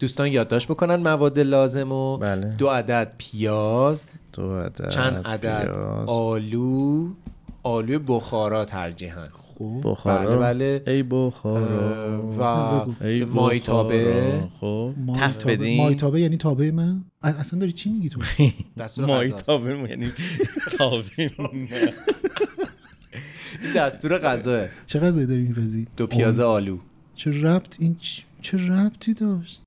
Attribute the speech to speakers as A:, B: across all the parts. A: دوستان یادداشت بکنن مواد لازم و
B: بله.
A: خب. دو عدد پیاز
B: دو عدد
A: چند عدد
B: پیاز،
A: آلو آلوی بخارا ترجیحاً
B: بخارا
A: بله، بله.
B: ای بخارا
A: اه، و
B: ای بخارا.
A: مایتابه.
B: خب تفت
C: مایتابه
B: بدین
C: مایتابه یعنی تابه من ا- اصلا داری چی میگی تو
A: دستور غذاست.
B: مایتابه یعنی تابه نه.
A: این دستور غذاه
C: چه غذایی داری میپزی
A: دو پیاز آلو
C: چه ربط این چ- چه ربطی داشت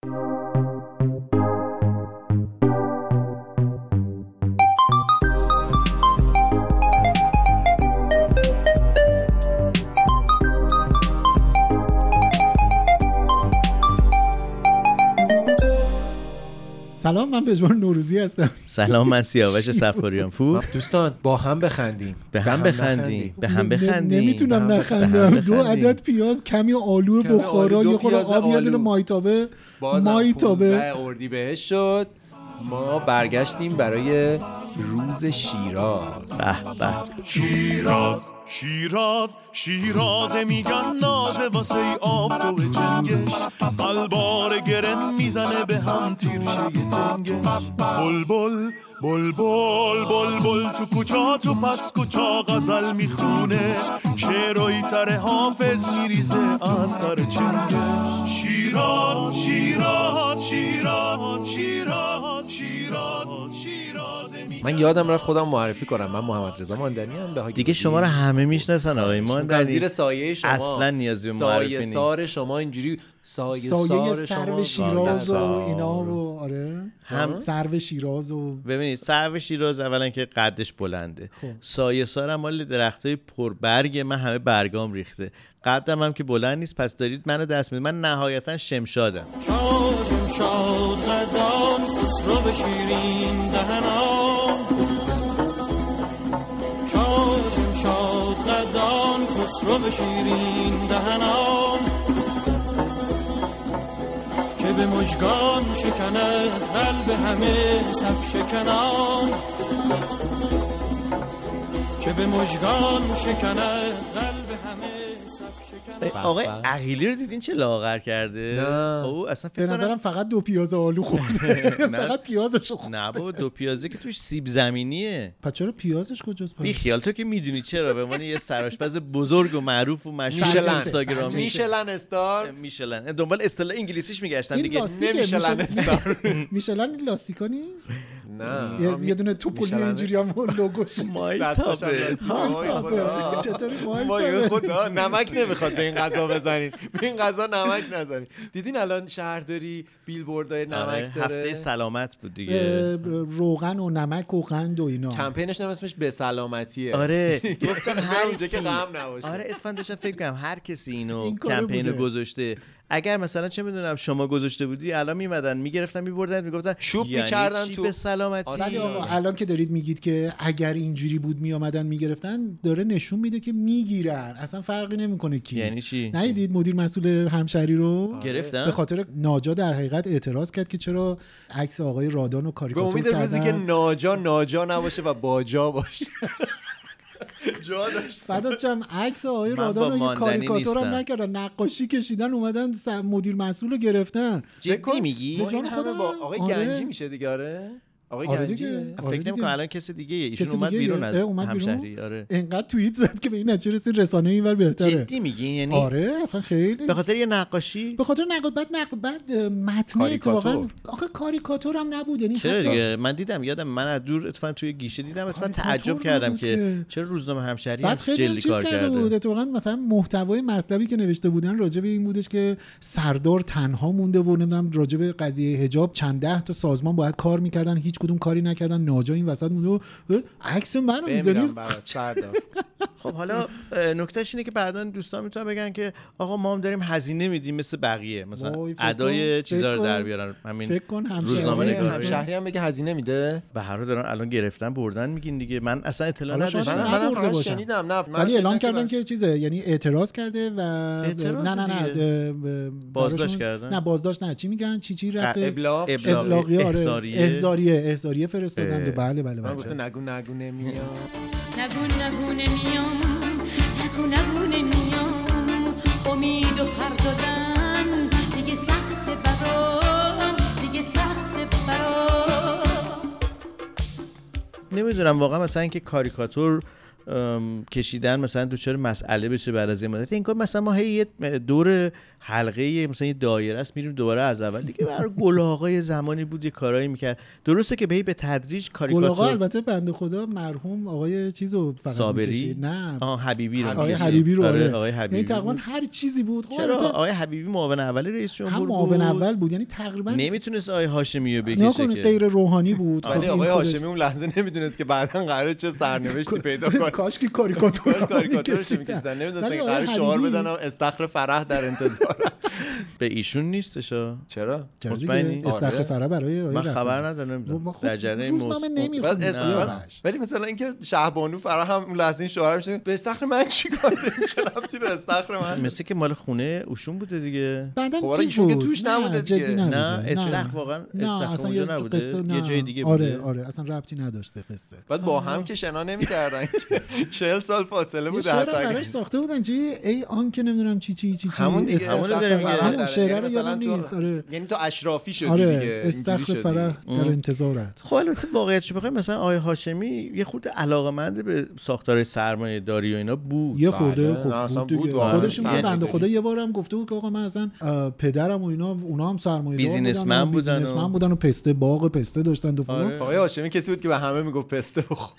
C: سلام من پژمان نوروزی هستم
B: سلام من سیاوش سفاریان فو
A: دوستان با هم بخندیم
B: به هم بخندیم به هم بخندیم
C: نمیتونم
B: به هم
C: نخندم دو
B: بخندیم.
C: عدد پیاز کمی آلو
A: کمی آلو،
C: بخارا
A: دو
C: یه خورده
A: پیاز
C: آب یه دونه
A: آلو.
C: مایتابه
A: بازم
C: مایتابه
A: 15 اردی بهش شد ما برگشتیم برای روز شیراز
B: به به
D: شیراز شیراز شیراز میگن نازه واسه ای آفتاب جنگش قلبار گرن میزنه به هم تیرشه یه تنگش بلبل بلبل بلبل تو کوچا تو پس کوچا غزل میخونه شعرهای تر حافظ میریزه از سر چنگش شیراز شیراز شیراز شیراز شیراز شیراز
A: من یادم رفت خودم معرفی کنم من محمد رضا ماندنی هم به حاج
B: دیگه شما رو همه میشناسن آقای
A: من زیر
B: ماندنی
A: سایه شما
B: اصلاً نیازی به معرفی
A: سایه
B: نیست.
A: سار شما اینجوری سایه,
C: سایه
A: سار شما
C: سرو شیراز و
B: سار.
C: اینا و آره
B: هم-
C: سرو شیراز و
B: ببینید سرو شیراز اولا که قدش بلنده سایه سارم مال درخت های پربرگ من همه برگام ریخته قدم هم که بلند نیست پس دارید منو دست میدید من نهایتا شمشادم
E: شادم شاد قدم خسرو به شیرین دهنم شادم شاد قدم خسرو به شیرین دهنم که به مژگان شکند قلب همه صف شکنم که به مژگان شکند قلب همه صف شکنم
B: آقای
A: به.
B: عقیلی رو دیدین چه لاغر کرده
A: نه.
B: او اصلا فکر
C: به
B: کنم-
C: نظرم فقط دو پیاز آلو خورده فقط پیازش خورده
B: نه بابا دو پیازه که توش سیب زمینیه
C: پس چرا پیازش کجاست
B: بی خیال تو که میدونی چرا به عنوان یه سراشپز بزرگ و معروف و مشهور
C: میشه
A: میشلن
C: لند.
B: اینستاگرامی
A: میشلن استار
B: میشلن دنبال اصطلاح انگلیسیش میگشتم
C: این
B: دیگه
C: لاستیکه
A: نمیشه
C: میشه-
A: لن استار
C: میشلن این لاستیکا نیست
A: نه
C: یه- یه دونه توپولی
A: میشلن-
C: اینجوری هم لوگوش
A: دستاش هم
B: مایتابه
A: دستی. وای خدا.
C: چطوری
A: وای
C: مایل
A: خدا نمک نمیخواد به این غذا بزنین به این غذا نمک نزنین دیدین الان شهرداری بیلبوردهای
B: آره،
A: نمک داره
B: هفته سلامت بود دیگه
C: روغن و نمک و قند و اینا
A: کمپینش نام اسمش به سلامتیه
B: آره
A: گفتم
B: گفتم
A: هر
B: هر
A: اونجا که
B: کی-
A: غم نباشه
B: آره اتفاقا داشتم فکر کنم هر کسی اینو
C: این کارو
B: کمپین رو
C: بوده.
B: گذاشته اگر مثلا چه میدونم شما گذاشته بودی الان میمدن میگرفتن میبردن میگفتن
A: شوب
B: یعنی
A: می‌کردن
B: چی
A: تو-
B: به سلامتی
C: ولی آقا
A: آره.
C: الان که دارید میگید که اگر اینجوری بود میامدن میگرفتن داره نشون میده که میگیرن اصلا فرقی نمیکنه کی
B: یعنی چی
C: ندیدید مدیر مسئول همشری رو به
B: گرفتن
C: خاطر ناجا در حقیقت اعتراض کرد که چرا عکس آقای رادان رو
A: به
C: کاریکاتور
A: امید
C: کردن
A: روزی که ناجا ناجا نباشه و باجا باشه جا داشت
C: فدات جم عکس آقای
B: من
C: رادان
B: با
C: رو یه
B: ماندنی
C: کاریکاتور هم
B: نیستم.
C: نکردن نقاشی کشیدن اومدن س- مدیر مسئول رو گرفتن
B: جدی میگی
A: ما
C: به جان
A: این همه
C: خودم.
A: با آقای
C: آره.
A: گنجی میشه دیگه آره آقای
C: آره
A: گنجی
C: دیگه. آره
B: فکر
C: دیگه.
B: نمی‌کنم الان کسی دیگه ایشون
C: کسی
B: اومد
C: دیگه؟
B: بیرون
C: اه،
B: از
C: اومد بیرون؟
B: همشهری آره
C: انقدر توییت زد که به این نتیجه رسید رسانه اینور بهتره
B: جدی میگی یعنی
C: آره اصلا خیلی
B: به خاطر یه نقاشی
C: به خاطر نقد بعد نقد بعد اه، متن
A: کاریکاتور.
C: اتفاقا آخه کاریکاتور هم نبود یعنی
B: چرا
C: حتی
B: دیگه من دیدم یادم من از دور اتفاقا توی گیشه دیدم اتفاقا
C: کاریکاتور
B: تعجب
C: نبود
B: کردم که
C: آره، که.
B: چرا روزنامه همشهری هم
C: بعد خیلی هم
B: یعنی جلی
C: چیز
B: کار
C: کرده,
B: کرده
C: بود اتفاقا مثلا محتوای مطلبی که نوشته بودن راجع به این بودش که سردار تنها مونده و نمیدونم راجع به قضیه حجاب چند ده تا سازمان باید کار میکردن هیچ کدوم کاری نکردن ناجا این وسط مونده و اه، عکس منو میذاری
A: بمیرم برات سردار
B: خب حالا نکتهش اینه که بعدا دوستان میتونن بگن که آقا ما هم داریم هزینه میدیم مثل بقیه مثلا
C: وای، فکر
B: ادای
C: کن-
B: چیزا رو
C: فکر
B: در
C: کن-
B: بیارن همین
C: فکر کن همشهری
B: روزنامه
C: هستن.
B: نگاره.
A: همشهری هم بگه هزینه میده
B: به هر حال دارن الان گرفتن بردن میگین دیگه من اصلا اطلاع
C: حالا شاید
A: من
B: نداشتم
C: نه.
A: منم
C: نبرده
A: فقط
C: باشن.
A: شنیدم نه من
C: ولی اعلام
A: شنیدم
C: کردن
A: من-
C: که چیزه یعنی اعتراض کرده و
B: اعتراض
C: نه نه نه
B: دیگه.
C: ده- ب-
B: بازداشت
C: براشون-
B: کردن؟
C: نه بازداشت نه چی میگن چی چی رفته
A: ابلاغ
B: ابلاغ.
C: ابلاغی آره
B: احضاریه.
C: احضاریه احضاریه فرستادن
B: اه.
C: بله بله
A: من
C: بله
A: گفته نگو نگو نمیام
C: آره.
F: نگو نگو نمیام نگو نگو نمیام امید و پر دادن دیگه سخت برام
B: نمیدونم واقعا مثلا اینکه کاریکاتور ام، کشیدن مثلا دوچار مسئله بشه بعد از این مدت این کار مثلا ما هی یه دور حلقه مثلا یه دایره است میریم دوباره از اول دیگه بر گل آقای زمانی بود یه کارایی میکرد درسته که به هی به تدریج
C: گل آقا
B: کاریکاتور
C: البته بنده خدا مرحوم آقای چیزو فقط
B: صابری؟
C: می‌کشید. نه
B: آها حبیبی رو
C: آقای
B: می‌کشید.
C: حبیبی رو
B: آره
C: آره.
B: آقای حبیبی
C: یعنی تقریبا
B: بود.
C: هر چیزی بود خب
B: چرا
C: البته
B: آقای حبیبی معاون اول رئیس جمهور
C: هم
B: بود
C: معاون اول بود یعنی تقریبا
B: نمیتونست آقای هاشمی رو
C: نه
B: بکشه
C: کنید
B: که
C: غیر روحانی بود خب
A: ولی
C: این
A: آقای
C: خودش-
A: هاشمی اون لحظه نمیدونست که بعدا قراره چه سرنوشتی پیدا کنه
C: کاش که کاریکاتور
A: کار کاریکاتورش میکشیدن نمیدونست
C: ولی
A: که
C: آقای
A: قرار شعار
C: حبیبی-
A: بدن و استخر فرح در انتظار
B: به ایشون نیستش ها.
A: چرا
C: چرا دیگه؟
B: مطمئنی؟
C: استخر
A: آره.
C: فرا برای آقای
B: من
C: رفتن.
B: خبر ندارم
C: ما
B: نمیدونم
C: خب
B: در جریان این
C: روزنامه
B: موضوع
C: نمی-
A: بعد
C: خب،
A: اسم-
C: نه.
A: بعد- ولی مثلا اینکه شهبانو فرح هم اون لحظه این شوهر میشه به استخر من چیکار داری؟ چه ربطی به استخر من
B: مثل که مال خونه اوشون بوده دیگه
C: بعدن
A: خب، آره،
C: چیز
A: ایشون که
C: بود.
A: توش
C: نه،
A: نبوده
C: جدی
A: دیگه.
C: نبوده.
B: نه
C: نه
B: استخر واقعا استخر
C: یه
B: اونجا نبوده
C: قصه- نه.
B: یه جای دیگه
C: آره
B: بوده
C: آره اصلا ربطی نداشت به قصه
A: بعد با هم که شنا نمیکردن چهل سال فاصله
C: یه
A: بود
C: شعر
A: حتی اگه-
C: براش ساخته بودن چی ای آن که نمیدونم چی چی چی چی
A: همون دیگه
C: استخر-
B: همون
A: استخر
B: داریم
A: فرح
B: میگیم.
A: در-
C: همون شعره
A: یعنی
C: رو
A: مثلا
C: یادم
A: تو-
C: نیست، آره.
A: یعنی تو اشرافی شدی دیگه
C: آره
A: اینجوری
C: استخر
A: شدی.
C: فرح در انتظارت
B: خب البته واقعیتش بخوایم مثلا آقای هاشمی یه خورده علاقمند به ساختار سرمایه داری و اینا بود
C: یه
A: بله،
C: خورده
A: نه،
C: خب
A: اصلا
C: بود دیگه.
A: بود واقعا.
C: خودش میگه
B: سرمایه
C: بنده
A: داری.
C: خدا یه بارم گفته بود که آقا من اصلا اه، پدرم و اینا اونا هم سرمایه
B: بیزینسمن بودن و-
C: بیزینسمن بودن و پسته باغ پسته داشتن و فلان
B: آره.
A: آقای هاشمی کسی بود که به همه میگفت پسته بخور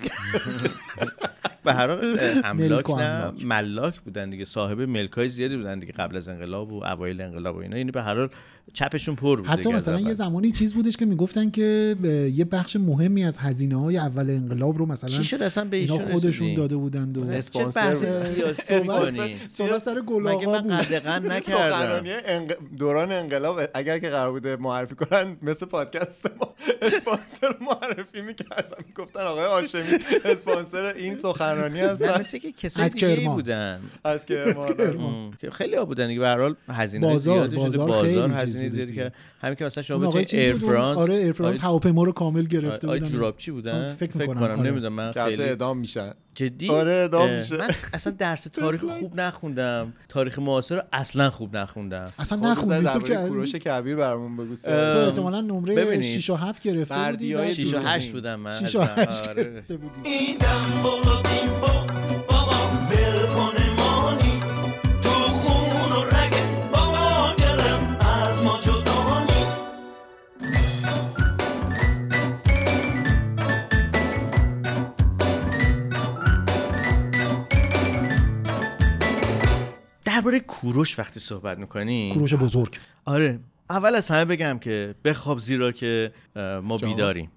B: به هر حال اه، املاک
C: ملک و
B: نه
C: املاک.
B: ملاک بودن دیگه صاحب ملکای زیادی بودن دیگه قبل از انقلاب و اوایل انقلاب و اینا یعنی به هر حال چپشون پر بود
C: حتی
B: دیگه از
C: مثلا
B: اول.
C: یه زمانی چیز بودش که میگفتن که اه، یه بخش مهمی از هزینه های اول انقلاب رو مثلا
B: چی شد اصلا به
C: اینا
B: ایشون
C: خودشون
B: رسیدین؟
C: داده بودن
A: خب،
C: و
B: چه
A: اسپانسر
B: بحث
A: بود.
B: سیاسی
A: اسپانسر.
B: کنی
C: صحبت سر گل
B: مگه
C: آقا
B: من
C: بود
B: قدقن
A: سخنرانی
B: نکردم
A: انق- دوران انقلاب اگر که قرار بوده معرفی کنن مثل پادکست ما اسپانسر رو معرفی میکردن گفتن آقای هاشمی اسپانسر این سخنرانی
B: نه
A: هستن
B: مثل که کسای
C: از
B: دیگه
C: کرمان.
B: بودن
A: از کرمان
B: ام. که خیلی ها بودن دیگه به هر حال هزینه
C: بازار،
B: زیادی شده
C: بازار
B: بازار
C: خیلی چیز
B: هزینه
C: بودش
B: زیادی
C: دیگه.
B: کرد همین که مثلا شما
C: اون آقای
B: بتونید
C: چیز
B: ایر
C: بود، اون-
B: فرانس
C: آره ایر فرانس هواپیما رو کامل
B: آی-
C: گرفته
A: آره،
B: آی
C: بودن
B: آره، جوراب چی بودن
C: آه، فکر
B: فکر
C: می‌کنم،
B: کنم
C: آره.
B: نمیدونم من
A: که البته
B: خیلی
A: اعدام میشن
B: جدی
A: آره، اعدام
B: اه،
A: میشه.
B: من اصلا درس تاریخ خوب نخوندم تاریخ معاصر رو اصلا خوب نخوندم
C: اصلا
A: خود
C: نخوندی خب، تو
A: خب، درباره کوروش
C: که
A: کبیر برامون بگو سر.
C: تو
B: اه،
C: احتمالا نمره
B: ببینید.
C: 6 و 7 گرفته بودی
A: بردیای
C: بعد
A: شیش
B: 6
A: و
B: و
C: جوراب.
A: هشت
B: 8 بودم من
C: شیش و
B: اصلا.
C: هشت
B: آره.
C: گرفته بودی
D: دیدم بالا دیبا بابا ول کن ما نیست تو خون و رگ بابا گرم از ما جدا نیست
B: درباره کوروش وقتی صحبت میکنی
C: کوروش بزرگ
B: آره اول از همه بگم که بخواب زیرا که اه، ما بیداریم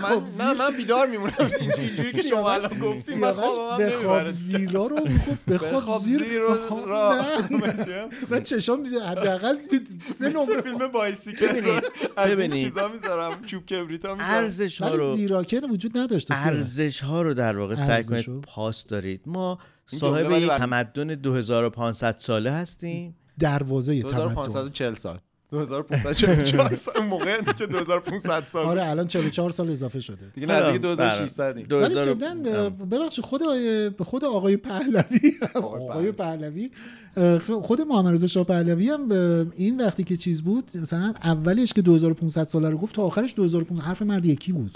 C: خب
A: من نه من بیدار میمونم اینجوری اینجوری که شما الان گفتی من خوابم هم
C: به خواب
A: نمیبره
C: زیرا رو میخوب به خواب
A: خواب
C: زیر
A: زیر رو- را
C: نه. من چشام میزه حداقل سه
A: مثل
C: نمره
A: فیلم بایسیکل رو
B: ببینید،
A: از این
B: ببینید.
A: چیزا میذارم چوب کبریتا میذارم
B: ارزش ها
C: ولی
B: رو
C: زیراکه وجود نداشته سیاه.
B: ارزش ها رو در واقع سعی
C: ارزش‌ها.
B: کنید پاس دارید ما
A: این
B: صاحب
A: جمله ولی
B: یک
A: بر-
B: تمدن 2500 ساله هستیم
C: دروازه تمدن
A: 2540 سال 2544 سال اون موقع که 2500 سال بود.
C: آره الان 44 سال اضافه شده
A: دیگه نزدیک
B: برام،
A: 2600 ایم.
B: برام.
C: ولی
B: 2000
C: جدا
B: ام.
C: ببخشید خود آقای- خود آقای پهلوی آقای پهلوی اه، خود محمد رضا شاه پهلوی هم اه، این وقتی که چیز بود مثلا اولش که 2500 ساله رو گفت تا آخرش 2500 حرف مرد یکی بود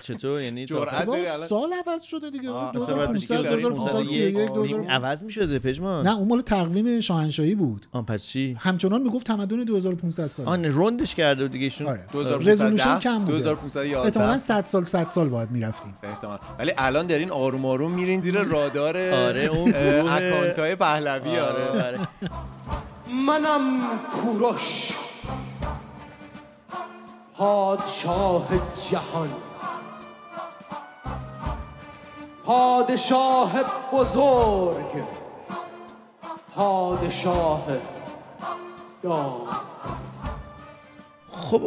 B: چطور یعنی تا
A: جرأت
B: آخر-
A: داری
C: بابا،
A: الان؟
C: سال عوض شده دیگه
A: آه، اصلا بعد
C: 2500
A: دیگه داریم
C: 2531
A: 2500
B: این
C: 2500
B: عوض میشده پژمان
C: نه اون مال تقویم شاهنشاهی بود
B: آن پس چی
C: همچنان میگفت تمدن 2500 ساله
B: آن رندش کرده بود دیگه ایشون
C: آره.
A: 2510
C: رزولوشن کم بوده. احتمالاً
A: 2511
C: 100 سال 100 سال باید میرفتیم
A: احتمال ولی الان دارین آروم آروم میرین زیر رادار
B: آره، اون
A: اه،
B: گروه-
A: اکانتای پهلوی آره
B: آره آره
G: منم کوروش پادشاه جهان پادشاه بزرگ پادشاه داد
B: خب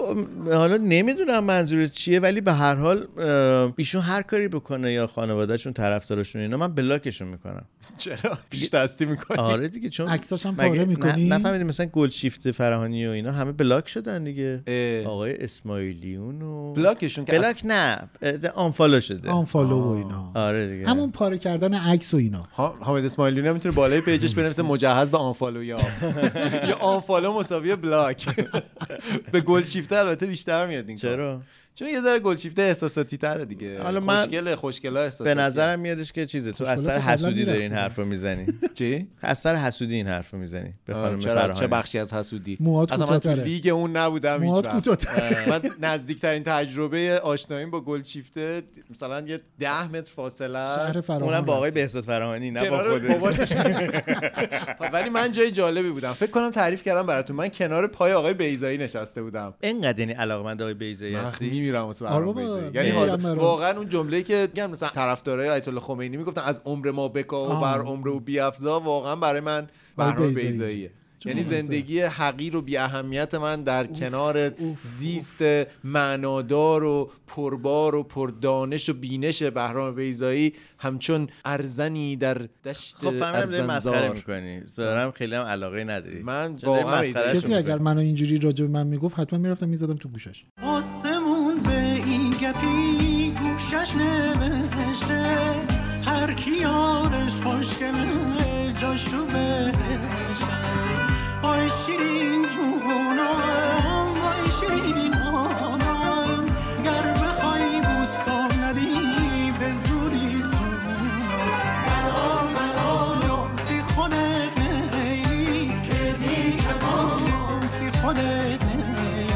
B: حالا نمیدونم منظور چیه ولی به هر حال اه، ایشون هر کاری بکنه یا خانوادهشون طرفدارشون اینا من بلاکشون میکنم
A: چرا پیش دستی میکنی
B: آره دیگه چون
C: عکساش هم
B: مگه
C: پاره
B: نه-
C: می‌کنی؟
B: نفهمیدی مثلا گلشیفت فراهانی و اینا همه بلاک شدن دیگه
A: اه.
B: آقای اسماعیلیون و
A: بلاکشون که
B: بلاک نه اه، آنفالو شده
C: آن فالو و اینا
B: آره دیگه
C: همون پاره کردن عکس و اینا
A: ها حامد اسماعیلیون هم میتونه بالای پیجش بنویسه مجهز به آنفالو یا یا آنفالو مساوی بلاک به گل شیفته البته بیشتر میاد این کار.
B: چرا
A: چون یه ذره گل شیفته احساساتی تره دیگه
B: حالا من-
A: خوشگله خوشگلا احساساتی
B: به نظرم میادش که چیزه تو از
C: خوشحالم
B: سر
C: که قبلا
B: حسودی داری این
C: می‌رقصیدم.
B: حرف رو میزنی
A: چی
B: از سر حسودی این حرف رو میزنی به
A: آه،
B: خانم
A: چرا چه
B: فرهانی
A: بخشی از حسودی
C: موهات
A: اصلا من تو
C: کوتاه‌تره.
A: لیگ اون نبودم هیچ
C: موهات
A: وقت
C: کوتاه‌تره.
A: من نزدیکترین تجربه آشناییم با گل شیفته مثلا یه ده متر فاصله است.
C: شهر فرامون
B: اونم با آقای
C: رفته.
B: بهزاد فرهانی نه با
A: کنار
B: خودش
A: باباش نشسته ولی من جای جالبی بودم فکر کنم تعریف کردم براتون من کنار پای آقای بیزایی نشسته بودم
B: اینقدر یعنی علاقمند آقای بیزایی
A: من
B: هستی
A: میمیرم واسه
C: آره
A: برام
C: بابا،
A: بیضایی. یعنی
C: میمیرم
A: حاضر-
C: برام.
A: واقعا اون جمله که میگم مثلا طرفدارای آیت الله خمینی میگفتن از عمر ما بکا و
C: آه.
A: بر عمر او بیافزا واقعا برای من
C: آقای
A: برنامه
C: بیضایی.
A: بیزاییه
C: چه
A: یعنی
C: بامزه.
A: زندگی حقیر و بی اهمیت من در کنار زیست معنادار و پربار و پردانش و بینش بهرام بیزایی همچون ارزنی در دشت
B: خب فهمیدم داری مسخره
A: ارزنزار.
B: میکنی ظاهرا خیلی هم علاقه نداری
A: من
B: چرا داری
A: واقعا
B: مسخره‌شون
A: بیضایی.
C: کسی
B: می‌کنی؟
C: اگر منو اینجوری راجع به من میگفت حتما میرفتم میزدم تو گوشش
D: آسمون به این گپی گوشش نوشته هر کی یارش خوشگله جاش تو بهشته وای شیرین جونم وای شیرین آنم گر بخوای بوسم ندی به زوری سونم بلا بلا یامسی خودت نیلی کردی که ما یامسی خودت نیلی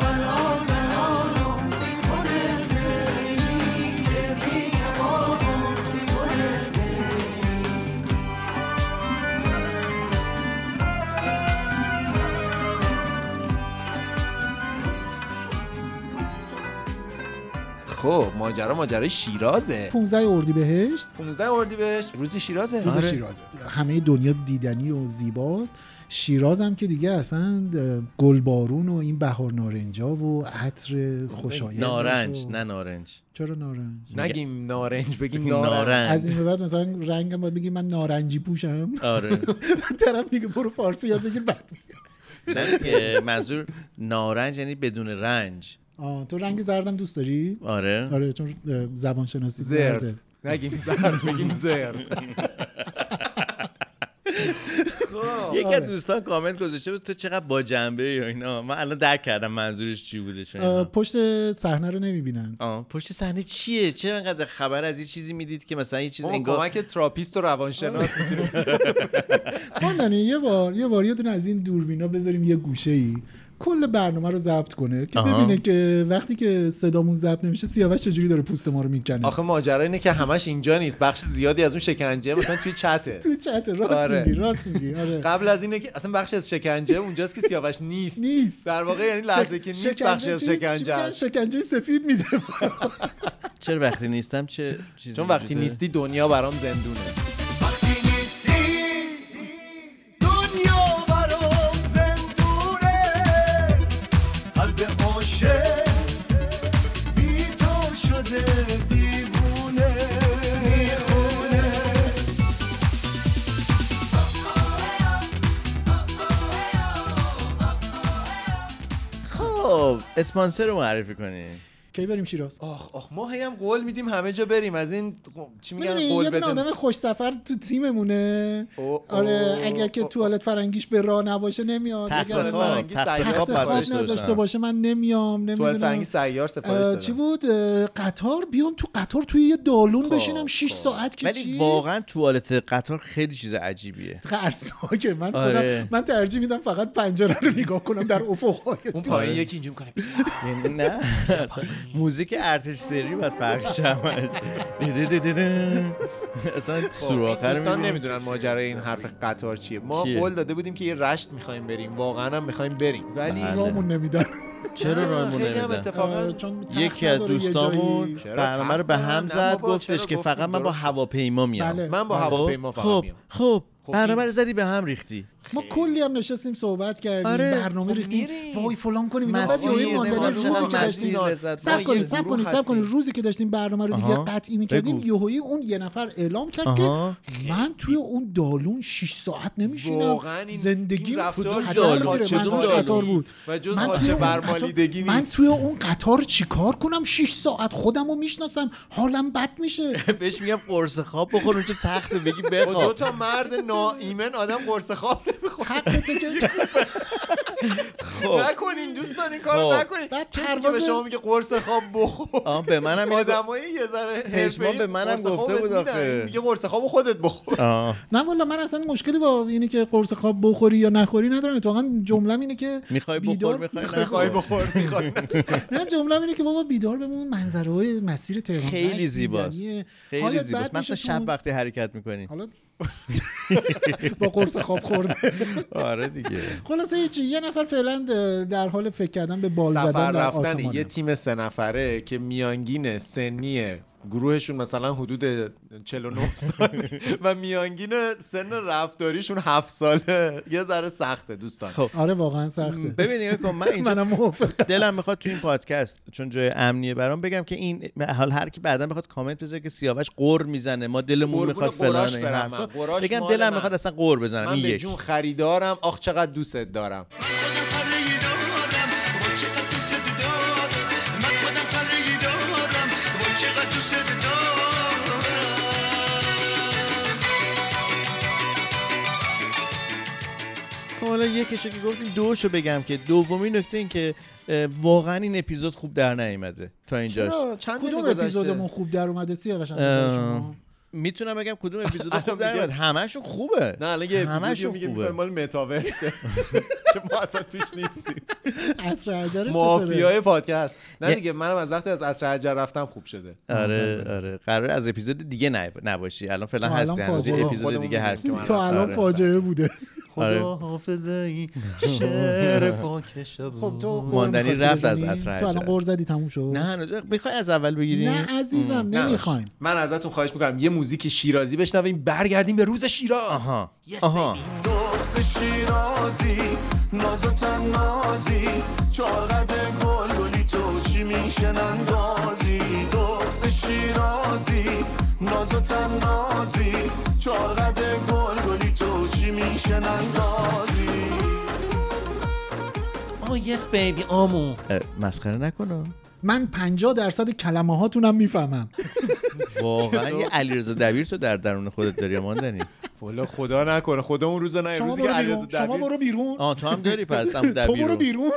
D: بلا بلا یامسی خودت نیلی کردی که ما یامسی خودت نیلی
A: خب ماجرا ماجرای شیرازه
C: 15 اردیبهشت
A: 15 اردیبهشت روز شیرازه
C: خب. روز
A: آره.
C: شیراز همه دنیا دیدنی و زیباست شیراز هم که دیگه اصلا اه، گلبارون و این بهار نارنجا و عطر خوشایند
B: نارنج
C: و-
B: نه نارنج
C: چرا نارنج
A: نگیم نارنج بگیم نارنج
B: نارنج
C: از این به بعد مثلا رنگم باید بگی من نارنجی پوشم
B: آره
C: طرف میگه برو فارسی یاد بگیر بعد میگه.
B: نه دیگه، منظور نارنج یعنی بدون رنج
C: آه، تو رنگ زردم دوست داری
B: آره
C: آره چون آره. زبان شناسی
A: زرد نگیم زرد بگیم زرد
B: یکی از دوستان کامنت گذاشته بود تو چقدر با جنبه ای و اینا من الان درک کردم منظورش چی بوده چون اینا.
C: پشت صحنه رو نمیبینن
B: آه، پشت صحنه چیه چرا انقدر خبر از یه چیزی میدید که مثلا یه چیز
A: اون
B: انگار
A: کمک تراپیست و روانشناس میتونیم
C: خواندنی یعنی یه بار یه بار یه دونه از این دوربینا بذاریم یه گوشه ای کل برنامه رو ضبط کنه که
B: آها.
C: ببینه که وقتی که صدامون ضبط نمیشه سیاوش چجوری داره پوست ما رو میکنه
A: آخه ماجرا اینه که همش اینجا نیست بخش زیادی از اون شکنجه مثلا توی چته
C: تو چت راست
A: آره.
C: میگی راست میگی آره
A: قبل از اینه که اصلا بخش از شکنجه اونجاست که سیاوش نیست
C: نیست
A: در واقع یعنی لحظه که نیست
C: شکنجه
A: بخشی از
C: چیز- چی
A: شکنجه
C: میگن؟
A: است
C: شکنجه سفید میده
B: چرا وقتی نیستم چه چیزی
A: چون وقتی
B: وجوده؟
A: نیستی دنیا برام زندونه
D: وقتی نیستی دنیا برام زندونه قلب عاشق بی تو شده دیوونه میخونه
B: خب اسپانسر رو معرفی کنی
C: کی بریم شیراز
A: آخ آخ ما هی هم قول میدیم همه جا بریم از این قو- چی میگن
C: میدونی
A: قول
C: یه دونه
A: بدن
C: آدم خوش سفر تو تیممونه
A: او- او-
C: آره اگر که
A: او-
C: توالت فرنگیش به راه نباشه نمیاد
B: تخت
C: اگر
A: خواب.
C: من
B: خواب
A: فرنگی
B: تخت
A: سیاح
B: خواب
C: تخت خواب
B: پرورش
C: نداشته
B: دادن.
C: باشه من نمیام
A: توالت
C: نمیدونم
A: فرنگی سیار سفارش
C: چی
A: دادم
C: بود اه، قطار بیام تو قطار توی یه دالون بشینم 6
A: خب.
C: ساعت که
B: ولی
C: چی
B: واقعا توالت قطار خیلی چیز عجیبیه
C: ترسناکه من
B: آره.
C: خودم من ترجیح میدم فقط پنجره رو نگاه کنم در افق‌های
A: اون
C: دور.
A: پایین یکی اینجا میکنه
B: یعنی نه اصلا موزیک ارتش سری باید پخش شمش اصلا سوراخه رو
A: دوستان
B: می‌بینی؟
A: نمیدونن ماجرای این حرف قطار چیه ما
B: چیه؟
A: قول داده بودیم که یه رشت میخوایم بریم واقعا هم میخوایم بریم ولی
B: بله.
C: رامون نمیدن
B: چرا راهمون
A: خیلی هم
B: نمیدن
A: اتفاقا
C: چون تخت
B: یکی از
C: نداره یه
B: دوستامون
C: جایی.
A: چرا
B: برنامه رو به
A: تخت
B: هم
A: نه
B: زد
A: بابا، چرا
B: گفتش که
A: گفتیم
B: فقط من با
A: درست شد.
B: هواپیما میام
C: بله.
A: من با
B: خب،
A: هواپیما فقط
B: خب
A: میام
B: خب
A: خب
B: برنامه
A: این-
B: رو زدی به هم ریختی
C: ما کلی هم نشستیم صحبت کردیم
B: آره،
C: برنامه
A: خب
C: ریختیم
A: میریم.
C: وای فلان کنیم اینا بعد
B: مسیر، خب،
C: یهو یه ماندنی
B: نمی‌دونم
C: روزی
B: چقدر
C: که داشتیم
B: مسیر
A: عزیزان،
B: لذت
A: ما
C: خب، سب
A: یه
C: کنید سب
A: گروه
C: کنید سب کنید
A: هستیم.
C: روزی که داشتیم برنامه رو دیگه
B: آها.
C: قطعی میکردیم
B: بگو.
C: یهویی اون یه نفر اعلام کرد
B: آها.
C: که من توی اون دالون 6 ساعت نمیشینم
A: واقعاً این-
C: زندگی
A: این رفتار
C: هدر
B: جالب.
C: میره من
B: کدوم
C: توش
B: دالون؟
C: قطار بود
A: و جز
C: من
A: حاج
C: توی اون
A: برمالیدگی
C: قطار- من
A: نیست.
C: توی اون قطار چیکار کنم 6 ساعت خودم رو میشناسم حالم بد میشه
B: بهش میگم قرص خواب بخور اونجا تخته بگی
A: با خب، دو
B: بخواب
A: تا مرد ناایمن آدم قرص خواب نمیخوره
C: حقته که
A: نکنین دوستان این کارو
B: خب.
A: نکنین
C: بعد
A: یعنی کسی که به
C: پرواز-
A: شما میگه قرص خواب بخور
B: آه به منم اینو گفت.
A: آدمای یه ذره
B: پشما
A: حرفه‌ای
B: به منم
A: قرص
B: گفته
A: خوابت
B: بود
A: میدن.
B: آخه.
A: میگه قرص خواب خودت بخور
B: آه.
C: نه والا من اصلا مشکلی با اینه که قرص خواب بخوری یا نخوری ندارم اتفاقا جمله‌م اینه که
B: میخوای بخور
C: بیدار-
B: میخوای
A: میخوای
B: نخور
A: بخور میخوای
C: نه جمله‌م اینه که بابا بیدار بمون منظره های مسیر تهران
B: خیلی
C: مشت
B: زیباست
C: دیدنیه.
B: خیلی
C: حالت
B: زیباست
C: بد میشه
B: مثلا
C: تو اون-
B: شب وقتی حرکت میکنی
C: حالا با قرص خواب خورده
B: آره دیگه
C: خلاصه هیچی یه نفر فعلا در حال فکر کردن به بال
A: سفر
C: خب، زدن در
A: رفتن
C: آسمانه
A: یه تیم سه نفره که میانگین سنی گروهشون مثلا حدود 49 سال و میانگین سن رفتاریشون 7 ساله یه ذره سخته دوستان
B: خب.
C: آره واقعا سخته
B: ببین نگاه کن من اینجا
C: منم موافق
B: دلم میخواد تو این پادکست چون جای امنیه برام بگم که این حال هر کی بعدا بخواد کامنت بذاره که سیاوش قر میزنه ما دلمون
A: قربون
B: میخواد
A: قراش
B: فلان و این
A: برم من.
B: حرفا.
A: قراش
B: بگم
A: مال
B: دلم
A: من.
B: میخواد اصلا قر بزنم
A: من
B: این
A: به
B: یک
A: جون خریدارم آخ چقدر دوستت دارم
D: خودم پرهی دارم وای چقدر دوست دارم من خودم پرهی دارم وای چقدر دوست دارم
B: خب حالا یکیشو که گفتیم دوشو بگم که دومین نکته این که اه، واقعا این اپیزود خوب در نیومده تا اینجاش
A: چرا؟ چند دقیقه
C: کدوم
A: گذشته؟
C: اپیزودمون خوب در اومده سیاوش از نظر شما
B: اه، میتونم بگم کدوم اپیزود
A: الان
B: خوب در
A: میگم.
B: نیومد همشون خوبه
A: نه الان یه اپیزودیو
B: همشون
A: میگه
B: خوبه.
A: میفهم مال متاورسه که ما اصلا توش نیستیم
C: عصر عجره
A: مافیای پادکست نه
B: یه-
A: دیگه منم از وقتی از عصر حجر رفتم خوب شده
B: آره آره قرار از اپیزود دیگه نب- نباشی الان فعلا
C: تا الان
B: هستی هنوز یه
C: فاجعه.
B: اپیزود
A: خودمون
B: دیگه
A: می‌دونیم
B: هستی
A: که من
C: تا الان
B: آره.
C: فاجعه بوده
B: آره.
A: خدا حافظه این شعر پاکش
C: خب تو قرص
B: ماندنی
C: می‌خواستی
B: رفت از
C: بزنی؟
B: عصر
C: تو الان
B: عجله.
C: قرص زدی تموم شد
B: نه هنوز میخوای از اول بگیریم
C: نه عزیزم نمیخوایم
A: من ازتون خواهش میکنم یه موزیک شیرازی بشنویم برگردیم به روز شیراز
B: آها آها
D: دفت شیرازی ناز و تنازی چارقد گل گلی تو چی میشنن گازی دفت شیرازی ناز و تنازی چارقد گل گلی تو چی میشنن گازی
B: اه، مسخره نکنم
C: من 50 درصد کلمه هاتونم میفهمم
B: واقعا یه علیرضا دبیر تو در درون خودت داری یا ماندنی
A: والا خدا نکنه خدا اون روز نه
C: شما
A: امروزی که
C: برو
A: علیرضا
C: بیرون شما
A: دبیر
C: برو بیرون
B: آه تو هم داری پس هم
C: تو
B: دبیر
C: برو
B: رو.
C: بیرون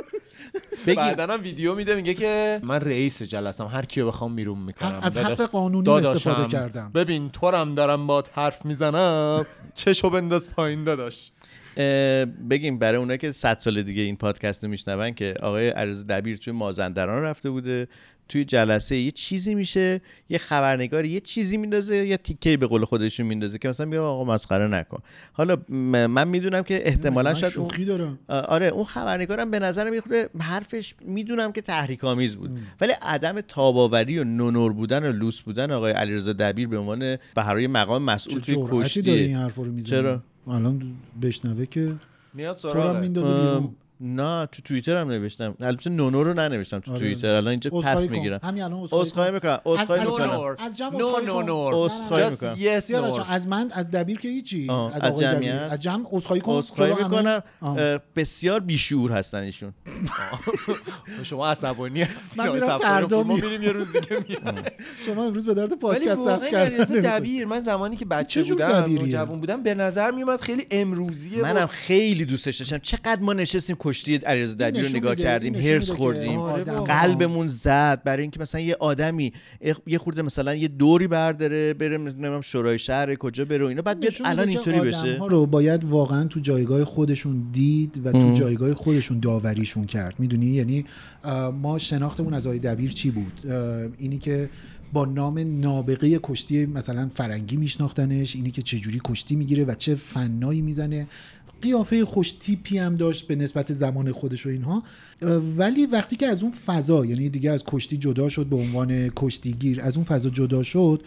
B: بگی
A: بعداً هم ویدیو میده میگه که من رئیس جلسم هر کیو بخوام میرون میکنم
C: از حق قانونی استفاده کردم
A: ببین تو رو هم دارم باد حرف میزنم چشو بنداز پایین داداش
B: اه، بگیم برای اونایی که 100 سال دیگه این پادکست رو میشنون که آقای علیرضا دبیر توی مازندران رفته بوده توی جلسه یه چیزی میشه یه خبرنگار یه چیزی میندازه یا تیکه به قول خودشون میندازه که مثلا میگه آقا مسخره نکن حالا م- من میدونم که احتمالا
C: من
B: شاید اون-
C: شوخی دارم
B: آ- آره اون خبرنگارم به نظرم یه خورده حرفش میدونم که تحریک آمیز بود ولی عدم تاباوری و نونور بودن و لوس بودن آقای علیرضا دبیر به عنوان برای مقام مسئول توی
C: جرأتی داری این
B: کشتی
C: حرفا رو میزنی
B: چرا؟
C: الان بشنوه که
A: میاد
C: تو رو هم
A: سراغ
C: میندازه بیرون
B: نه تو توییتر هم نوشتم البته نونو رو ننوشتم تو
C: آره.
B: توییتر الان اینجا
C: عذرخواهی
B: پس
C: کن.
B: میگیرم
C: همین الان عذرخواهی
B: عذرخواهی
C: کن.
B: میکنم
C: از-
B: عذرخواهی
C: از-
B: میکنم
C: نور.
A: از
C: از
A: جمع
C: جمع
A: نو
C: عذرخواهی
A: نو
C: کن.
A: نور
B: عذرخواهی
A: Just
B: میکنم.
A: yes
C: سیاه بچه،
A: نور.
C: از من از دبیر که هیچی
B: آه،
C: از
B: از
C: آقای دبیر.
B: جمعیت؟
C: از جمع عذرخواهی کن
B: عذرخواهی
C: جلو همه.
B: میکنم
C: آه.
B: اه، بسیار بیشعور هستن ایشون
A: شما عصبانی هستین
C: من
A: آقای
C: میرم
A: صفحانی.
C: فردا
A: خب ما
C: میام.
A: میریم یه روز دیگه میام
C: شما امروز به درد
A: ولی
C: پادکست
A: واقعا
C: رفت کردن
A: علیرضا
C: نمی‌خوری.
A: دبیر من زمانی که بچه
C: چه جور
A: بودم
C: دبیریه؟
A: نوجوان بودم به نظر میومد خیلی امروزیه
B: منم خیلی دوستش داشتم چقدر ما نشستیم کشتی علیرضا دبیر رو
C: نشون
B: نگاه
C: میده-
B: کردیم
C: این نشون
B: هرس
C: میده که
B: خوردیم
A: آره
C: آدم-
B: قلبمون زد برای اینکه مثلا یه آدمی اخ- یه خورده مثلا یه دوری برداره بره نمیدونم شورای شهر کجا بره و اینا بعد بیاد
C: نشون میده
B: الان
C: که
B: اینطوری بشه
C: آدم‌ها رو باید واقعا تو جایگاه خودشون دید و تو جایگاه خودشون داوریشون کرد میدونی یعنی اه، ما شناختمون از آقای دبیر چی بود اه، اینی که با نام نابغه کشتی مثلا فرنگی میشناختنش اینی که چه جوری کشتی میگیره و چه فنایی میزنه قیافه خوش تیپی هم داشت به نسبت زمان خودش و اینها اه، ولی وقتی که از اون فضا یعنی دیگه از کشتی جدا شد به عنوان کشتیگیر از اون فضا جدا شد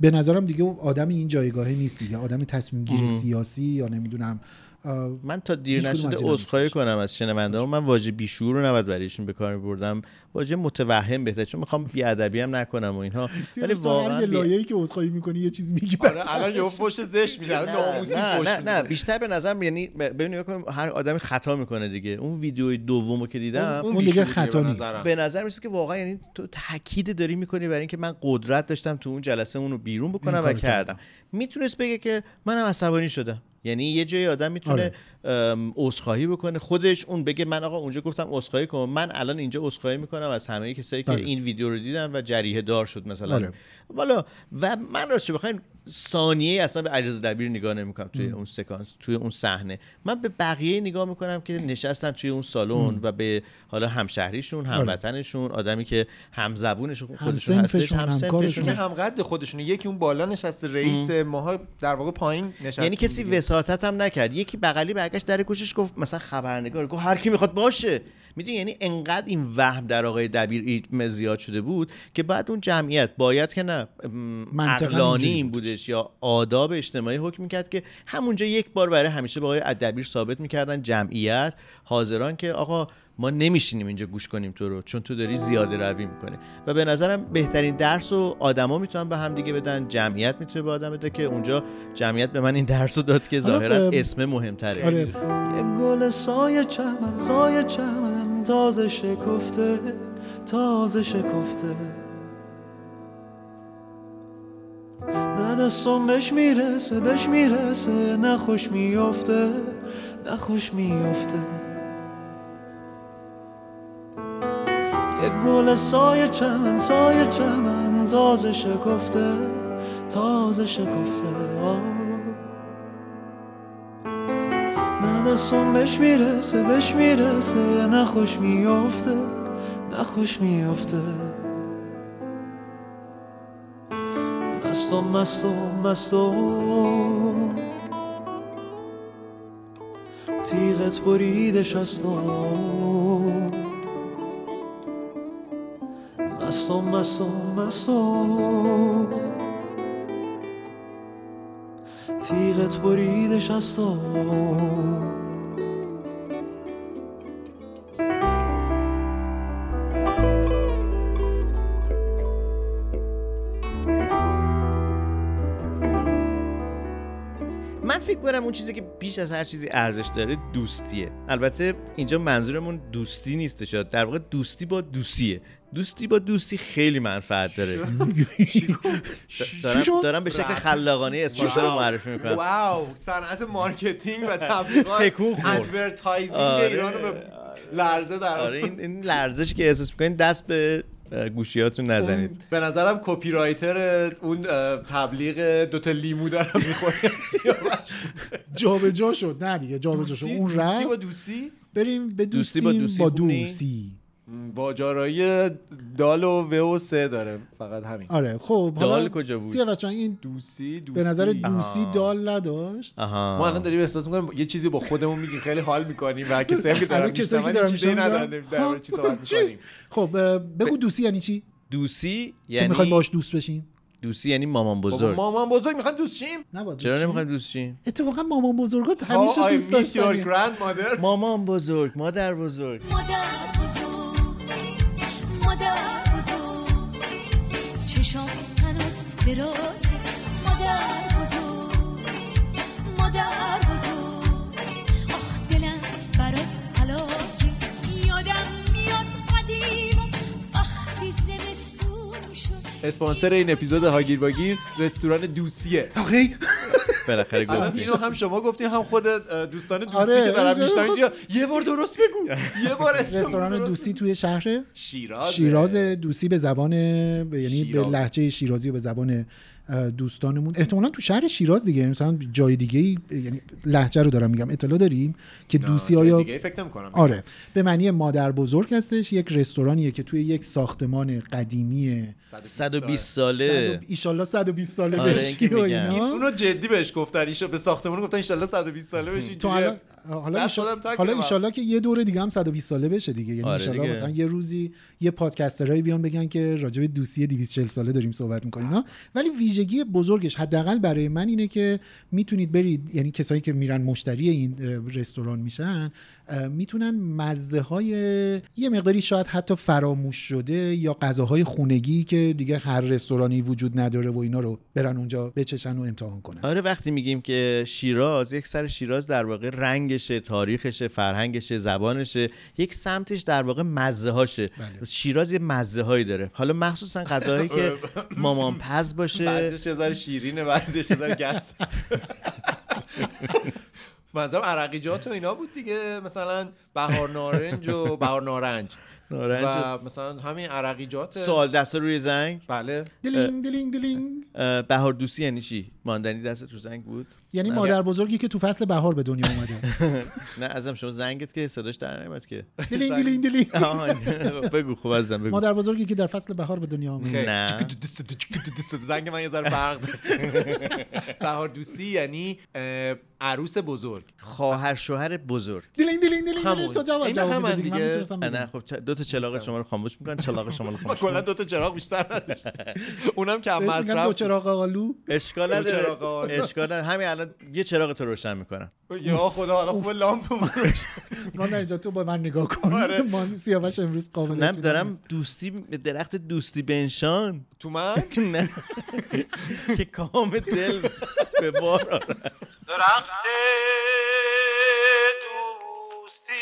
C: به نظرم دیگه اون آدم این جایگاهه نیست دیگه آدم تصمیم گیر سیاسی یا نمیدونم اه،
B: من تا دیر
C: هیچ کدوم از
B: نشده
C: اینا
B: عذرخواهی
C: نیستش.
B: کنم از شنونده من واژه بیشور رو نباید برای ایشون به کار میبردم واژه متوهم بهتره چون میخوام بیادبی هم نکنم و اینها ولی
C: سیاوش تا هر
B: واقعا
C: یه
B: بی-
C: لایه‌ای که عذرخواهی میکنی یه چیز میگی
A: آره الان یه فوش زشت میده الان ناموسی
B: نه
A: فوش
B: نه, نه
A: میده
B: بیشتر به نظرم یعنی ب- ببین نگاه کن، هر آدمی خطا میکنه دیگه اون ویدیوی دومو که دیدم
C: اون دیگه خطا نیست.
B: به نظر میسه که واقعا یعنی تو تاکید داری میکنی برای اینکه من قدرت داشتم تو اون جلسه اونو بیرون بکنم و
C: کارو
B: کردم میتونست بگه که منم عصبانی شدم یعنی یه جای آدم
C: آره.
B: میتونه ام، عذرخواهی بکنه خودش اون بگه من آقا اونجا گفتم عذرخواهی کن من الان اینجا عذرخواهی میکنم از همه کسایی که
C: بله.
B: این ویدیو رو دیدن و جریه دار شد مثلا
C: آره.
B: والا و من راستش بخواین ثانیه اصلا به علیرضا دبیر نگاه نمیکنم توی اون سکانس توی اون صحنه من به بقیه نگاه میکنم که نشستن توی اون سالن و به حالا
C: بله.
B: همشهریشون هموطنشون آدمی که همزبونشون خودشون هستش
C: همسنفشون،
B: همسنفشون
C: همکارشون.
A: که همقد خودشونه یکی اون بالا نشسته رئیس ماها در واقع پایین نشسته
B: یعنی کسی وساطت هم نکرد یکی بغلی برگشت در گوشش گفت مثلا خبرنگار گفت هر کی میخواد باشه میدونی یعنی انقدر این وهم در آقای دبیر ایت- زیاد شده بود که بعد اون جمعیت باید که نه ام،
C: منطقاً
B: عقلانی
C: اینجوری
B: این بودش یا آداب اجتماعی حکم میکرد که همونجا یک بار برای همیشه به آقای دبیر ثابت میکردن جمعیت حاضران که آقا ما نمیشینیم اینجا گوش کنیم تو رو چون تو داری زیاده روی میکنه و به نظرم بهترین درس و آدما میتونن به هم دیگه بدن جمعیت میتونه به آدم بده که اونجا جمعیت به من این درس رو داد که
C: حالا
B: ظاهرا
C: به-
B: اسم مهمتره
C: آره
H: یه گل سایه چمن سایه چمن تازه شکفته تازه شکفته نه دستم بهش میرسه بهش میرسه نه خوش میافته نه خوش میافته یه گل سایه چمن سایه چمن تازه شکفته تازه شکفته آه. نه دستم بهش میرسه بهش میرسه نه خوش میافته نه خوش میافته مستم مستم مستم تیغت بریده شستم مستم مستم مستم تیغت بریده شستم
B: من فکر کنم اون چیزی که بیش از هر چیزی ارزش داره دوستیه البته اینجا منظورمون دوستی نیستش در واقع دوستی با دوستیه دوستی با دوستی خیلی منفعت داره
C: چی
B: دارم,
C: شد؟
B: دارم به شکل خلاقانه اسپانسر رو معرفی میکنم
A: واو صنعت مارکتینگ و تبلیغات
B: تکون خورد.
A: ادورتایزینگ
B: آره.
A: ایرانو به لرزه در
B: آره این, این لرزش که احساس میکنین دست به اه، گوشیاتون نزنید
A: به نظرم کپی رایتر اون اه، تبلیغ دوتا لیمو دارم میخوره
C: جابجا شد نه دیگه جابجا شد اون
A: دوستی با
C: رفت
A: دوستی
C: بریم به
B: دوستی
C: دوستی
B: با
C: با
B: دوستی
C: دوستی,
B: خونی؟
A: واجارایی دال و و و سه داره فقط همین
C: آره خب
B: دال کجا بود؟
C: سیاوش جان، این
A: دوستی دوستی
C: به نظر دوستی دال نداشت
B: آها
A: ما الان داریم احساس میکنیم یه چیزی با خودمون میگیم خیلی حال میکنیم و کسایی که دارن
C: الان کسایی که
A: میشنون
C: دارن
A: چیزی
C: می‌شنون
A: ندارن
C: دارن-
A: در مورد چی صحبت
C: چی؟
A: میکنیم
C: خب اه، بگو دوستی یعنی چی
B: دوسی
C: تو میخوای
B: یعنی
C: باش دوست بشیم
B: دوسی یعنی مامان
A: بابا
B: بزرگ
A: ما ما بزرگ میخوایم دوست شیم
C: نباید
B: چرا
C: دوست شیم.
B: نمیخوایم دوست شیم
C: اتفاقا مامان بزرگات همیشه دوست
A: داشتنی
C: داشتنی
A: گرند مادر
B: مامان بزرگ مادر بزرگ
F: مادر بزرگ مادر بزرگ چشم هنوز دراته مادر بزرگ مادر بزرگ آخ دلم برات حلاکه یادم میاد قدیم و وقتی زمستون شد
A: اسپانسر این اپیزود هاگیر باگیر رستوران دوسیه
C: آخه
B: بالاخره
A: الان
B: گفتی
A: اینو هم شما گفتین هم خود اه، دوستان دوستی
C: آره،
A: که دارن
C: آره،
A: میشنون
C: خود-
A: اینجا یه بار درست بگو یه بار اسم
C: رستوران
A: درست
C: دوستی
A: بگو.
C: توی شهر
A: شیراز
C: شیراز دوستی به زبان به- یعنی
A: شیراز.
C: به لحجه شیرازی و به زبان اه، دوستانمون احتمالا تو شهر شیراز دیگه مثلا جای دیگه یعنی لحجه رو دارم میگم اطلاع داریم که دوستی آیا
A: دیگه ای فکر نمی‌کنم
C: آره به معنی مادر بزرگ هستش یک رستورانیه که توی یک ساختمان قدیمی
B: 120 ساله
C: ایشالله 120 ساله
B: آره،
C: بشی
B: اینکه
C: و
B: میگم.
C: اینا
A: اونو جدی بهش گفتن ایشا به ساختمون گفتن ان 120 ساله بشی
C: تو الان حالا
A: دست
C: ایشا-
A: خودم تک
C: حالا
A: بدم.
C: ایشالله که یه دوره دیگه هم 120 ساله بشه دیگه یعنی
B: آره
C: ایشالله
B: دیگه.
C: مثلا یه روزی یه پادکسترهایی بیان بگن که راجع به دوسیه 240 ساله داریم صحبت میکنیم نه ولی ویژگی بزرگش حداقل برای من اینه که میتونید برید یعنی کسایی که میرن مشتری این اه، رستوران میشن اه، میتونن مزه های یه مقداری شاید حتی فراموش شده یا غذاهای خونگی که دیگه هر رستورانی وجود نداره و اینا رو برن اونجا بچشن و امتحان کنن
B: آره وقتی میگیم که شیراز یک سر شیراز در واقع رنگشه تاریخشه فرهنگشه زبانشه یک سمتش در واقع مزه هاشه
C: بله. آره.
B: شیراز یه مزه هایی داره حالا مخصوصا غذاهایی که مامان پز باشه
A: بعضیش یه ذره شیرینه بعضیش یه ذره گس منظورم عرقیجات و اینا بود دیگه مثلا بهار نارنج و بهار نارنج
B: نارنج
A: و مثلا همین عرقیجات
B: سوال دست روی زنگ
A: بله
C: دلینگ دلینگ دلینگ
B: اه، بهار دوستی یعنی چی ماندنی دست رو زنگ بود
C: یعنی مادر بزرگی که تو فصل بهار به دنیا اومده
B: نه ازم شما زنگت که صداش در نمیاد که
C: دلینگ دلینگ دلینگ
B: آها، بگو خوب ازم بگو
C: مادر بزرگی که در فصل بهار به دنیا آمد
A: خیلی.
B: نه.
A: زنگ من یه ذره فرق داره بهار دوستی یعنی اه، عروس بزرگ
B: خواهر شوهر بزرگ
C: دلینگ دلینگ دلینگ
A: همون.
C: دلینگ تو جواب
A: این
C: جواب
A: همون
C: بده دیگه من
A: دیگه.
C: میتونستم
B: نه
C: بگم
B: خب چ- دو تا چلاق شما رو خاموش میکنن چلاق شما رو
A: من
B: خاموش
A: کلا
B: می‌کنن.
A: خب، دو تا چراغ بیشتر نداشتم اونم کم
C: خب، بهش میگن دو
A: مصرف
C: چراغ آلو
B: اشکال
A: دو
B: نداره
A: چراغ آن.
B: اشکال نداره. همین الان یه چراغ تو روشن میکنم
A: یا خدا حالا خوب لامپ ما روشن.
C: من در اینجا تو با من نگاه کن
A: آره.
C: من سیاوش امروز قابل
B: نه دارم دوستی درخت دوستی بنشان
A: تو من
B: نه که کام دل به بار آرم.
E: درخت دوستی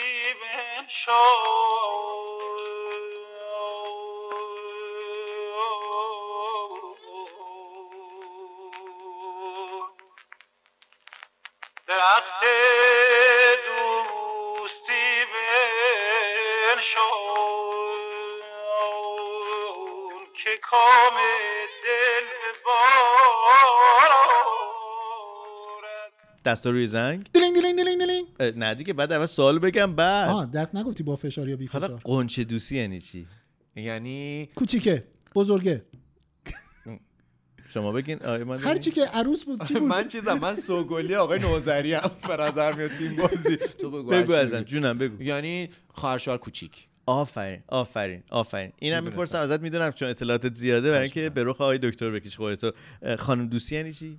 E: بنشان درخت دوستی بنشان که کام دل به بار آرد.
B: دست روی زنگ
C: دلینگ دلینگ دلینگ دلینگ
B: اه، نه دیگه بعد اول سوال بگم بعد
C: آه دست نگفتی با فشار یا بی
B: آره. حالا
C: فشار
B: قنچه دوستی یعنی چی
A: یعنی
C: کوچیکه بزرگه
B: شما بگین آیا من
C: هر چی که عروس بود کی بود
A: من چیزم من سوگلی آقای نوزری هم به نظر میاد تیم بازی تو بگو هر
B: بگو
A: چی
B: ازم
A: بگی.
B: جونم بگو
A: یعنی خواهر شوهر کوچیک
B: آفرین آفرین آفرین اینم میپرسم ازت میدونم چون اطلاعاتت زیاده برای اینکه به رخ آقای دکتر بکش خودتو اه، خانم دوستی یعنی چی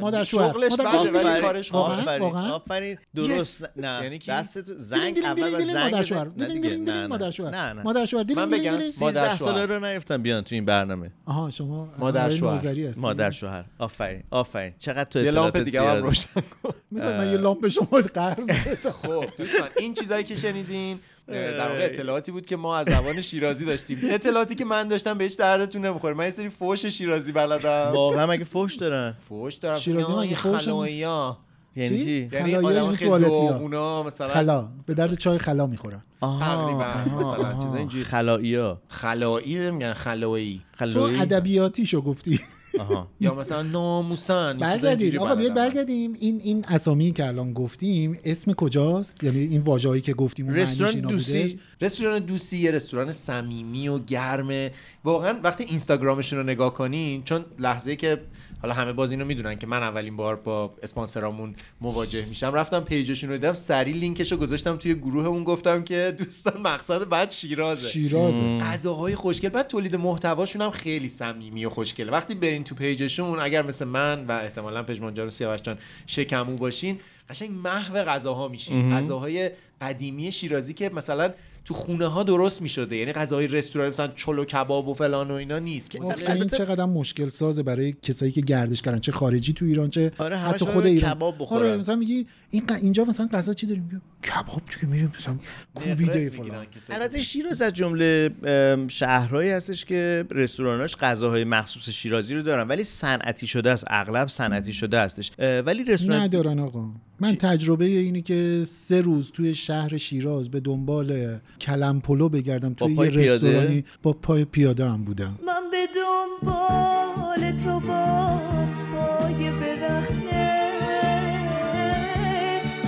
C: مادر شوهر
A: شغلش
C: مادر
A: بده
C: بزرگ.
A: ولی کارش
C: واقعاً؟
A: خوبه
B: آفرین
C: واقعاً؟
B: آفرین درست نه
A: یعنی کی؟
B: دست تو
C: دلینگ
B: زنگ
C: دلینگ
B: اول
C: دلینگ
B: و
C: دلینگ
B: زنگ
C: مادر
B: بزن. نه دیگه، نه،
C: شوهر دلینگ دلینگ دلینگ
B: نه.
C: مادر شوهر
B: نه نه
C: مادر شوهر دلینگ
A: من
C: دلینگ
A: بگم؟
C: دلینگ.
A: مادر شوهر.
B: 13 ساله رو نیفتن بیان تو این برنامه
C: آها شما
A: مادر
C: آقای
A: شوهر.
C: نوذری هستی.
B: مادر شوهر آفرین آفرین چقدر تو
A: یه لامپ
B: اطلاعات
A: دیگه هم
B: زیاده
A: روشن کن
C: می‌خوای من یه لامپ شما قرض بدم؟
A: خب دوستان این چیزایی که شنیدین اه، در واقع اطلاعاتی بود که ما از زبان شیرازی داشتیم اطلاعاتی که من داشتم به هیچ دردتون نمیخوره من یه سری فوش شیرازی بلدم
B: واقعا مگه فوش دارن
A: فوش دارم
C: شیرازی
A: اینا
C: مگه
A: این
C: فحشن؟
A: خلایی ها
B: یعنی
C: چی؟
B: چی
A: یعنی
C: خلایا
A: آدم
C: یعنی
A: خیلی
C: توالتی
A: دو
C: ها.
A: اونا مثلا
C: خلا به درد چای خلا میخورن
A: تقریبا مثلا چیزای اینجوری
B: خلایی ها
A: خلایی میگن خلایی
C: تو ادبیاتیشو گفتی
B: آها
A: یا مثلا ناموسن این چیزای اینجوری
C: برگردیم آقا بیاید
A: بلدم.
C: برگردیم این این اسامی که الان گفتیم اسم کجاست یعنی این واژه‌ای که گفتیم اون
B: رستوران
C: معنیش اینا
B: دوسی
C: بودش؟
A: رستوران دوسی یه رستوران صمیمی و گرمه واقعا وقتی اینستاگرامشون رو نگاه کنین چون لحظه که حالا همه باز اینو میدونن که من اولین بار با اسپانسرامون مواجه میشم رفتم پیجشون رو دیدم سریع لینکش رو گذاشتم توی گروهمون گفتم که دوستان مقصد بعد شیرازه
C: شیرازه
A: غذاهای خوشگل بعد تولید محتواشون هم خیلی صمیمی و خوشگله وقتی برین تو پیجشون اگر مثل من و احتمالا پژمان جان و سیاوش جان شکمو باشین قشنگ محو غذاها میشین غذاهای قدیمی شیرازی که مثلا تو خونه ها درست میشده یعنی غذاهای رستوران مثلا چلو کباب و فلان و اینا نیست که
C: آخه این چقدر مشکل سازه برای کسایی که گردش کردن چه خارجی تو ایران چه
B: آره، همش
C: حتی
B: باید
C: خود ایران
B: کباب بخورن.
C: آره مثلا میگی این ق- اینجا مثلا غذا چی داریم میگه کباب دیگه میریم مثلا کوبیده فلان
B: البته شیراز از جمله ام، شهرهایی هستش که رستوراناش غذاهای مخصوص شیرازی رو دارن ولی صنعتی شده است اغلب صنعتی شده هستش اه، ولی رستوران
C: ندارن آقا من تجربه اینه که سه روز توی شهر شیراز به دنبال کلم پلو بگردم توی
B: پای
C: یه
B: پیاده؟
C: رستورانی با پای پیاده هم بودم
F: من به دنبال تو با پای برهنه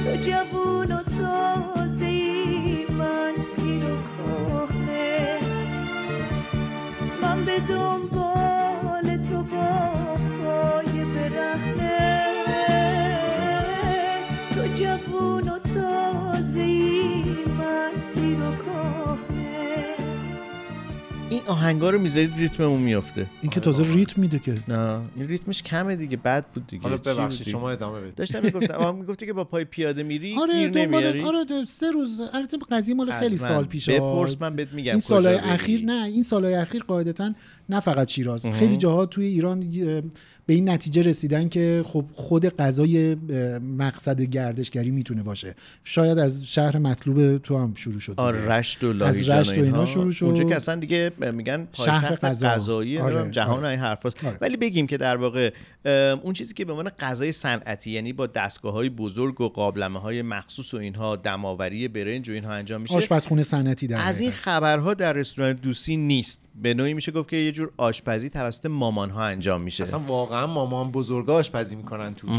F: تو جوون و تازه ای من پیر و کهنه من به دنبال تو با پای برهنه تو جوون و تازه
B: این آهنگا رو میذارید ریتممون میفته
C: این که
B: آره
C: تازه ریتم میده که
B: نه این ریتمش کمه دیگه بد بود دیگه
A: حالا
B: چی بود
A: ببخشید
B: دیگه؟
A: شما ادامه بدید
B: داشتم میگفتم اما میگفتی که با پای پیاده میری
C: آره
B: گیر
C: دنبال
B: نمیاری
C: آره دو- سه روز البته قضیه مال خیلی
B: حتما.
C: سال پیشه
B: بپرس من بهت میگم
C: این
B: کجا
C: سالهای
B: بری.
C: اخیر نه این سالهای اخیر قاعدتا نه فقط شیراز خیلی جاها توی ایران اه، به این نتیجه رسیدن که خب خود غذای اه، مقصد گردشگری میتونه باشه شاید از شهر مطلوب تو هم شروع شد
B: آره رشت و لاهیجان
C: از رشت و اینا
B: اینها.
C: شروع شد.
B: اونجا که اصلا دیگه میگن پایتخت
C: غذا.
B: غذایی
C: آره،
B: نمیدونم جهان
C: آره.
B: این حرفاست
C: آره.
B: ولی بگیم که در واقع ام، اون چیزی که به عنوان غذای صنعتی یعنی با دستگاه های بزرگ و قابلمه های مخصوص و اینها دماوری برنج و اینها انجام میشه
C: آشپزخونه صنعتی در
B: از این
C: حقیقت.
B: خبرها در رستوران دوسی نیست به نوعی میشه گفت که یه جور آشپزی توسط مامان ها انجام میشه
A: اصلا واقعا مامان بزرگا آشپزی میکنن توش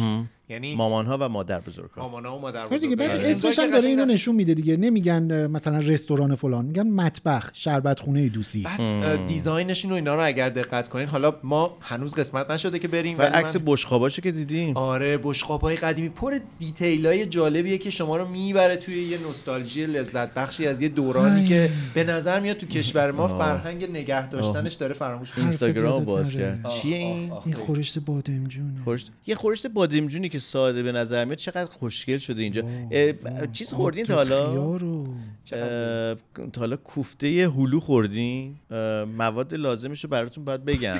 A: یعنی
B: مامان ها و مادر بزرگ ها
A: مامانا و مادر
C: آره دیگه
A: بزرگا.
C: بعد
A: آره.
C: اسمش هم
A: انگار
C: داره
A: که
C: اینو
A: قشنگ
C: نشون میده دیگه نمیگن اه، مثلا رستوران فلان میگن مطبخ شربت خونه دوسی
A: بعد اه، دیزاینشون و اینا رو اگر دقت کنین حالا ما هنوز قسمت نشده که بریم
B: و
A: ولی من-
B: عکس بشخاباشو که دیدیم
A: آره بشقابای قدیمی پر دیتیل های جالبیه که شما رو میبره توی یه نوستالژی لذت بخشی از یه دورانی که به نظر میاد تو کشور ما فرهنگ نگه داشتنش داره فراموش میشه
B: اینستاگرام
C: یادت
B: باز
C: نره.
B: کرد چیه این
C: این خورشت بادمجون
B: خورشت یه خورشت بادمجونی که ساده به نظر میاد چقدر خوشگل شده اینجا اه، چیز خوردین تا حالا اه، تا حالا کوفته هلو خوردین اه، مواد لازمش رو براتون باید بگم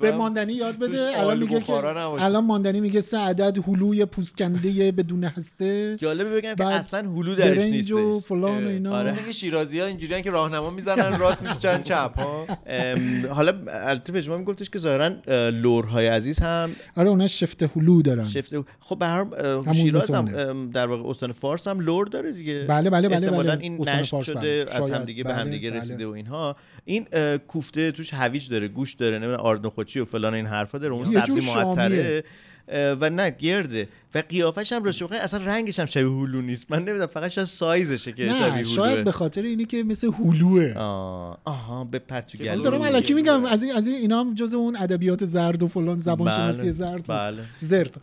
C: به ماندنی یاد بده
A: آلو
C: الان میگه که
A: بخارا نباشه.
C: الان ماندنی میگه سه عدد هلوی پوستکنده بدون هسته
B: جالبه بگم که
C: بعد
B: اصلا هلو درش
C: برنج و
B: نیستش
C: فلان و اینا
A: آره مثل که شیرازی ها اینجوریان که راهنما میزنن راست میپیچن چپ ها
B: ام، حالا البته پژمان میگفتش که ظاهرا اه، لورهای عزیز هم
C: آره اونا شفت هلو دارن
B: شفته خب به هر حال، اه،
C: همون
B: شیراز
C: مثل
B: هم
C: اونه.
B: ام، در واقع استان فارس هم لور داره دیگه
C: بله، بله، بله،
B: احتمالاً
C: بله.
B: این
C: استان
B: نشر
C: فارس
B: شده
C: بله.
B: از
C: شاید.
B: همدیگه به
C: بله،
B: همدیگه
C: بله.
B: رسیده و اینها این اه، کوفته توش هویج داره گوش داره نمیدونم آردنخوچی و فلان این حرفا داره اون
C: یه جور
B: سبزی
C: شامیه.
B: معطره اه، و نه گرده و قیافش هم رشوقه اصلا رنگش هم شبیه هلو نیست من نمیدونم فقط شاید سایزشه که
C: نه
B: شبیه
C: شاید به
B: هلوه
C: خاطر اینه که مثل هلوه
B: آه، آها به پرتوگل
A: حالا
C: خب، دارم
A: هلوه.
C: علکی میگم از این از این اینا هم جز اون ادبیات زرد و فلان زبان
B: بله،
C: شناسی زرد بود.
B: بله.
C: زرد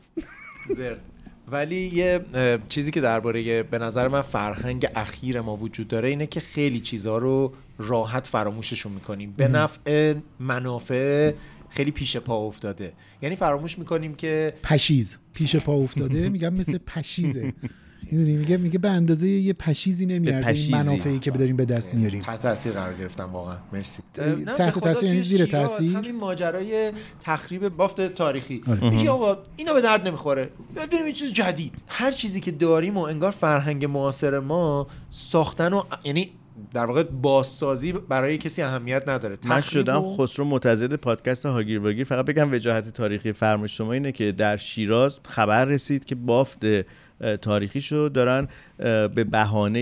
A: زرد ولی یه اه، چیزی که درباره به نظر من فرهنگ اخیر ما وجود داره اینه که خیلی چیزها رو راحت فراموششون میکنیم به نفع منافع خیلی پیش پا افتاده یعنی فراموش میکنیم که
C: پشیز پیش پا افتاده میگم مثل پشیزه میدونی میگه میگه به اندازه یه پشیزی نمیارزه
B: پشیزی. خب.
C: این منافعی که داریم به دست میاریم
A: تحت تاثیر قرار گرفتم واقعا مرسی
C: ای،
A: نه،
C: تحت
A: به خدا
C: تاثیر یعنی
A: توی
C: زیر
A: شیراز
C: تاثیر؟ آره.
A: همین ماجرای تخریب بافت تاریخی میگی آقا اینا به درد نمیخوره بیاد بریم یه چیز جدید هر چیزی که داریم و انگار فرهنگ معاصر ما ساختن و یعنی در واقع بازسازی برای کسی اهمیت نداره
B: من
A: تخریب
B: شدم
A: و-
B: خسرو معتزد پادکست هاگیر واگیر فقط بگم وجاهت تاریخی فرمایش شما اینه که در شیراز خبر رسید که بافت اه، تاریخیشو دارن اه، به بهانه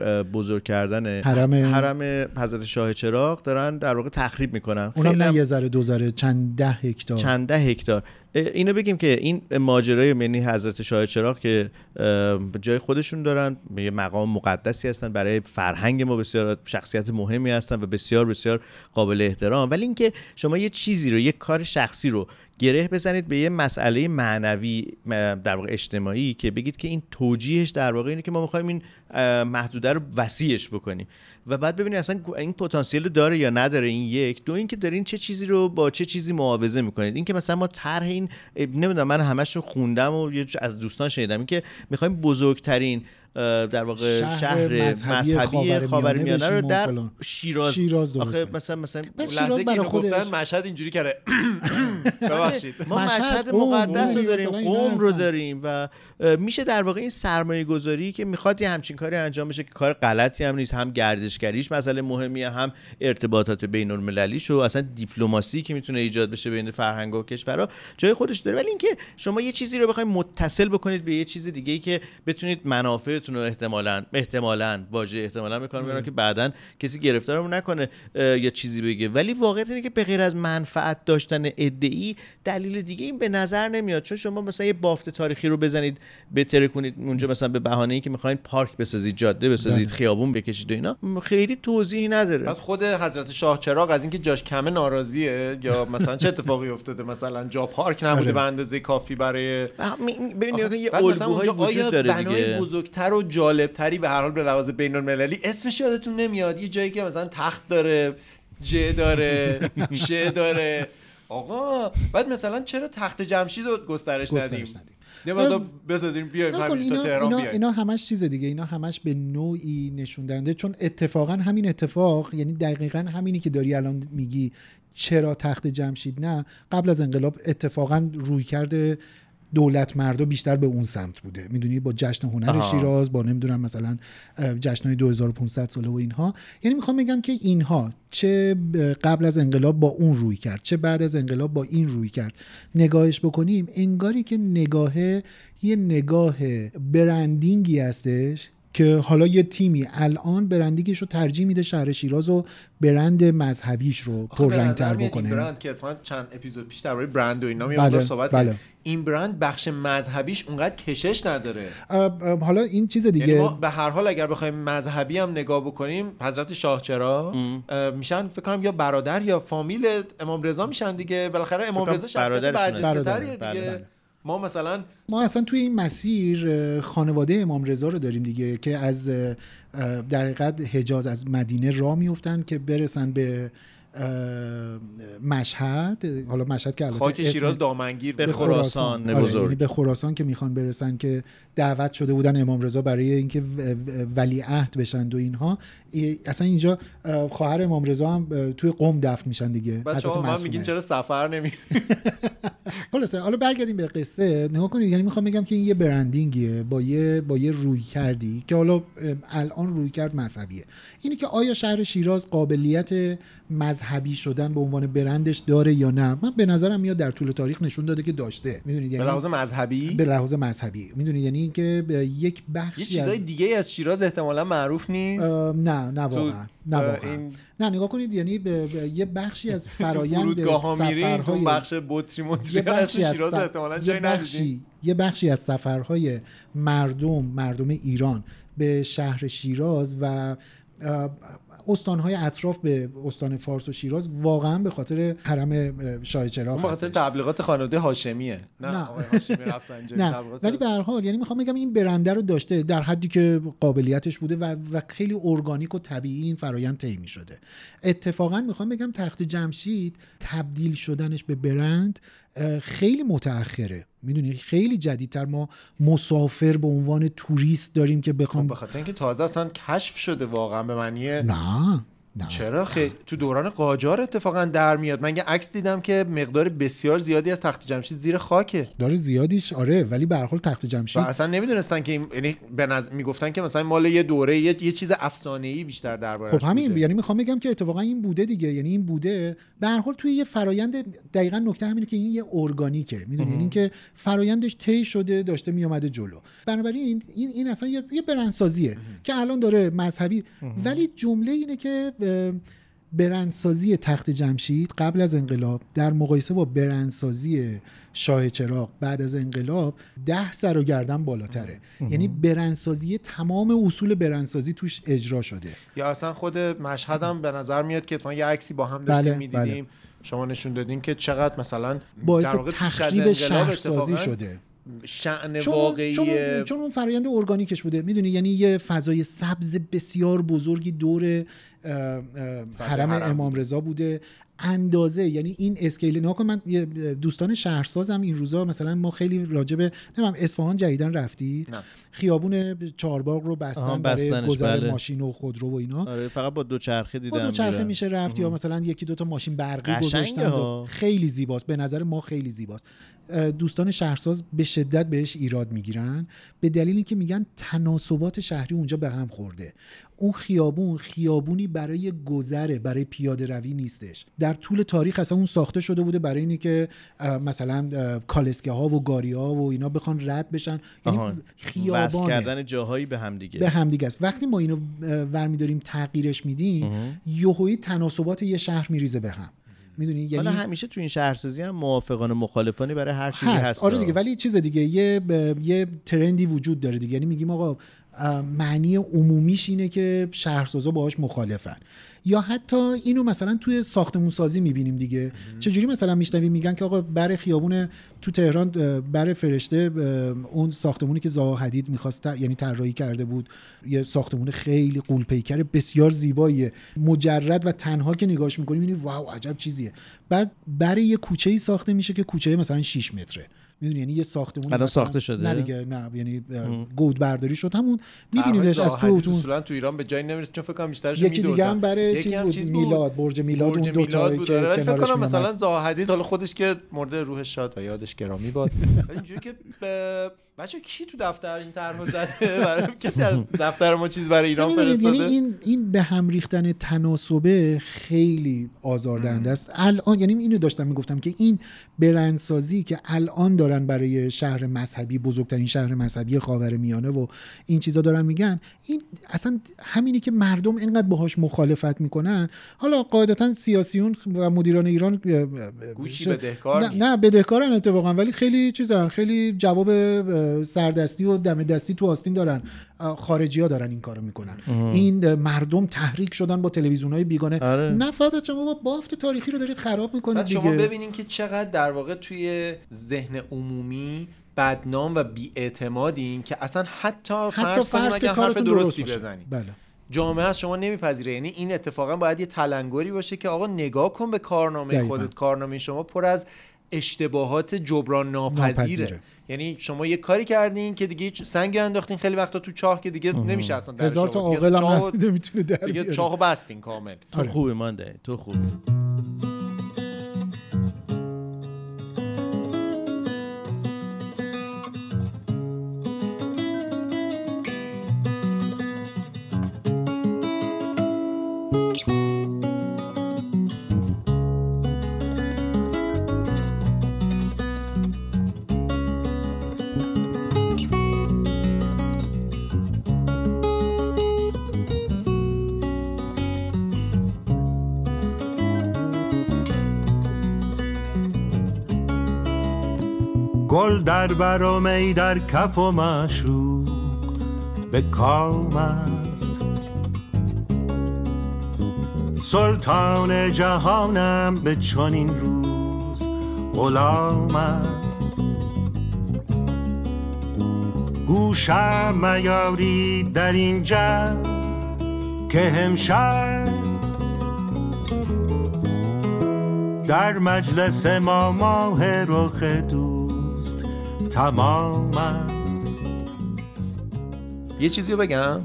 B: اه، بزرگ کردن
C: حرم-
B: حرم حضرت شاه چراغ دارن در واقع تخریب میکنن
C: اونم
B: خیلی
C: نه
B: هم
C: یه ذره دو ذره چند ده هکتار
B: چند ده هکتار اه، اینو بگیم که این ماجرای منی حضرت شاه چراغ که اه، جای خودشون دارن یه مقام مقدسی هستن برای فرهنگ ما بسیار شخصیت مهمی هستن و بسیار بسیار قابل احترام ولی اینکه شما یه چیزی رو یه کار شخصی رو گره بزنید به یه مسئله معنوی م- در واقع اجتماعی که بگید که این توجیهش در واقع اینه که ما میخوایم این اه، محدوده رو وسیعش بکنیم و بعد ببینید اصلا این پتانسیل رو داره یا نداره این یک دو اینکه دارین چه چیزی رو با چه چیزی معاوضه میکنید اینکه مثلا ما طرح این اه، نمیدونم من همش رو خوندم و یه از دوستان شنیدم اینکه میخوایم بزرگترین اه، در واقع
C: شهر
B: شهر,
C: مذهبی
B: مذهبی,
C: خاورمیانه
B: خاورمیانه رو
C: بشیم و
B: در
C: فلان.
B: شیراز
C: شیراز درست
B: آخه
C: کنیم.
B: مثلا مثلا
C: بعد
A: لحظه
C: شیراز
A: که
C: برای
A: اینو
C: خودش
A: گفتن مشهد اینجوری کرده ببخشید
B: ما
C: مشهد،
B: مشهد
C: قم،
B: مقدس
C: قم،
B: رو داریم
C: مثلا اینا
B: قوم رو
C: هستن.
B: داریم و اه، میشه در واقع این سرمایه گذاری که میخواد یه همچین کاری انجام بشه که کار غلطی هم نیست هم گردشگریش مسئله مهمیه هم ارتباطات بین المللیش و اصلا دیپلماسی که میتونه ایجاد بشه بین فرهنگ و کشورها جای خودش داره ولی اینکه شما یه چیزی رو بخواید متصل بکنید به یه چیز دیگه ای که بتونید منافعتون رو احتمالاً احتمالاً واژه احتمالاً میکنم میارم که بعدا کسی گرفتارمون نکنه اه، یا چیزی بگه ولی واقعیت اینه که به غیر از منفعت داشتن ادعی دلیل دیگه این به نظر نمیاد چون شما مثلا یه بافت تاریخی رو بزنید بتره کنید اونجا مثلا به بهانه اینکه میخواین پارک بسازید جاده بسازید خیابون بکشید و اینا م، خیلی توضیحی نداره
A: بله. بعد خود حضرت شاه چراغ از اینکه جاش کمه ناراضیه یا مثلا چه اتفاقی افتاده مثلا جا پارک
C: آره.
A: نبوده به اندازه کافی برای
B: ببینید یه
A: بعد مثلا
B: الگوهای
A: اونجا
B: وجود
A: آیا
B: داره
A: بنای
B: دیگه
A: بزرگتر و جالبتری به هر حال به لحاظ بین المللی اسمش یادتون نمیاد یه جایی که مثلا تخت داره ج داره ش داره آقا بعد مثلا چرا تخت جمشید رو گسترش
C: گسترش
A: ندیم
C: ندیم.
A: یه مقدار بسازیم بیایم
C: نکن،
A: همین تا
C: اینا,
A: تهران
C: اینا,
A: بیایم
C: اینا همش چیز دیگه اینا همش به نوعی نشون دهنده چون اتفاقا همین اتفاق یعنی دقیقا همینی که داری الان میگی چرا تخت جمشید نه قبل از انقلاب اتفاقا روی کرده دولت مردا بیشتر به اون سمت بوده میدونی با جشن هنر
B: آها.
C: شیراز با نمیدونم مثلا جشن های 2500 ساله و اینها یعنی میخوام بگم که اینها چه قبل از انقلاب با اون روی کرد چه بعد از انقلاب با این روی کرد نگاهش بکنیم انگاری که نگاه یه نگاه برندینگی هستش که حالا یه تیمی الان برندینگش رو ترجیح میده شهر شیراز و برند مذهبیش رو
A: آخه به
C: پررنگتر
A: نظر میاد این
C: بکنه
A: برند که اتفاقا چند اپیزود پیش درباره برند و اینا می
C: بله،
A: مقدار صحبت
C: بله.
A: کردیم. این برند بخش مذهبیش اونقدر کشش نداره
C: اه، اه، حالا این چیز
A: یعنی ما
C: دیگه
A: به هر حال اگر بخوایم مذهبی هم نگاه بکنیم حضرت شاه چرا اه، میشن فکر کنم یا برادر یا فامیل امام رضا میشن دیگه بالاخره امام
B: فکر کنم
A: رضا شخصیت
B: برادرشونه.
A: برجسته
C: برادره،
A: تریه
B: بله،
A: دیگه
B: بله.
A: ما مثلا
C: ما اصلا توی این مسیر اه، خانواده امام رضا رو داریم دیگه که از اه، اه، در حقیقت حجاز از مدینه را میفتن که برسن به اه، مشهد حالا مشهد که البته
A: خاک
C: اسم-
A: شیراز دامنگیر
B: به
A: بود.
B: خدا. خراسان
C: آره،
B: بزرگ.
C: یعنی به خراسان که میخوان برسن که دعوت شده بودن امام رضا برای اینکه ولی عهد بشن و اینها ای- اصلا اینجا اه، خواهر امام رضا هم اه، توی قم دفن میشن دیگه
A: بعد
C: حضرت
A: شما به من
C: معصومه.
A: میگین چرا سفر نمی
C: خلاصه حالا برگردیم به قصه نگاه کنید یعنی میخوام بگم که این یه برندینگیه با یه با یه روی کردی که حالا ام، الان روی کرد مذهبیه اینی که آیا شهر شیراز قابلیت مذهبی شدن به عنوان برندش داره یا نه من به نظرم میاد در طول تاریخ نشون داده که داشته میدونید
A: به
C: یعنی
A: لحاظ مذهبی
C: به لحاظ مذهبی میدونید یعنی اینکه به یک
A: یه
C: بخشی
A: چیزای
C: از
A: دیگه از شیراز احتمالا معروف نیست
C: اه، نه نه واقعا نه
A: اه،
C: واقعا
A: این-
C: نه نگاه کنید یعنی به, به یه بخشی از
A: تو
C: فرایند
A: فرودگاه ها میرین تو
C: سفرهای-
A: بخش بطری
C: یه
A: مطری
C: بخشی
A: اسم
C: از
A: شیراز
C: سف-
A: احتمالا
C: یه
A: جای ندیدین
C: بخشی یه بخشی از سفرهای مردم مردم ایران به شهر شیراز و اه، استانهای اطراف به استان فارس و شیراز واقعا به خاطر حرم اه، شاه
A: اون
C: چراغ
A: به خاطر
C: هستش.
A: تبلیغات خانواده هاشمیه
C: نه.
A: نه آقای هاشمی رفسنجانی
C: نه
A: تبلیغات
C: ولی به هر حال یعنی میخوام بگم این برنده رو داشته در حدی که قابلیتش بوده و, و خیلی ارگانیک و طبیعی این فرایند طی شده اتفاقا میخوام بگم تخت جمشید تبدیل شدنش به برند اه، خیلی متأخره میدونی خیلی جدیدتر ما مسافر به عنوان توریست داریم که
A: خب
C: بخوام
A: به خاطر اینکه تازه اصلا کشف شده واقعا به معنی
C: نه نه
A: چرا خیلی تو دوران قاجار اتفاقا در میاد من یه عکس دیدم که مقدار بسیار زیادی از تخت جمشید زیر خاکه
C: داره زیادیش آره ولی به هر حال تخت
A: و
C: جمشید
A: اصلا نمیدونستن که این یعنی به نظر میگفتن که مثلا مال یه دوره یه, یه چیز افسانه ای بیشتر دربارش
C: خب همین
A: بوده.
C: یعنی میخوام بگم که اتفاقا این بوده دیگه یعنی این بوده به هر حال توی یه فرایند دقیقا نکته همینه که این یه ارگانیکه میدونی یعنی اینکه فرایندش طی شده داشته میومده جلو بنابراین این این, این اصلا یه, یه برندسازیه که الان داره مذهبی ولی جمله اینه که اه، برندسازی تخت جمشید قبل از انقلاب در مقایسه با برندسازی شاه چراغ بعد از انقلاب ده سر و گردن بالاتره یعنی برندسازی تمام اصول برندسازی توش اجرا شده
A: یا اصلا خود مشهد هم به نظر میاد که اتفاقا یه عکسی با هم داشتیم
C: بله،
A: میدیدیم شما نشون دادیم که چقدر مثلا
C: باعث
A: در واقع پیش از
C: تخریب
A: انقلاب
C: شهرسازی
A: اتفاقاً
C: شده
A: شعن
C: چون,
A: واقعی
C: چون, چون اون فرایند ارگانیکش بوده میدونی یعنی یه فضای سبز بسیار بزرگی دور اه، اه، حرم
A: حرم
C: امام رضا بوده اندازه یعنی این اسکیل نه کن من یه دوستان شهرسازم این روزا مثلا ما خیلی راجبه نمیدونم اصفهان جدیدن رفتید
A: نه.
C: خیابون چهارباغ رو
B: آها،
C: بستن برای
B: بستنش،
C: گذر
B: بله.
C: ماشین و خودرو و اینا
B: آره فقط با دو چرخه دیدم
C: با دو چرخه
B: میرن.
C: میشه رفت یا مثلا یکی دوتا ماشین برقی
B: قشنگه
C: گذاشتن و
B: ها.
C: خیلی زیباست به نظر ما خیلی زیباست اه، دوستان شهرساز به شدت بهش ایراد میگیرن به دلیل اینکه میگن تناسبات شهری اونجا به هم خورده اون خیابون خیابونی برای گذره برای پیاده روی نیستش در طول تاریخ اصلا اون ساخته شده بوده برای اینی که اه، مثلا اه، کالسکه ها و گاری ها و اینا بخوان رد بشن یعنی
B: آها. وصل
C: خیابانه
B: کردن جاهایی به هم دیگه
C: به همدیگه است وقتی ما اینو اه، برمیداریم تغییرش میدیم یهویی تناسبات یه شهر میریزه به هم میدونی یعنی
B: حالا همیشه تو این شهرسازی هم موافقان و مخالفانی برای هر چیزی
C: هست.
B: هست
C: آره دیگه ولی چیز دیگه یه ب- یه ترندی وجود داره دیگه یعنی میگیم آقا اه، معنی عمومیش اینه که شهرسازا باهاش مخالفن یا حتی اینو مثلا توی ساختمون سازی میبینیم دیگه چجوری مثلا میشنویم میگن که آقا بر خیابون تو تهران اه، بر فرشته اه، اون ساختمونی که زها حدید میخواست یعنی طراحی کرده بود یه ساختمون خیلی قولپیکر بسیار زیباییه مجرد و تنها که نگاهش میکنیم میبینی واو عجب چیزیه بعد برای یه کوچه ای ساخته میشه که کوچه مثلا 6 متره میدونی یعنی یه ساختمون
B: الان
C: مثلا-
B: ساخته شده؟
C: نه دیگه نه یعنی گود برداری شد همون
A: طرحهای
C: میبینیمش از
A: زاهدی
C: تو اتون
A: اصولا تو ایران به جایی نمیرسه چون فکر کنم بیشترش
C: یکی دیگه هم برای چیز بود، میلاد، برج میلاد، آره، اون دو تایی که
A: آره، فکر
C: کنارش
A: کنم
C: می‌آمد.
A: مثلا زاهدید حالا خودش که مرده روح شاد و یادش گرامی باد ولی اینجوری که ب- بچه کی تو دفتر این طرحو زده برای کسی از دفتر ما چیز برای ایران
C: می‌دونید، یعنی
A: فرستاده
C: این این به هم ریختن تناسبه خیلی آزاردهنده است الان یعنی اینو داشتم میگفتم که این برندسازی که الان دارن برای شهر مذهبی بزرگترین شهر مذهبی خاورمیانه میانه و این چیزا دارن میگن این اصلا همینی که مردم اینقدر باهاش مخالفت میکنن حالا قاعدتا سیاسیون و مدیران ایران اه، اه،
A: گوشی
C: شه-
A: بدهکار
C: نه,
A: نیست.
C: نه بدهکارن اتفاقا ولی خیلی چیزن خیلی جواب اه، سردستی و دم دستی تو آستین دارن خارجی ها دارن این کارو میکنن این اه، مردم تحریک شدن با تلویزیون های بیگانه
B: آره.
C: نه فقط شما با بافت تاریخی رو دارید خراب میکنید
A: بعد
C: دیگه
A: شما ببینین که چقدر در واقع توی ذهن عمومی بدنام و بیاعتمادین که اصلا حتی
C: حتی
A: فرض کنیم
C: فرض که
A: اگر حرف
C: کارتون درست
A: درستی
C: باشه.
A: بزنی
C: بله
A: جامعه از شما نمیپذیره یعنی این اتفاقا باید یه تلنگری باشه که آقا نگاه کن به کارنامه
C: دقیقاً.
A: خودت کارنامه شما پر از اشتباهات جبران ناپذیره
C: ناپذیره.
A: یعنی شما یه کاری کردین که دیگه هیچ سنگ انداختین خیلی وقتا تو چاه که دیگه نمیشه اصلا درش
C: هزار تا
A: آورد. بله، دیگه
C: عاقل
A: اصلا
C: هم
A: چاه رو-
C: نمیتونه در
A: دیگه
C: بیاره.
A: چاهو بستین کامل
C: آره.
B: تو خوبی مانده تو خوبی
D: گل در برام ای در کف و معشوق به کام است سلطان جهانم به چنین روز غلام است گوشم میاری در این جمع که همشب در مجلس ما ماه رخ دوست تمام است
A: یه چیزی رو بگم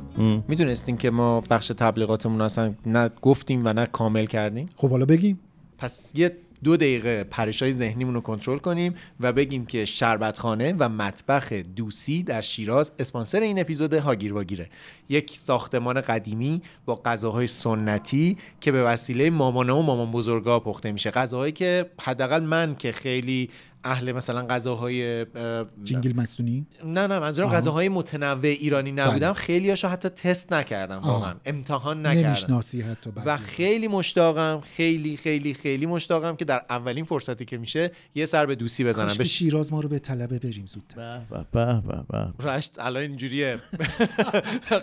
A: میدونستین که ما بخش تبلیغاتمون رو اصلا نه گفتیم و نه کامل کردیم
C: خب حالا بگیم
A: پس یه دو دقیقه پرشای ذهنیمون رو کنترل کنیم و بگیم که شربتخانه و مطبخ دوسی در شیراز اسپانسر این اپیزود هاگیر واگیره یک ساختمان قدیمی با غذاهای سنتی که به وسیله مامانا و مامان بزرگا پخته میشه غذاهایی که حداقل من که خیلی اهل مثلا غذاهای اه،
C: جینگل مستونی
A: نه نه منظورم غذاهای متنوع ایرانی نبودم خیلیاشو حتی تست نکردم
C: آها.
A: واقعا امتحان نکردم
C: نمیشناسی حتی بعضی.
A: و خیلی مشتاقم خیلی خیلی خیلی مشتاقم که در اولین فرصتی که میشه یه سر به دوسی بزنم
C: کاش که
A: بش...
C: شیراز ما رو به طلبه بریم زودتر
B: به به به به به
A: رشت الان اینجوریه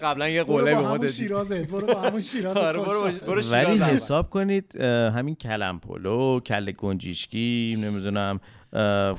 A: قبلا یه
C: برو
A: قوله
C: با
A: به ما
C: همون
A: دادی
C: شیرازت برو با همون شیرازت
A: بله. آره، برو-
C: کاشان.
A: برو شیراز
B: ولی
A: اول.
B: حساب کنید اه، همین کلم پلو کل گنجیشکی نمیدونم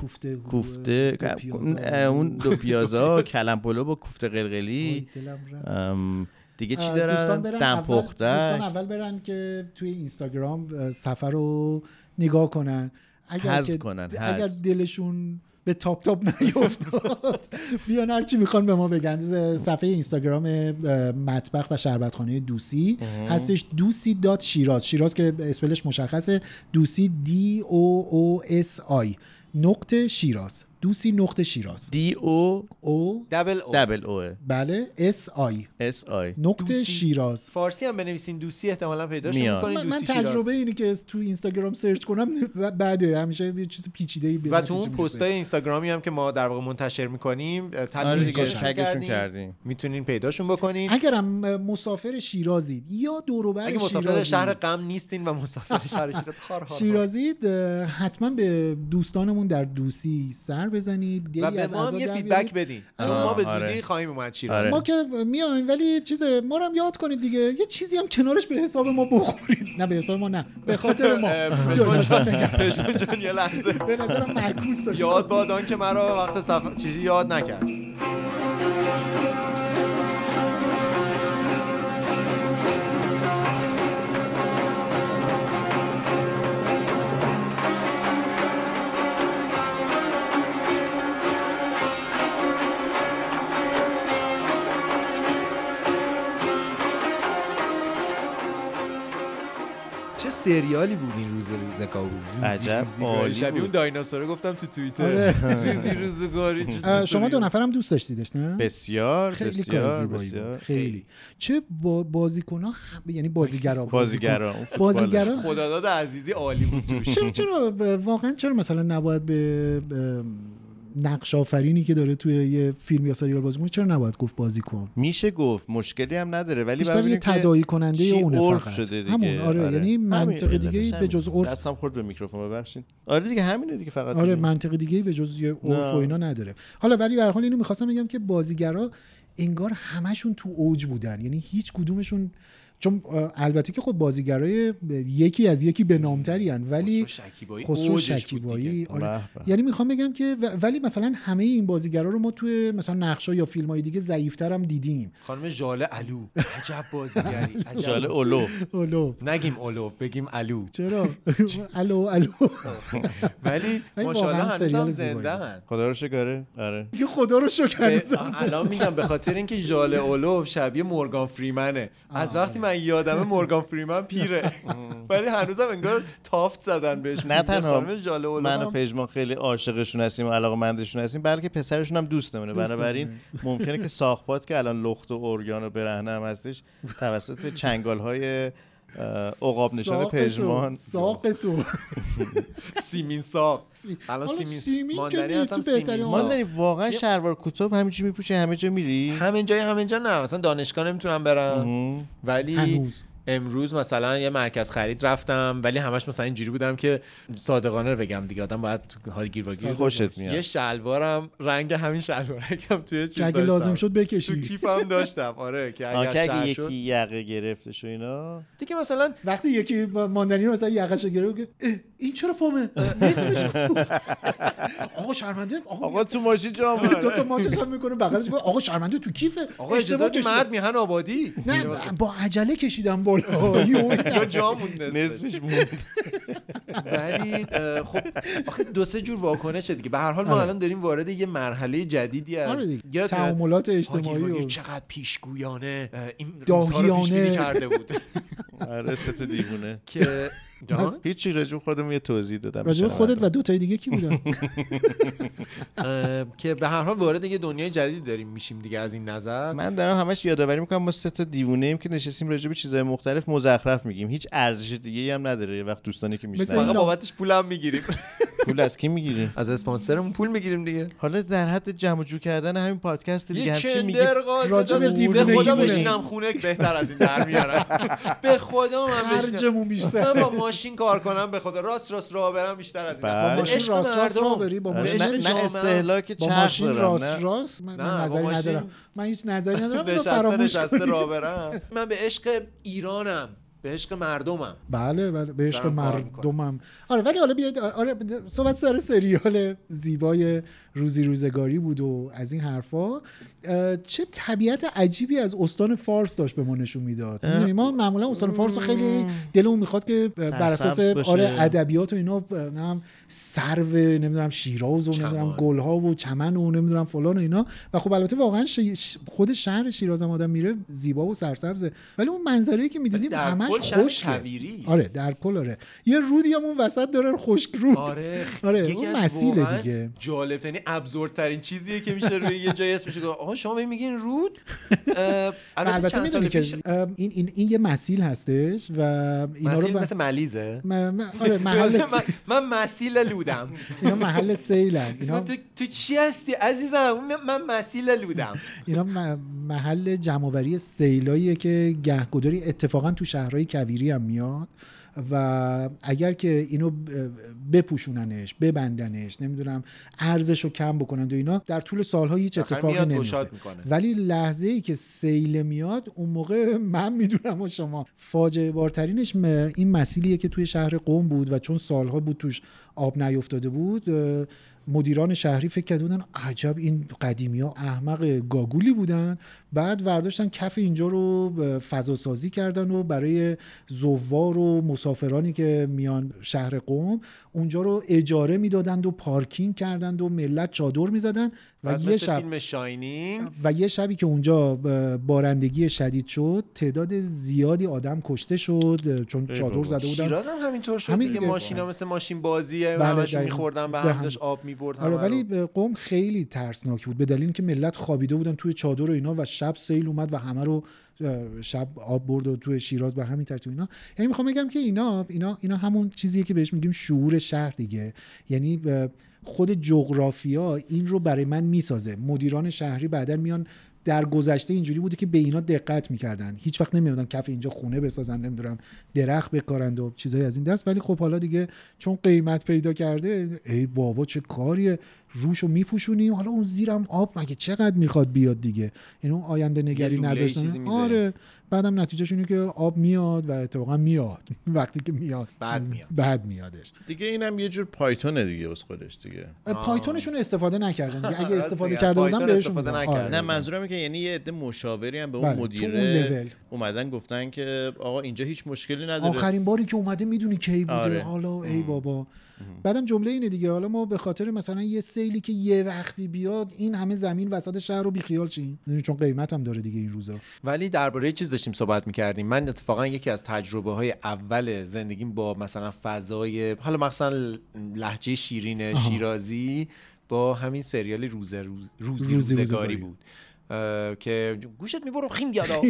C: کوفته گروه،
B: کوفته
C: دو پیازا.
B: نه، اون دو پیازا کلم پلو با کوفته قلقلی
C: وای، دلم رفت.
B: ام، دیگه چی
C: دوستان
B: دارن
C: برن
B: دم
C: اول- دوستان
B: پخته
C: اول برن که توی اینستاگرام سفر رو نگاه کنن اگر
B: حذف
C: که
B: کنن،
C: اگر
B: حذف.
C: دلشون به تاپ تاپ نیفتاد بیان هر چی میخوان به ما بگن ز- صفحه اینستاگرام اه، مطبخ و شربتخانه دوسی هستش دوسی دات شیراز شیراز که اسپلش مشخصه دوسی دی او او اس آی نقطه شیراز دوسی نقطه شیراز
B: دی او
C: او
A: دبل او
B: دبل او
C: بله اس آی
B: اس آی
C: نقطه
A: دوسی.
C: شیراز
A: فارسی هم بنویسین دوسی احتمالا پیداش
B: میاد.
A: میکنین
C: من,
A: دوسی
C: من
A: شیراز.
C: تجربه اینه که تو اینستاگرام سرچ کنم بعده همیشه یه چیز پیچیده ای
A: و تو اون پستای اینستاگرامی هم که ما در واقع منتشر میکنیم
B: آره دیگه،
A: تبلیغش
B: تگشون
A: کردیم
B: کردیم.
A: میتونین پیداشون بکنین
C: اگرم مسافر شیرازید یا دوروبر
A: اگه مسافر شهر غم نیستین و مسافر شهر شیراز خار خار خار.
C: شیرازید اه، حتما به دوستانمون در دوسی سر بزنید دلی
A: و
C: از
A: به ما هم
C: عزا
A: یه
C: در
A: فیدبک
C: بیارید.
A: بدین چون ما
B: آه،
A: به
B: آره.
A: زودی خواهیم اومد
B: آره.
A: شیراز
C: ما که میایم ولی چیز ما رو هم یاد کنید دیگه یه چیزی هم کنارش به حساب ما بخورید نه به حساب ما نه به خاطر ما
A: اه،
C: جلوش
A: پشتون-
C: نگه.
A: پشتون جان یه لحظه
C: به نظرم معکوس داشت
A: یاد بادان که مرا وقت سفر چیزی یاد نکرد چه سریالی بود این روز روزگاری روزی
B: عجب،
A: روزگاری.
B: عالی
A: شبیه
B: بود.
A: اون دایناسوره گفتم تو توییتر
C: آره.
A: روزی روزگاری چه
C: اه، شما دو
A: سریالی.
C: نفرم دوست داشتیدش نه
B: بسیار
C: خیلی کار
B: بسیار
C: زیبایی بود
B: بسیار
C: خیلی چه با بازیکن ها یعنی بازیگرا خب،
B: بازیگرا اون فوتباله.
C: بازیگرا
A: خداداد عزیزی عالی بود جوش.
C: چرا چرا ب- واقعا چرا مثلا نباید به به نقش آفرینی که داره توی یه فیلم یا سریال بازی کنه چرا نباید گفت بازی کن
B: میشه گفت مشکلی هم نداره ولی
C: بیشتر
B: باید
C: یه
B: ببینیم که
C: تداعی کننده
B: چی
C: اونه
B: عرف
C: فقط
B: شده دیگه
C: همون آره, یعنی منطق
B: همین،
C: دیگه
B: علتش
C: به جز
B: همینه.
C: عرف
B: دستم خورد به میکروفون ببخشید آره دیگه همینه دیگه فقط
C: آره
B: دیگه.
C: منطق دیگه به جز یه عرف
B: نه.
C: و اینا نداره حالا ولی به هر حال اینو میخواستم بگم که بازیگرا انگار همشون تو اوج بودن یعنی هیچ کدومشون چون اه، البته که خب بازیگرای ب- یکی از یکی به نامتری ولی
A: خسرو شکیبایی
C: خسرو
A: اوجش بود
C: شکیبایی
A: دیگه.
C: آره.
B: به به.
C: یعنی میخوام بگم که و- ولی مثلا همه این بازیگرا رو ما توی مثلا نقشا یا فیلم های دیگه ضعیفتر هم دیدیم
A: خانم ژاله علو عجب بازیگری عجب.
B: جاله اولو
C: الو
A: نگیم اولو بگیم علو
C: چرا الو الو
A: ولی
C: ولی
A: ماشاءالله
C: واقعاً
A: هنوز
C: سریال
A: هم
C: زیبایی.
A: زنده
B: خدا رو شکاره آره
C: دیگه خدا رو شکر هنوزم زنده.
A: الان میگم به خاطر اینکه ژاله اولو شبیه مورگان فریمنه از وقتی من یادمه مورگان فریمن پیره ولی هنوزم انگار تافت زدن بهش
B: نه تنها
A: خانم ژاله اولو
B: من و
A: هم
B: پژمان خیلی عاشقشون هستیم و علاقه مندشون هستیم بلکه پسرشون هم دوستمونه بنابراین ممکنه که ساخپات که الان لخت و ارگان و برهنه هم هستش توسط چنگال های عقاب نشان
C: ساق تو،
B: پژمان
C: ساق تو
A: سیمین ساق
C: سی-
A: الان
C: حالا
A: سیمین,
C: سیمین که
A: ماندنی
C: نیست،
A: هستم
C: تو بهترین
A: سیمین
C: حال.
A: ساق.
B: ما داری واقعا شلوار کوتاه همینجوری میپوشه خب. همه جا میری
A: همین جای همین جا نه مثلا دانشگاه نمیتونم برم ولی
C: هنوز.
A: امروز مثلا یه مرکز خرید رفتم ولی همش مثلا اینجوری بودم که صادقانه رو بگم دیگه آدم باید هادگیر واگیر
B: خوشت میاد
A: یه شلوارم رنگ همین شلوارکم توی چیز
C: که اگه
A: داشتم
C: لازم شد
A: تو
C: بکشی
A: کیفم داشتم آره که
B: آه،
A: اگر
B: که
A: شهر
B: اگه
A: شد
B: یکی یقه گرفتش و اینا
A: دیگه مثلا
C: وقتی یکی با- ماندنی رو مثلا یقش گرفت که اه، این چرا پامه نصفش کن. آقا شرمنده آقا یعنی
B: آقا تو ماشین جا
C: دو تا ماچش هم میکنه بغلش می‌کنه. آقا شرمنده تو کیفه
A: آره. آقا
C: اشتباه
A: اجازه بدی
C: کشیدم.
A: مرد میهن آبادی
C: نه ب- با عجله کشیدم بالا یهو.
A: جا جا موند نصفش.
B: نصفش موند
A: ولی اه، خب آخه دو سه جور واکنشه دیگه به هر حال ما
C: آره.
A: الان داریم وارد یه مرحله جدیدی از
C: آره دیگه.
A: یادتونه؟
C: تعاملات اجتماعی
A: هاگیر واگیر
C: و-
A: چقدر پیشگویانه اه، این روزها رو
C: داهیانه.
A: پیش بینی کرده بود
B: آره سه تا دیوونه
A: که جان
B: هیچی راجب خودم یه توضیح دادم
C: راجب
B: به
C: خودت و دو تای دیگه کی بودن
A: اه، که به هر حال وارد یه دنیای جدید داریم میشیم دیگه از این نظر
B: من دارم همش یادآوری میکنم ما سه تا دیوونه ایم که نشستیم راجع به چیزهای مختلف مزخرف میگیم هیچ ارزش دیگه ای هم نداره یه وقت دوستانی که
C: مثل
B: میشنن
A: فقط
C: این-
A: بابتش پولم میگیریم
B: پول از کی میگیریم
A: از اسپانسرمون پول میگیریم دیگه
B: حالا در حد جمع و جور کردن همین پادکست دیگه
A: یه
B: همچین میگیم
A: کندر
C: راجع به
A: قاسم به
C: دیوونگی
A: خدا
C: بودیم.
A: بشینم خونه بهتر از این در میارم به خدا من بشینم
C: خرجمون بیشتر
A: من با ماشین کار کنم به خدا راست راست راه برم بیشتر از این
B: بله.
A: در-
B: با
A: به
C: ماشین
A: عشق
C: راست راست راه
A: مردم.
C: بری با
A: به
B: آره،
C: ماشین
A: عشق
B: نه, نه
A: جامعه.
B: استهلاک
C: با
B: چرخ
C: ماشین
B: دارم
C: راست
B: نه
C: راست من,
A: نه،
C: من
A: با
C: نظری
A: ماشین-
C: ندارم من هیچ نظری ندارم اینو
A: نشسته
C: فراموش
A: نشسته
C: کنید.
A: راه برم من به عشق ایرانم به عشق مردمم
C: بله بله به عشق
A: دارم کار می‌کنم.
C: مردمم آره ولی حالا بیاید آره صحبت سر سریال زیبای روزی روزگاری بود و از این حرفا اه، چه طبیعت عجیبی از استان فارس داشت به ما نشون میداد می‌دونی، ما معمولا استان فارس رو خیلی دلمون میخواد که بر اساس
B: سرسبز باشه.
C: آره ادبیات و اینا نم سرو نمیدونم شیراز و نمیدونم
A: چمن.
C: گلها و چمن و نمیدونم فلان و اینا و خب البته واقعا شی- ش- خود شهر شیراز هم آدم میره زیبا و سرسبزه ولی اون منظره‌ای که میدیدیم
A: در
C: همش
A: کل شهر
C: خشکه
A: کویری.
C: آره در کل آره یه رودی هم اون وسط داره خشک رود
A: آره
C: آره
A: یکی
C: اون
A: از
C: مسیله
A: واقعاً
C: دیگه
A: جالب ترین ابزوردترین چیزیه که میشه روی یه جای اسمش گفت آقا شما به میگین رود اه،
C: و
A: البته
C: البته
A: چند سال
C: میدونی
A: پیش
C: که ام، این, این, این یه مسیل هستش و اینا رو
A: مسیل
C: ب-
A: مثل ملیزه
C: م- م- آره محل س...
A: من, من مسیل لودم
C: اینا محل سیلن
A: اسم
C: اینا,
A: تو, تو چی هستی عزیزم من- من مسیل لودم
C: اینا م- محل جمعآوری سیلاییه که گهگداری اتفاقا تو شهرهای کویری هم میاد و اگر که اینو ب- بپوشوننش ببندنش نمیدونم ارزش رو کم بکنن و اینا در طول سالها هیچ
A: آخر
C: اتفاقی
A: میاد
C: نمیفته
A: گشاد میکنه.
C: ولی لحظه ای که سیل میاد اون موقع من میدونم و شما فاجعه بارترینش م- این مسیلیه که توی شهر قوم بود و چون سالها بود توش آب نیفتاده بود اه، مدیران شهری فکر کرده بودن عجب این قدیمی ها احمق گاگولی بودن بعد ورداشتن کف اینجا رو اه، فضا سازی کردن و برای زوار و مسافرانی که میان شهر قوم اونجا رو اجاره میدادند و پارکینگ کردند و ملت چادر میزدن و
A: بعد
C: یه
A: مثل
C: شب
A: فیلم شاینینگ
C: و یه شبی که اونجا ب- بارندگی شدید شد تعداد زیادی آدم کشته شد چون چادر زده بودن
A: شیراز هم همینطور شد
C: همین
A: دیگه
C: دیگه.
A: ماشینا مثل ماشین بازیه
C: بله،
A: همشون
C: دقیقاً.
A: میخوردن به
C: به
A: هم
C: هم.
A: داشت آب میبرد
C: آره
A: همه رو.
C: ولی به قوم خیلی ترسناک بود به دلیل اینکه ملت خوابیده بودن توی چادر و اینا و شب سیل اومد و همه رو اه، شب آب برد و توی شیراز به همین ترتیب اینا یعنی میخوام بگم که اینا اینا اینا همون چیزیه که بهش میگیم شعور شهر دیگه یعنی اه، خود جغرافیا این رو برای من میسازه مدیران شهری بعدا میان در گذشته اینجوری بوده که به اینا دقت میکردن هیچ وقت نمیادن کف اینجا خونه بسازن نمیدونم درخت بکارند و چیزایی از این دست ولی خب حالا دیگه چون قیمت پیدا کرده ای بابا چه کاریه روشو میپوشونیم حالا اون زیرم آب مگه چقدر میخواد بیاد دیگه این اون آینده نگری
A: لوله‌ای چیزی
C: نداشتن
A: می‌ذاریم.
C: آره بعدم نتیجهش اینه که آب میاد و اتفاقا میاد وقتی که میاد
A: بعد میاد.
C: بعد میادش
B: دیگه اینم یه جور پایتونه دیگه واسه خودش دیگه
C: پایتونشون استفاده نکردن دیگه. اگه
A: راست
C: استفاده
A: میگه.
C: کرده بودن
A: پایتون
C: بهشون
A: استفاده
C: می‌گفتم.
A: نکردن.
C: آره.
B: نه منظورم اینه که یعنی یه عده مشاوری هم به
C: بله،
B: اون
C: تو اون
B: مدیر
C: لول.
B: اومدن گفتن که آقا اینجا هیچ مشکلی نداره
C: آخرین باری که اومده میدونی کی بوده
B: آره.
C: حالا ای بابا بعدم جمله اینه دیگه حالا ما به خاطر مثلا یه سیلی که یه وقتی بیاد این همه زمین وسط شهر رو بیخیال شیم می‌دونی چون قیمت هم داره دیگه این روزا
A: ولی درباره چیز داشتیم صحبت میکردیم من اتفاقا یکی از تجربه های اول زندگیم با مثلا فضای حالا مثلا لحجه شیرین
C: آها.
A: شیرازی با همین سریال روز روز روزی
C: روزی
A: روزگاری
C: روزگاری.
A: بود اه، که گوشت میبرم خیم یادا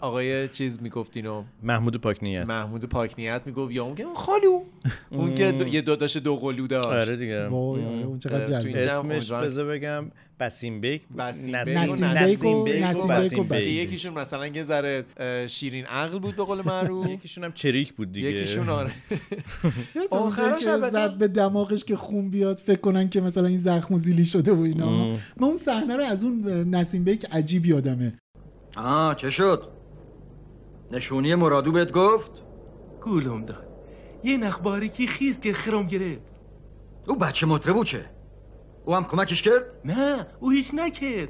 A: آقای چیز میگفت اینو
B: محمود پاک نیت
A: محمود پاکنیت میگفت یا اون که خالو اون که دو- یه داداش دوقلو
B: آره
A: داشت
B: دیگه
C: وای آره اون چقدر
A: اه، تو این
C: جذاب
A: جمع
B: اسمش
A: امیدوارم-
B: بذار بگم بسیم بیک بود.
A: بسیم
B: نسیم-
A: بیک و
B: نسیم
A: نسیم
B: بیک و
A: بیک و
B: بسیم
A: که
B: بیک.
C: بسیم بیک.
A: یکیشون مثلا یه ذره اه، شیرین عقل بود به قول معروف
B: یکیشون هم چریک بود دیگه
A: یکیشون آره آخرش
C: آخرش
A: البته-
C: زد به دماغش که خون بیاد فکر کنن که مثلا این زخم و زیلی شده و اینا من اون صحنه رو از اون نسیم بیک عجیب یادمه
I: آه چه شد؟ نشونی مرادو بهت گفت؟
J: گولم داد یه نخ باریکی خیز که خرم گرفت
I: او بچه مطربو چه؟ او هم کمکش کرد؟
J: نه او هیچ نکرد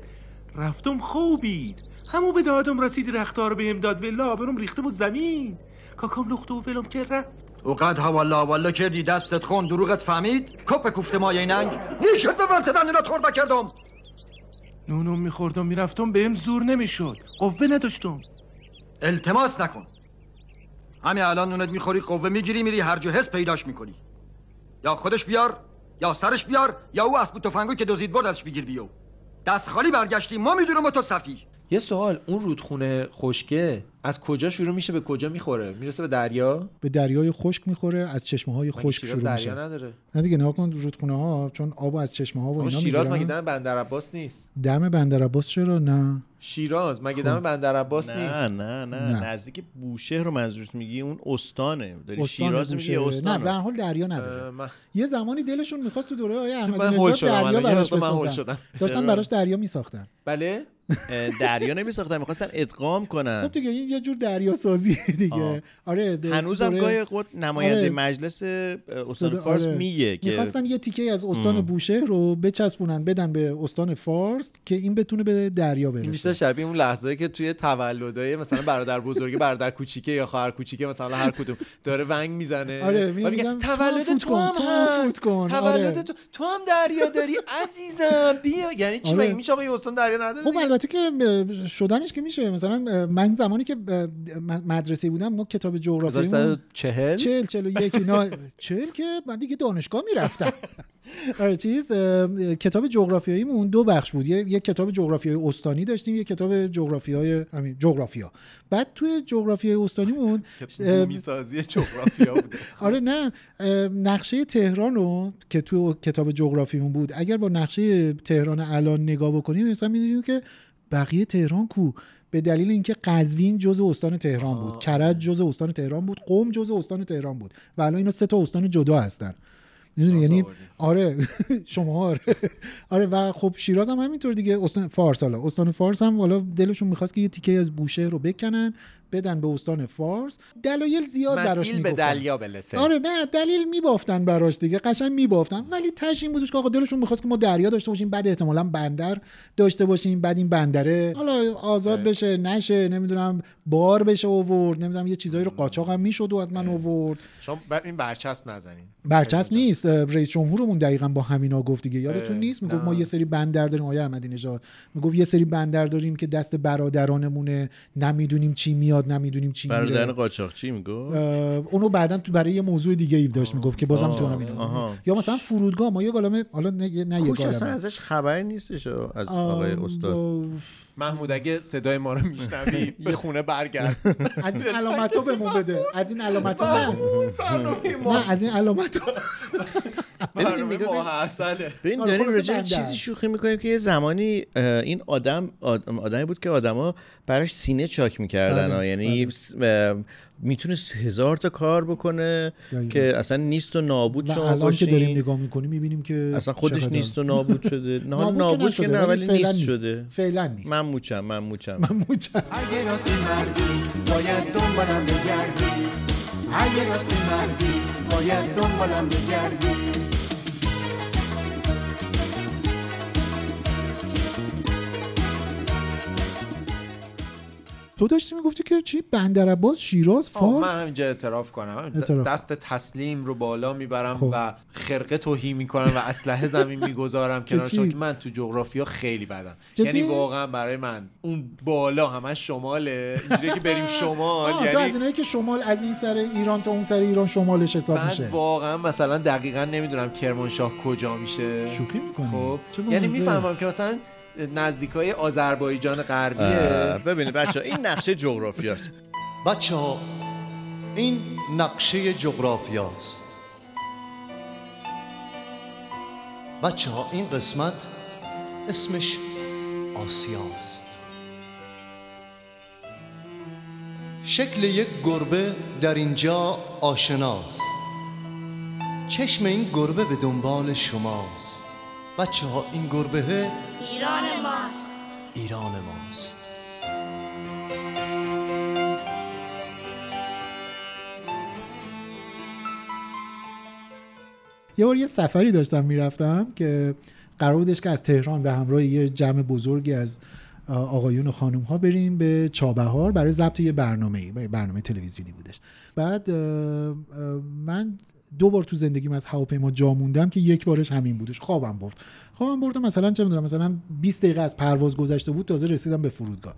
J: رفتم خوبید همو به دادم رسید رختار بهم داد و لابرم ریختم و زمین کاکام لخت و ولم کرد رفت
I: او قد حوالا والا کردی دستت خون دروغت فهمید؟ کپ کوفته مایه ننگ؟ نیشت به ورتدن اینا تربه کردم
J: نونم میخوردم میرفتم بهم زور نمیشد قوه نداشتم
I: التماس نکن همین الان نونت میخوری قوه میگیری میری هر جا حس پیداش میکنی یا خودش بیار یا سرش بیار یا او اسبو تفنگو که دزدید بردش بگیر بیو دست خالی برگشتی ما میدونم تو صفی
A: یه سوال اون رودخونه خشکه از کجا شروع میشه به کجا میخوره میرسه به دریا
C: به دریای خشک میخوره از چشمه های
A: مگه
C: خشک
A: شیراز
C: شروع
A: دریا
C: میشه
A: نداره
C: نه دیگه نگاه کن رودخونه ها چون آب از چشمه ها و
A: اون
C: اینا
A: شیراز مگه
C: می‌گیرن.
A: دم بندر عباس نیست
C: دم بندر عباس چرا نه
A: شیراز
C: خب.
A: مگه دم بندر عباس
B: نه
A: نیست
B: نه نه
C: نه.
B: نزدیک بوشهر رو منظورت میگی اون استانه داری
C: استان
B: شیراز میگی
C: بوشهر.
B: یه
C: نه
B: استان
C: به هر حال دریا نداره
A: اه، من-
C: یه زمانی دلشون میخواست تو دوره های احمدی
A: من هول
C: نژاد
A: شدم الان.
C: دریا
A: یه
C: براش
A: مقدار من هول
C: بسازن
A: شدم
C: داشتن براش دریا میساختن
A: بله
B: دریا نمی ساختن میخواستن ادغام کنن
C: خب دیگه این یه جور دریا سازی دیگه
B: آه.
C: آره د-
B: هنوزم
C: دوره
B: گاهی خود نماینده
C: آره.
B: مجلس اه، استان
C: صدا-
B: فارس
C: آره.
B: میگه که
C: میخواستن یه تیکه از استان بوشهر رو بچسبونن بدن به استان فارس که این بتونه به دریا
A: این بیشتر
C: برسه
A: شبیه اون لحظه که توی تولدای مثلا برادر بزرگ برادر کوچیکه یا خواهر کوچیکه مثلا هر کدوم داره ونگ میزنه
C: آره،
A: و میگه،
C: میگم،
A: تولد
C: تو هم فوت
A: تو هم
C: کن، تو هم
A: هست
C: فوت کن،
A: تولد
C: آره.
A: تو تو هم دریا داری عزیزم بیا یعنی چی
C: آره.
A: مگه میشه آقای استان دریا نداره
C: خب
A: دیگه؟
C: البته که اه، شدنش که میشه مثلا اه، من زمانی که اه، م- مدرسه بودم ما کتاب جغرافی
A: 1140
C: چل چل و یک اینا چل که من دیگه دانشگاه میرفتم آره چیز اه، کتاب جغرافیاییمون دو بخش بود یه, یه کتاب جغرافیای استانی داشتیم یه کتاب جغرافیای همین جغرافیا بعد توی جغرافیای استانیمون اه،
A: میسازی جغرافیا بوده
C: آره نه اه، نقشه تهران رو که تو کتاب جغرافیمون بود اگر با نقشه تهران الان نگاه بکنیم مثلا میدونیم که بقیه تهران کو به دلیل اینکه قزوین جزء استان تهران بود کرج جزء استان تهران بود قم جزء استان تهران بود و الان اینا سه تا استان جدا هستن میدونی یعنی آره شما آره آره و خب شیراز هم همینطور دیگه استان فارس حالا استان فارس هم حالا دلشون میخواست که یه تیکه از بوشه رو بکنن بدن به استان فارس دلایل زیاد براش
A: مسیل به
C: میگفتن
A: دریا بلسه
C: آره نه دلیل میبافتن براش دیگه قشنگ میبافتن ولی تش این بودش که آقا دلشون میخواست که ما دریا داشته باشیم بعد احتمالا بندر داشته باشیم بعد این بندره حالا آزاد بشه نشه نمیدونم بار بشه اوورد نمیدونم یه چیزایی رو قاچاق هم میشد و حتما اوورد
A: شما ب- این برچسب نزنین
C: برچسب نیست رئیس جمهورمون دقیقا با همینا گفت دیگه یادتون
A: اه،
C: نیست میگفت
A: نه.
C: ما یه سری بندر داریم آیا احمدی نژاد میگفت یه سری بندر داریم که دست برادرانمونه نمیدونیم چی میاد نمیدونیم چی میره
B: برادران قاچاقچی میگو
C: اه، اونو بعدا تو برای یه موضوع دیگه ای داشت میگفت که بازم تو
B: آه،
C: همینه
B: آها.
C: یا مثلا فرودگاه ما یه گالمه حالا نه یه نه یه
B: کوش اصلا
C: گالمه
B: ازش خبری نیستش از آقای
C: آم،
B: استاد
A: محمود اگه صدای ما رو میشنوی به خونه برگرد
C: از این علامت رو بهمون بده از این علامت ها
B: بله.
C: هست
A: برنامه ما
C: نه از این علامت ها
A: برنامه ماه عسله
B: ببین
C: آره،
B: داریم
C: خلاصه
B: راجع به
C: بنده.
B: چیزی شوخی میکنیم که یه زمانی اه، این آدم آدم- آدمی بود که آدما براش سینه چاک میکردن
C: بله،
B: یعنی میتونست هزار تا کار بکنه
C: دقیقاً.
B: که اصلا نیست و نابود
C: و
B: شما
C: الان که داریم
B: باشین
C: نگاه میکنیم میبینیم که
B: اصلا خودش
C: چقدر-
B: نیست و نابود شده نه حالا نابود که
C: نشده،
B: نه
C: ولی
B: ولی
C: فعلا
B: نیست شده
C: فعلا نیست
B: من موچم من موچم
C: من موچم.
D: اگه راستی مردی باید دنبالم بگردی اگه راستی مردی باید دنبالم بگردی
C: تو داشتی میگفتی که چی بندرعباس شیراز
A: آه،
C: فارس
A: من همینجا اعتراف کنم
C: اعتراف.
A: دست تسلیم رو بالا میبرم
C: خب.
A: و خرقه توهی میکنم و اسلحه زمین میگذارم کنار
C: چی؟
A: شما که من تو جغرافیا خیلی بدم
C: جدی؟
A: یعنی واقعا برای من اون بالا همه شماله اینجوری که بریم شمال
C: آه، تو از
A: یعنی
C: اینایی که شمال از این سر ایران تا اون سر ایران شمالش حساب
A: بعد
C: میشه
A: واقعا مثلا دقیقا نمیدونم کرمانشاه کجا میشه
C: شوخی میکنی
A: خب
C: چه
A: یعنی
C: بامزه.
A: میفهمم که مثلا نزدیکای آذربایجان
B: اه،
A: غربیه
B: ببینید بچه این نقشه جغرافیاست
K: بچه ها این نقشه جغرافیاست بچه ها این قسمت اسمش آسیاست شکل یک گربه در اینجا آشناست چشم این گربه به دنبال شماست بچه ها این گربه
L: ایران ماست
K: ایران ماست
C: یه بار یه سفری داشتم میرفتم که قرار بودش که از تهران به همراه یه جمع بزرگی از آ، آقایون و خانم ها بریم به چابهار برای ضبط یه برنامه برنامه تلویزیونی بودش بعد اه، اه، من دو بار تو زندگیم از هواپیما جا موندم که یک بارش همین بودش خوابم برد خوابم برد و مثلا چه میدونم مثلا 20 دقیقه از پرواز گذشته بود تازه رسیدم به فرودگاه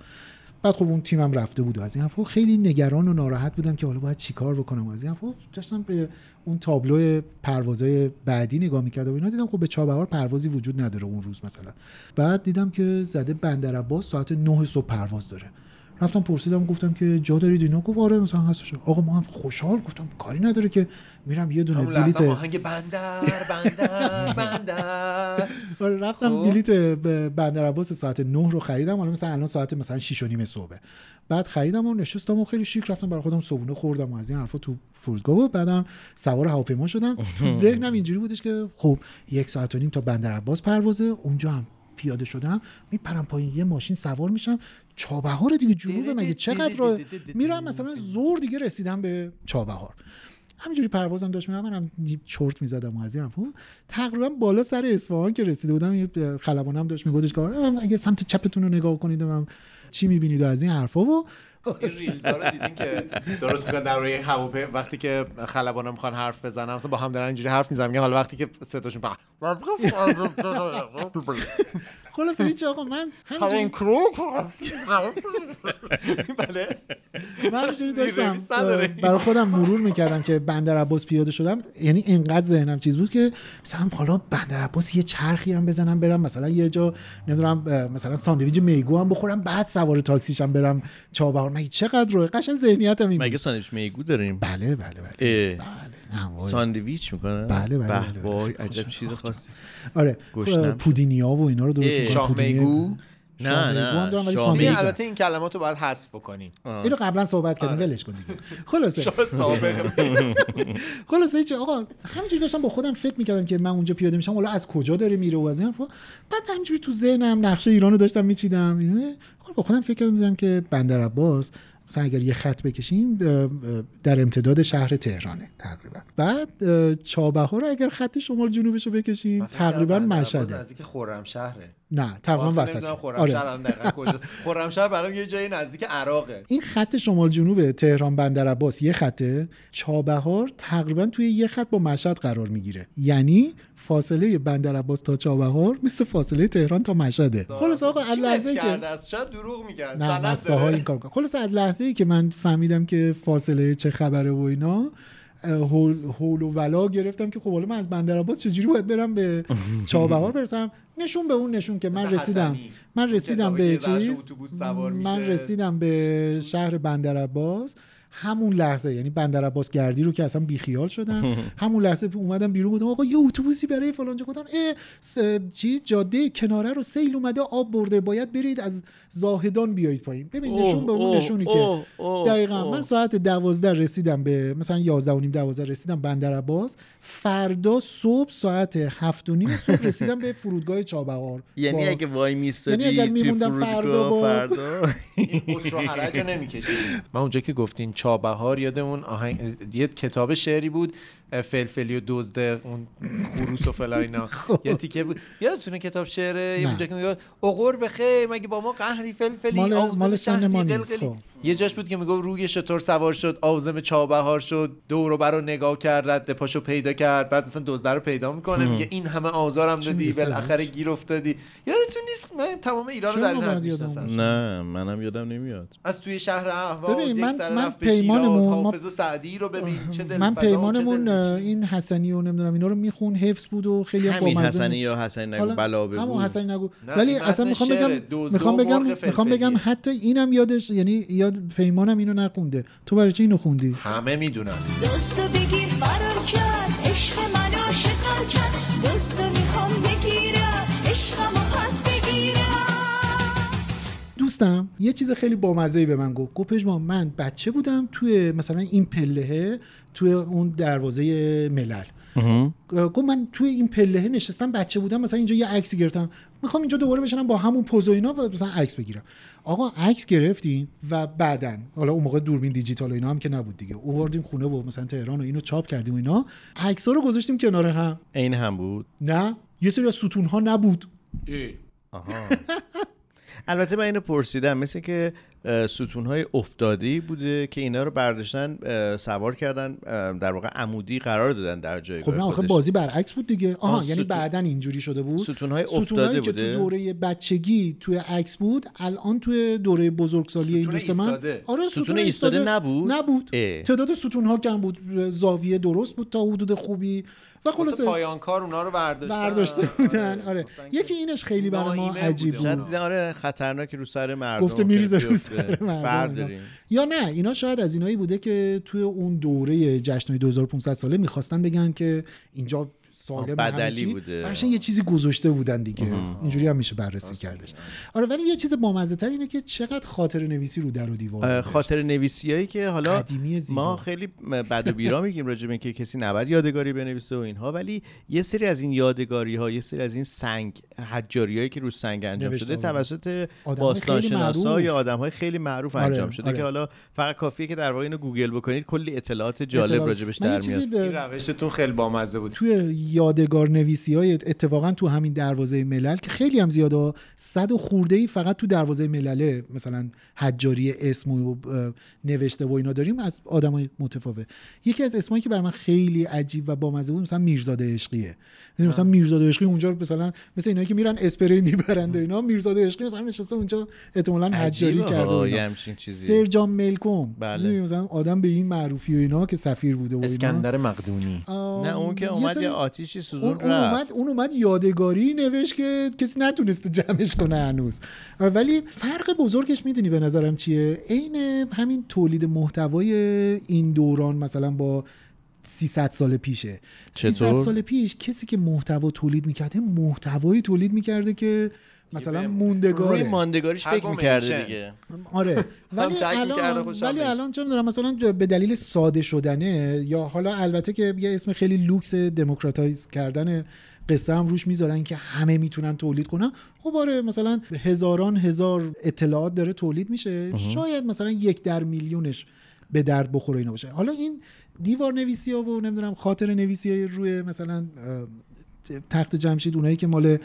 C: بعد خب اون تیمم رفته بود و از این حرفا خب خیلی نگران و ناراحت بودم که حالا باید چیکار بکنم و از این حرفا داشتم به اون تابلو پروازهای بعدی نگاه میکردم و اینا دیدم خب به چابهار پروازی وجود نداره اون روز مثلا بعد دیدم که زده بندر عباس ساعت 9 صبح پرواز داره رفتم پرسیدم گفتم که جا دارید اینا گفت آره مثلا هستش آقا ما هم خوشحال گفتم کاری نداره که میرم یه دونه
A: همون لحظه هم
C: بلیت
A: آهنگ بندر بندر بندر
C: آره، رفتم
A: خب.
C: بلیت به بندرعباس ساعت 9 رو خریدم حالا مثلا الان ساعت مثلا 6 و نیم صبحه بعد خریدم و نشستم و خیلی شیک رفتم برای خودم صبونه خوردم و از این حرفا تو فرودگاه و بعدم سوار هواپیما شدم تو ذهنم اینجوری بودش که خب یک ساعت و نیم تا بندرعباس پروازه اونجا هم پیاده شدم میپرم پایین یه ماشین سوار میشم چابهار دیگه جنوب مگه چقدر راه میرم مثلا زور دیگه رسیدم به چابهار همینجوری پروازم داشت میرم منم دیپ چرت میزدم و از این حرفا. تقریبا بالا سر اصفهان که رسیده بودم یه خلبانم داشت میگفتش که آره، اگه سمت چپتون رو نگاه کنید من چی میبینید و از این حرفا و
A: این ریلز ها رو دیدین که درست میکنن در روی هواپی وقتی که خلبانا میخوان حرف بزنن مثلا با هم دارن اینجوری حرف میزنن میگن حالا وقتی که صداشون پر
C: خلاص هیچ آقا من همینجوری
A: همون کروک بله
C: من همینجوری
A: زیر
C: داشتم
A: ریز نداره.
C: برای خودم مرور میکردم که بندر عباس پیاده شدم یعنی اینقدر ذهنم چیز بود که مثلا حالا بندر عباس یه چرخی هم بزنم برم مثلا یه جا نمیدونم اه، مثلا ساندویج میگو هم بخورم بعد سوار تاکسیشم برم چابهار مگه چقدر روی قشنگ ذهنیتم این
B: مگه
C: بود.
B: ساندویچ میگو داریم
C: بله بله بله
B: اه،
C: همواره.
B: ساندویچ میکنن
C: بله، بله، بله،
B: به
C: بله.
B: وای عجب چیز خاصی
C: آره
B: گشنم
C: پودینیا و اینا رو درست
B: اه.
C: می‌کنن.
A: شاه
C: پودینی-
A: میگو یعنی
B: نه
C: شامل گو هم دارم
B: نه
C: ولی
B: شامل
C: شامل-
B: گو.
A: البته این کلمات رو باید حذف بکنیم
C: اینو قبلا صحبت کردیم ولش کن دیگه خلاصه
A: شاه سابق
C: خلاصه هیچ آقا همینجوری داشتم با خودم فکر میکردم که من اونجا پیاده میشم حالا از کجا داره میره و از این حرفا بعد همینجوری تو ذهنم نقشه ایران رو داشتم میچیدم خب، با خودم فکر کردم دیدم که بندر عباس مثلا اگر یه خط بکشیم اه، اه، در امتداد شهر تهرانه تقریبا بعد اه، چابهار رو اگر خط شمال جنوبش رو بکشیم تقریبا
A: مشهد
C: مشهده آره.
A: نزدیک خرمشهره
C: نه تقریبا
A: آخه آره، نمی‌دونم خب،
C: وسط
A: خرمشهر هم دقیقاً کجاست. خرمشهر برام یه جایی نزدیک عراقه
C: این خط شمال جنوب تهران بندر عباس یه خطه چابهار تقریبا توی یه خط با مشهد قرار میگیره یعنی فاصله بندر عباس تا چابهار مثل فاصله تهران تا مشهده خلاص آقا از
A: کی
C: لحظه
A: مس
C: که
A: کرده است شاید دروغ میگن
C: نه
A: سند
C: مساها
A: داره
C: این کار می‌کنه. خلاص از لحظه ای که من فهمیدم که فاصله چه خبره و اینا اه، هول, هول و ولا گرفتم که خب حالا من از بندرعباس چجوری باید برم به چابهار برسم نشون به اون نشون که من
A: مثل
C: رسیدم
A: حسنی.
C: من رسیدم
A: کتابی که
C: به
A: ورش
C: چیز
A: اتوبوس سوار
C: من
A: میشه.
C: رسیدم به شهر بندرعباس همون لحظه یعنی بندرعباس گردی رو که اصلا بیخیال شدم همون لحظه اومدم بیرون گفتم آقا یه اتوبوسی برای فلانجا گفتن اه س- چی جاده کناره رو سیل اومده آب برده باید برید از زاهدان بیایید پایین ببین
B: اوه،
C: نشون به اون
B: اوه،
C: نشونی که
B: اوه، اوه،
C: دقیقا
B: اوه.
C: من ساعت دوازده رسیدم به مثلا یازده و نیم دوازده رسیدم بندر عباس فردا صبح ساعت هفت و نیم صبح رسیدم به فرودگاه چابهار
B: یعنی
C: با-
B: اگه وای میستادی
C: یعنی اگر می‌موندم فردا با-
B: فردا
A: خسرو حرج رو نمی‌کشیدیم. من اونجا که گفتین چابهار یادمون آهنگ یه کتاب شعری بود اه، فلفلی و دزده اون خروس و فلا اینا یه تیکه بود یادتونه کتاب شعره یه
C: خب. نه.
A: اونجا که میگه اغور بخیر مگه با ما قهری فلفلی
C: مال-
A: آوزن
C: مال سن
A: شهری
C: ما نیست،
A: قلقلی.
C: خب.
A: یه جاش بود که میگو روی شطور سوار شد آوزم چابهار شد دور و بر رو نگاه کرد رد پاشو پیدا کرد بعد مثلا دزده رو پیدا میکنه
B: هم.
A: میگه این همه آزارم دادی
C: میگه سرش؟
A: بالاخره گیر افتادی یادتون نیست من تمام ایران رو
C: چرا
A: در این
C: نباید
A: حد
C: یادم
A: می‌شناسم.
B: نه منم یادم نمیاد
A: از توی شهر اهواز
C: ببین،
A: یک
C: من-
A: سر
C: من
A: رفت به
C: پیمانمون-
A: شیراز
C: ما-
A: حافظ و سعدی رو ببین چه دل
C: من پیمانمون این حسنی و نمیدونم اینا رو میخون حفظ بود و خیلی هم
B: همین
C: بامزه
B: حسنی
C: بود.
B: یا حسنی نگو
C: حالا
B: بلا بگو
C: همون حسنی نگو
A: نه،
C: ولی
A: این متن
C: اصلا میخوام
A: شعره.
C: بگم
A: دزد و
C: میخوام بگم
A: مرغ
C: میخوام بگم
A: فلفلیه.
C: حتی اینم یادش یعنی یاد پیمانم اینو نخونده تو برای چی اینو خوندی
A: همه میدونن
L: دوستو بگیر فرار کرد عشق منو شکار کرد دوستو میخوام بگیرم عشقمو پس بگیرم
C: دوستم یه چیز خیلی بامزه به من گفت گفت پژمان من بچه بودم توی مثلا این پلهه توی اون دروازه ملل گفت من توی این پلهه نشستم بچه بودم مثلا اینجا یه عکس گرفتم میخوام اینجا دوباره بشنم با همون پوز و اینا و مثلا عکس بگیرم آقا عکس گرفتیم و بعدن حالا اون موقع دوربین دیجیتال و اینا هم که نبود دیگه اووردیم خونه و مثلا تهران و اینو چاپ کردیم و اینا عکس‌ها رو گذاشتیم کنار هم
B: این هم بود
C: نه یه سری از ستون‌ها نبود
B: آها البته من اینو پرسیدم مثل که ستون های افتاده بوده که اینا رو برداشتن اه، سوار کردن اه، در واقع عمودی قرار دادن در
C: خب
B: جایگاه
C: نه آخه
B: خودش.
C: بازی برعکس بود دیگه آها
B: آه،
C: یعنی
B: ستون-
C: بعدا اینجوری شده بود
B: ستون‌های
C: ستون‌هایی
B: افتاده
C: که
B: بوده؟
C: تو دوره بچگی توی عکس بود الان توی دوره بزرگسالی این
A: ستون
C: دوست من
A: ایستاده.
C: آره
B: ستون
C: ستون
B: ایستاده
C: ایستاده
B: نبود؟
C: نبود
B: اه.
C: تعداد ستون ها کم بود زاویه درست بود تا حدود خوبی و
A: واسه
C: خلاصه
A: پایان کار اونا رو برداشتن
C: برداشته بودن آره یکی اینش خیلی برای ما
A: ناایمه
C: عجیب
A: بوده
C: بود
B: شاید دیدن آره خطرناک رو سر مردم
C: گفته میریزه
B: ممکنه
C: رو سر
B: بیفته.
C: مردم
B: برداریم
C: اینا. یا نه اینا شاید از اینایی بوده که توی اون دوره جشنهای 2500 ساله میخواستن بگن که اینجا سالم
B: آه، بدلی
C: همه چی.
B: بوده.
C: براشون یه چیزی گذاشته بودن دیگه اینجوری هم میشه بررسی کردش آره ولی یه چیز بامزه تر اینه که چقدر خاطر نویسی رو در و دیوار
B: اه،
C: بوده.
B: خاطر نویسی هایی که حالا
C: قدیمی زیبا.
B: ما خیلی بد و بیرا میگیم راجع به اینکه کسی نباید یادگاری بنویسه و اینها ولی یه سری از این یادگاری ها یه سری از این سنگ حجاری هایی که رو سنگ انجام
C: نوشته
B: شده
C: آدم.
B: توسط
C: آدم‌های
B: باستان
C: خیلی
B: شناسا
C: معروف.
B: یا آدم های خیلی معروف
C: آره،
B: انجام شده
C: آره.
B: که حالا فقط کافیه که در واقع اینو گوگل بکنید کلی اطلاعات جالب
C: اطلاع-
B: راجبش
C: من یه
B: در
C: چیزی
B: میاد
C: به-
A: این روشتون خیلی بامزه بود
C: توی یادگار نویسی های اتفاقا تو همین دروازه ملل که خیلی هم زیاده ها. صد و خورده ای فقط تو دروازه ملله مثلا حجاری اسم و اه، نوشته و اینا داریم از آدم های متفاوت یکی از اسمایی که برای من خیلی عجیب و بامزه بود مثلا میرزاده عشقیه می‌دونی مثلا میرزاده عشقی اونجا مثلا مثل اینایی که میرن اسپری میبرند و اینا میرزاده عشقی مثلا نشسته اونجا احتمالاً حجاری
B: عجیبه
C: کرده و
B: ها،
C: اینا.
B: یه همچین چیزی.
C: سرجان ملکم
B: بله.
C: می‌دونی مثلا آدم به این معروفی و اینا که سفیر بوده و اینا
A: اسکندر مقدونی
C: آره.
B: نه اون که
C: یه
B: اومد
C: سری-
B: یه آتیشی
C: اون,
B: سوزون
C: اون
B: رفت
C: اومد اون اومد یادگاری نوشت که کسی نتونسته جمعش کنه هنوز ولی فرق بزرگش میدونی به نظرم چیه عین همین تولید محتوای این دوران مثلا با 300 سال پیشه
B: چطور؟
C: 300 سال پیش کسی که محتوا تولید میکرده محتوایی تولید میکرده که مثلا موندگاره
B: روی ماندگاریش فکر میکرده دیگه
C: آره ولی
A: تگ می‌کرده،
C: الان
A: خوشحال
C: ولی
A: می‌شد.
C: الان چه می‌دونم، مثلا به دلیل ساده شدنه یا حالا البته که یه اسم خیلی لوکس دموکراتایز کردن قصه هم روش میذارن که همه میتونن تولید کنن خب آره مثلا هزاران هزار اطلاعات داره تولید میشه
B: اها.
C: شاید مثلا یک در میلیونش به درد بخوره اینا باشه حالا این دیوار نویسی ها و نمیدونم خاطر نویسی های روی مثلا اه، تخت جمشید اونایی که مال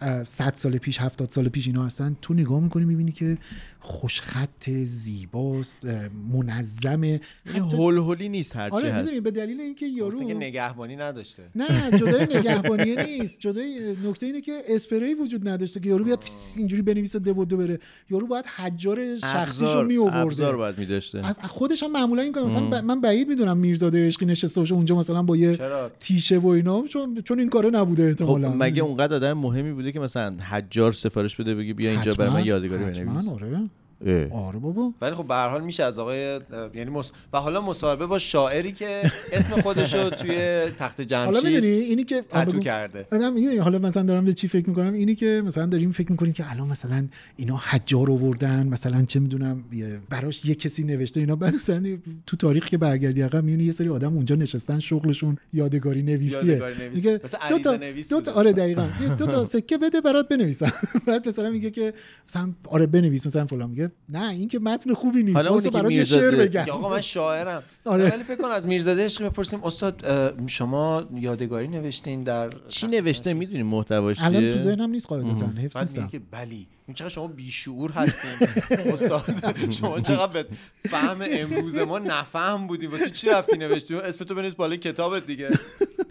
C: اه، 100 سال پیش 70 سال پیش اینا هستن تو نگاه میکنی میبینی که خوشخط زیباست اه، منظمه حتی-
B: هول هولی نیست هرچی
C: آره
B: هست
C: میدونی به دلیل اینکه یارو
A: که نگهبانی نداشته
C: نه جدای نگهبانیه نیست جدای نکته اینه که اسپری وجود نداشته که یارو بیاد فس اینجوری بنویسه دو و دو بره یارو باید حجار شخصیشو
B: ابزار
C: می
B: ابزار
C: آورده
B: باید میداشته
C: از خودش هم معمولا این کار مثلا
B: ام.
C: ب- من بعید میدونم میرزاده عشقی نشسته باشه اونجا مثلا با یه تیشه و اینا چون چون این کاره نبوده
B: خب
C: احتمالاً
B: مگه اونقدر آدم مهمی بوده که مثلا حجار سفارش بده بگی بیا اینجا بر من
C: حتما،
B: یادگاری
C: حتما،
B: بنویس
C: آره
B: اه.
C: آره بابا
A: ولی خب به هر حال میشه از آقای یعنی مص... و حالا مصاحبه با شاعری که اسم خودشو توی تخت
C: حالا میدونی
A: جمشید
C: اینی که آه،
A: تتو
C: بگو.
A: کرده
C: آدم آره، می‌دونی حالا مثلا دارم به چی فکر میکنم اینی که مثلا داریم فکر میکنیم که الان مثلا اینا حجار آوردن مثلا چه میدونم براش یه کسی نوشته اینا بعد مثلا تو تاریخ که برگردی عقب میونی یه سری آدم اونجا نشستن شغلشون یادگاری نویسیه
A: یادگاری نویس.
C: میگه
A: مثل
C: دو
A: عریضه
C: تا
A: نویس
C: دو تا
A: بوده.
C: آره دقیقاً یه دو تا سکه بده برات بنویسم بعد مثلا میگه که مثلا آره بنویس مثلا فلان میگه نه این که متن خوبی نیست
B: حالا اونی
C: واسه
B: که
C: برات یه شعر
B: میرزاده-
C: بگم
A: یا آقا من شاعرم
C: آره.
A: ولی فکر کن از میرزاده عشقی بپرسیم استاد اه، شما یادگاری نوشتین در
B: چی نوشته میدونی محتواش چیه
C: الان تو ذهنم نیست قاعدتا
B: ام.
C: حفظ
A: بعد میگه
C: نیستم
A: که بلی این چقدر شما بیشعور هستین استاد شما چقدر به فهم امروز ما نفهم بودی واسه چی رفتی نوشتی اسم تو بنویس بالای کتابت دیگه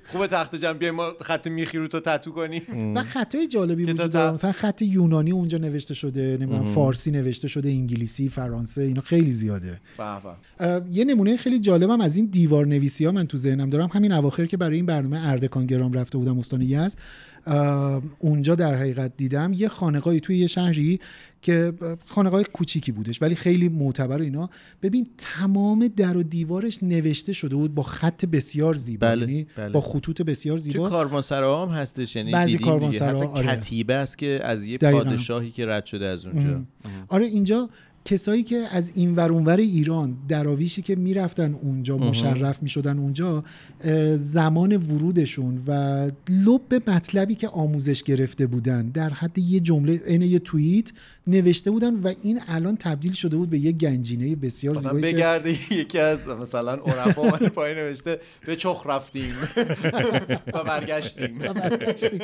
A: خوبه تخت جمع بیای ما خط میخی رو تو تتو کنیم
C: و خطای جالبی وجود داره مثلا خط یونانی اونجا نوشته شده نمیدونم
A: مم.
C: فارسی نوشته شده انگلیسی فرانسه اینا خیلی زیاده
A: به به.
C: اه، یه نمونه خیلی جالبم از این دیوار نویسی ها من تو ذهنم دارم همین اواخر که برای این برنامه اردکان گرام رفته بودم استان یزد اه، اونجا در حقیقت دیدم یه خانقاهی توی یه شهری که خانقاه کوچیکی بودش ولی خیلی معتبر و اینا ببین تمام در و دیوارش نوشته شده بود با خط بسیار زیبا
B: بله،
C: یعنی
B: بله.
C: با خطوط بسیار
B: تو
C: زیبا
B: کاروانسرا هم هستش یعنی
C: بعضی
B: دیدیم دیگه
C: کاروانسراها،
B: حتی
C: آره.
B: کتیبه است که از یه
C: دقیقاً.
B: پادشاهی که رد شده از اونجا
C: ام. آره اینجا کسایی که از این ور اونور ایران دراویشی که میرفتن اونجا
B: اها.
C: مشرف میشدن اونجا اه، زمان ورودشون و لب به مطلبی که آموزش گرفته بودن در حد یه جمله عین یه توییت نوشته بودن و این الان تبدیل شده بود به یه گنجینه بسیار
A: مثلا
C: زیبایی که-
A: بگرده یکی از مثلا عرفا اومده پایین نوشته به چخ رفتیم و برگشتیم
C: و برگشتیم.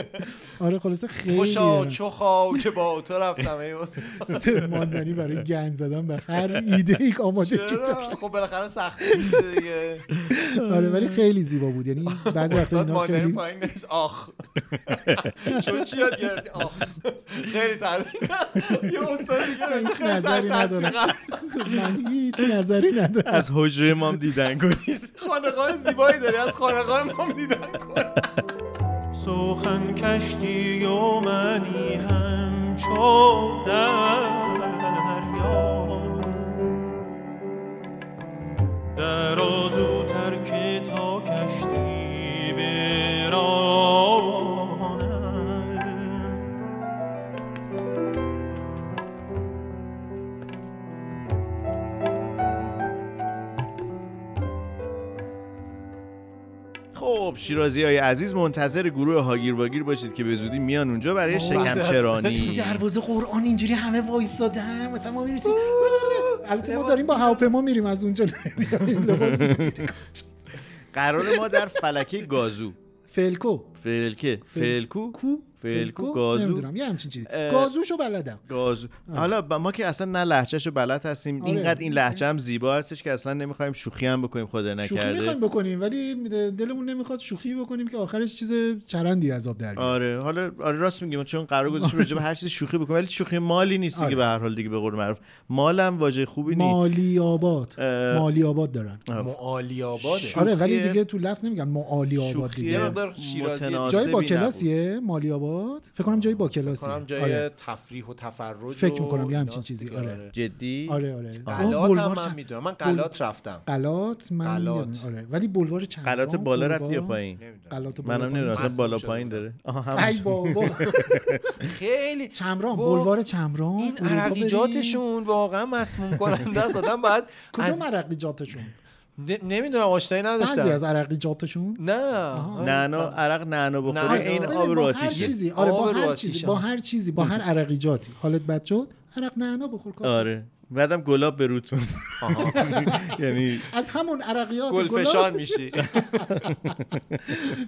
C: آره خلاصه خیلی
A: خوشا چخا که با تو رفتم ای استاد
C: ماندنی برای گنج زدن به هر ایده ای که آماده
A: چرا؟ خب بالاخره سخت میشه دیگه
C: آره ولی خیلی زیبا بود یعنی بعضی
A: استاد
C: وقتا اینا
A: مادر
C: خیلی
A: پایین نوشت آخ شما چی یاد گرفتی آخ خیلی تعریف یه استاد دیگه نوشته خیلی
C: نظری
A: تحصیل
C: ندارم من هیچ نظری ندارم
B: از حجره ما هم دیدن کنید
A: خانقاه زیبایی داری از خانقاه ما هم دیدن
E: سخن کشتی و منی همچون دریا در آزو که تا کشتی براند
B: خب شیرازی های عزیز منتظر گروه هاگیر واگیر باشید که به زودی میان اونجا برای شکم
C: خب. تو
B: چرانی
C: دروازه قرآن اینجوری همه وایسادن مثلا ما میرسیم البته ما داریم با هواپیما میریم از اونجا نمی‌ریم. لباس
B: قرار ما در فلکه گازو
C: فلکو
B: فلکه فلکو
C: کو
B: فلکو گازو
C: نمیدونم یه همچین چیزی
B: اه.
C: گازوشو بلدم
B: گاز حالا ب- ما که اصلا نه لهجهشو بلد هستیم
C: آره.
B: اینقدر این لهجه هم زیبا هستش که اصلا نمیخوایم شوخی هم بکنیم خدا
C: شوخی میخوایم
B: نکرده
C: بکنیم ولی دلمون نمیخواد شوخی بکنیم که آخرش چیز چرندی عذاب در بیاد.
B: آره حالا آره راست میگیم چون قرار گذاشتیم راجع به هر چیز شوخی بکنیم ولی شوخی مالی نیست دیگه
C: آره.
B: به هر حال دیگه به قول معروف مالم واژه خوبی نیست
C: مالی آباد
B: اه.
C: مالی آباد دارن
A: معالی آباده
C: آره ولی دیگه تو لفظ نمیگن معالی آباد
B: شوخی
C: دیگه
A: مقدار شیرازی
C: جای با
B: نبود.
C: کلاسیه مالی آباد بود فکر کنم جای با کلاسی
A: کنم جای
C: آره.
A: تفریح و تفرج
C: فکر می‌کنم
A: و
C: یه همچین
A: ایناست
C: چیزی،
A: دیگه،
C: آره.
B: جدی
C: آره آره
A: قلات
C: بلوار
A: هم من
C: چند-
A: میدونم من
C: بل-
A: قلات رفتم
C: قلات من
A: قلات.
C: یادم- آره ولی بلوار چند
B: قلات بالا رفتی یا پایین
C: قلات بالا
B: منم نمیدونم اصلا
C: پایین.
B: بالا پایین داره آها
C: ای
B: همون.
C: بابا
A: خیلی
C: چمران
A: گفت،
C: بلوار چمران
A: این
C: اروپا
A: عرقیجاتشون واقعا مسموم کننده است آدم باید
C: بریم. کدوم عرقیجاتشون
A: نمیدونم آشنایی
C: بعضی از
A: نداشتم
C: عرقیجاتشون
A: نه
B: نعنا عرق نعنا بخوره
A: نعنا.
B: این
A: بله،
B: آب
A: با
B: رو
A: هر
B: آتیشه
C: چیزی آره
A: آب
C: با
A: رو
C: هر
A: آتیش
C: چیزی
A: هم.
C: با هر چیزی با هر عرقیجاتی حالت بد شد عرق نعنا بخور کار.
B: آره بعدم گلاب به روتون یعنی
C: از همون عرقیات
A: گلفشان میشی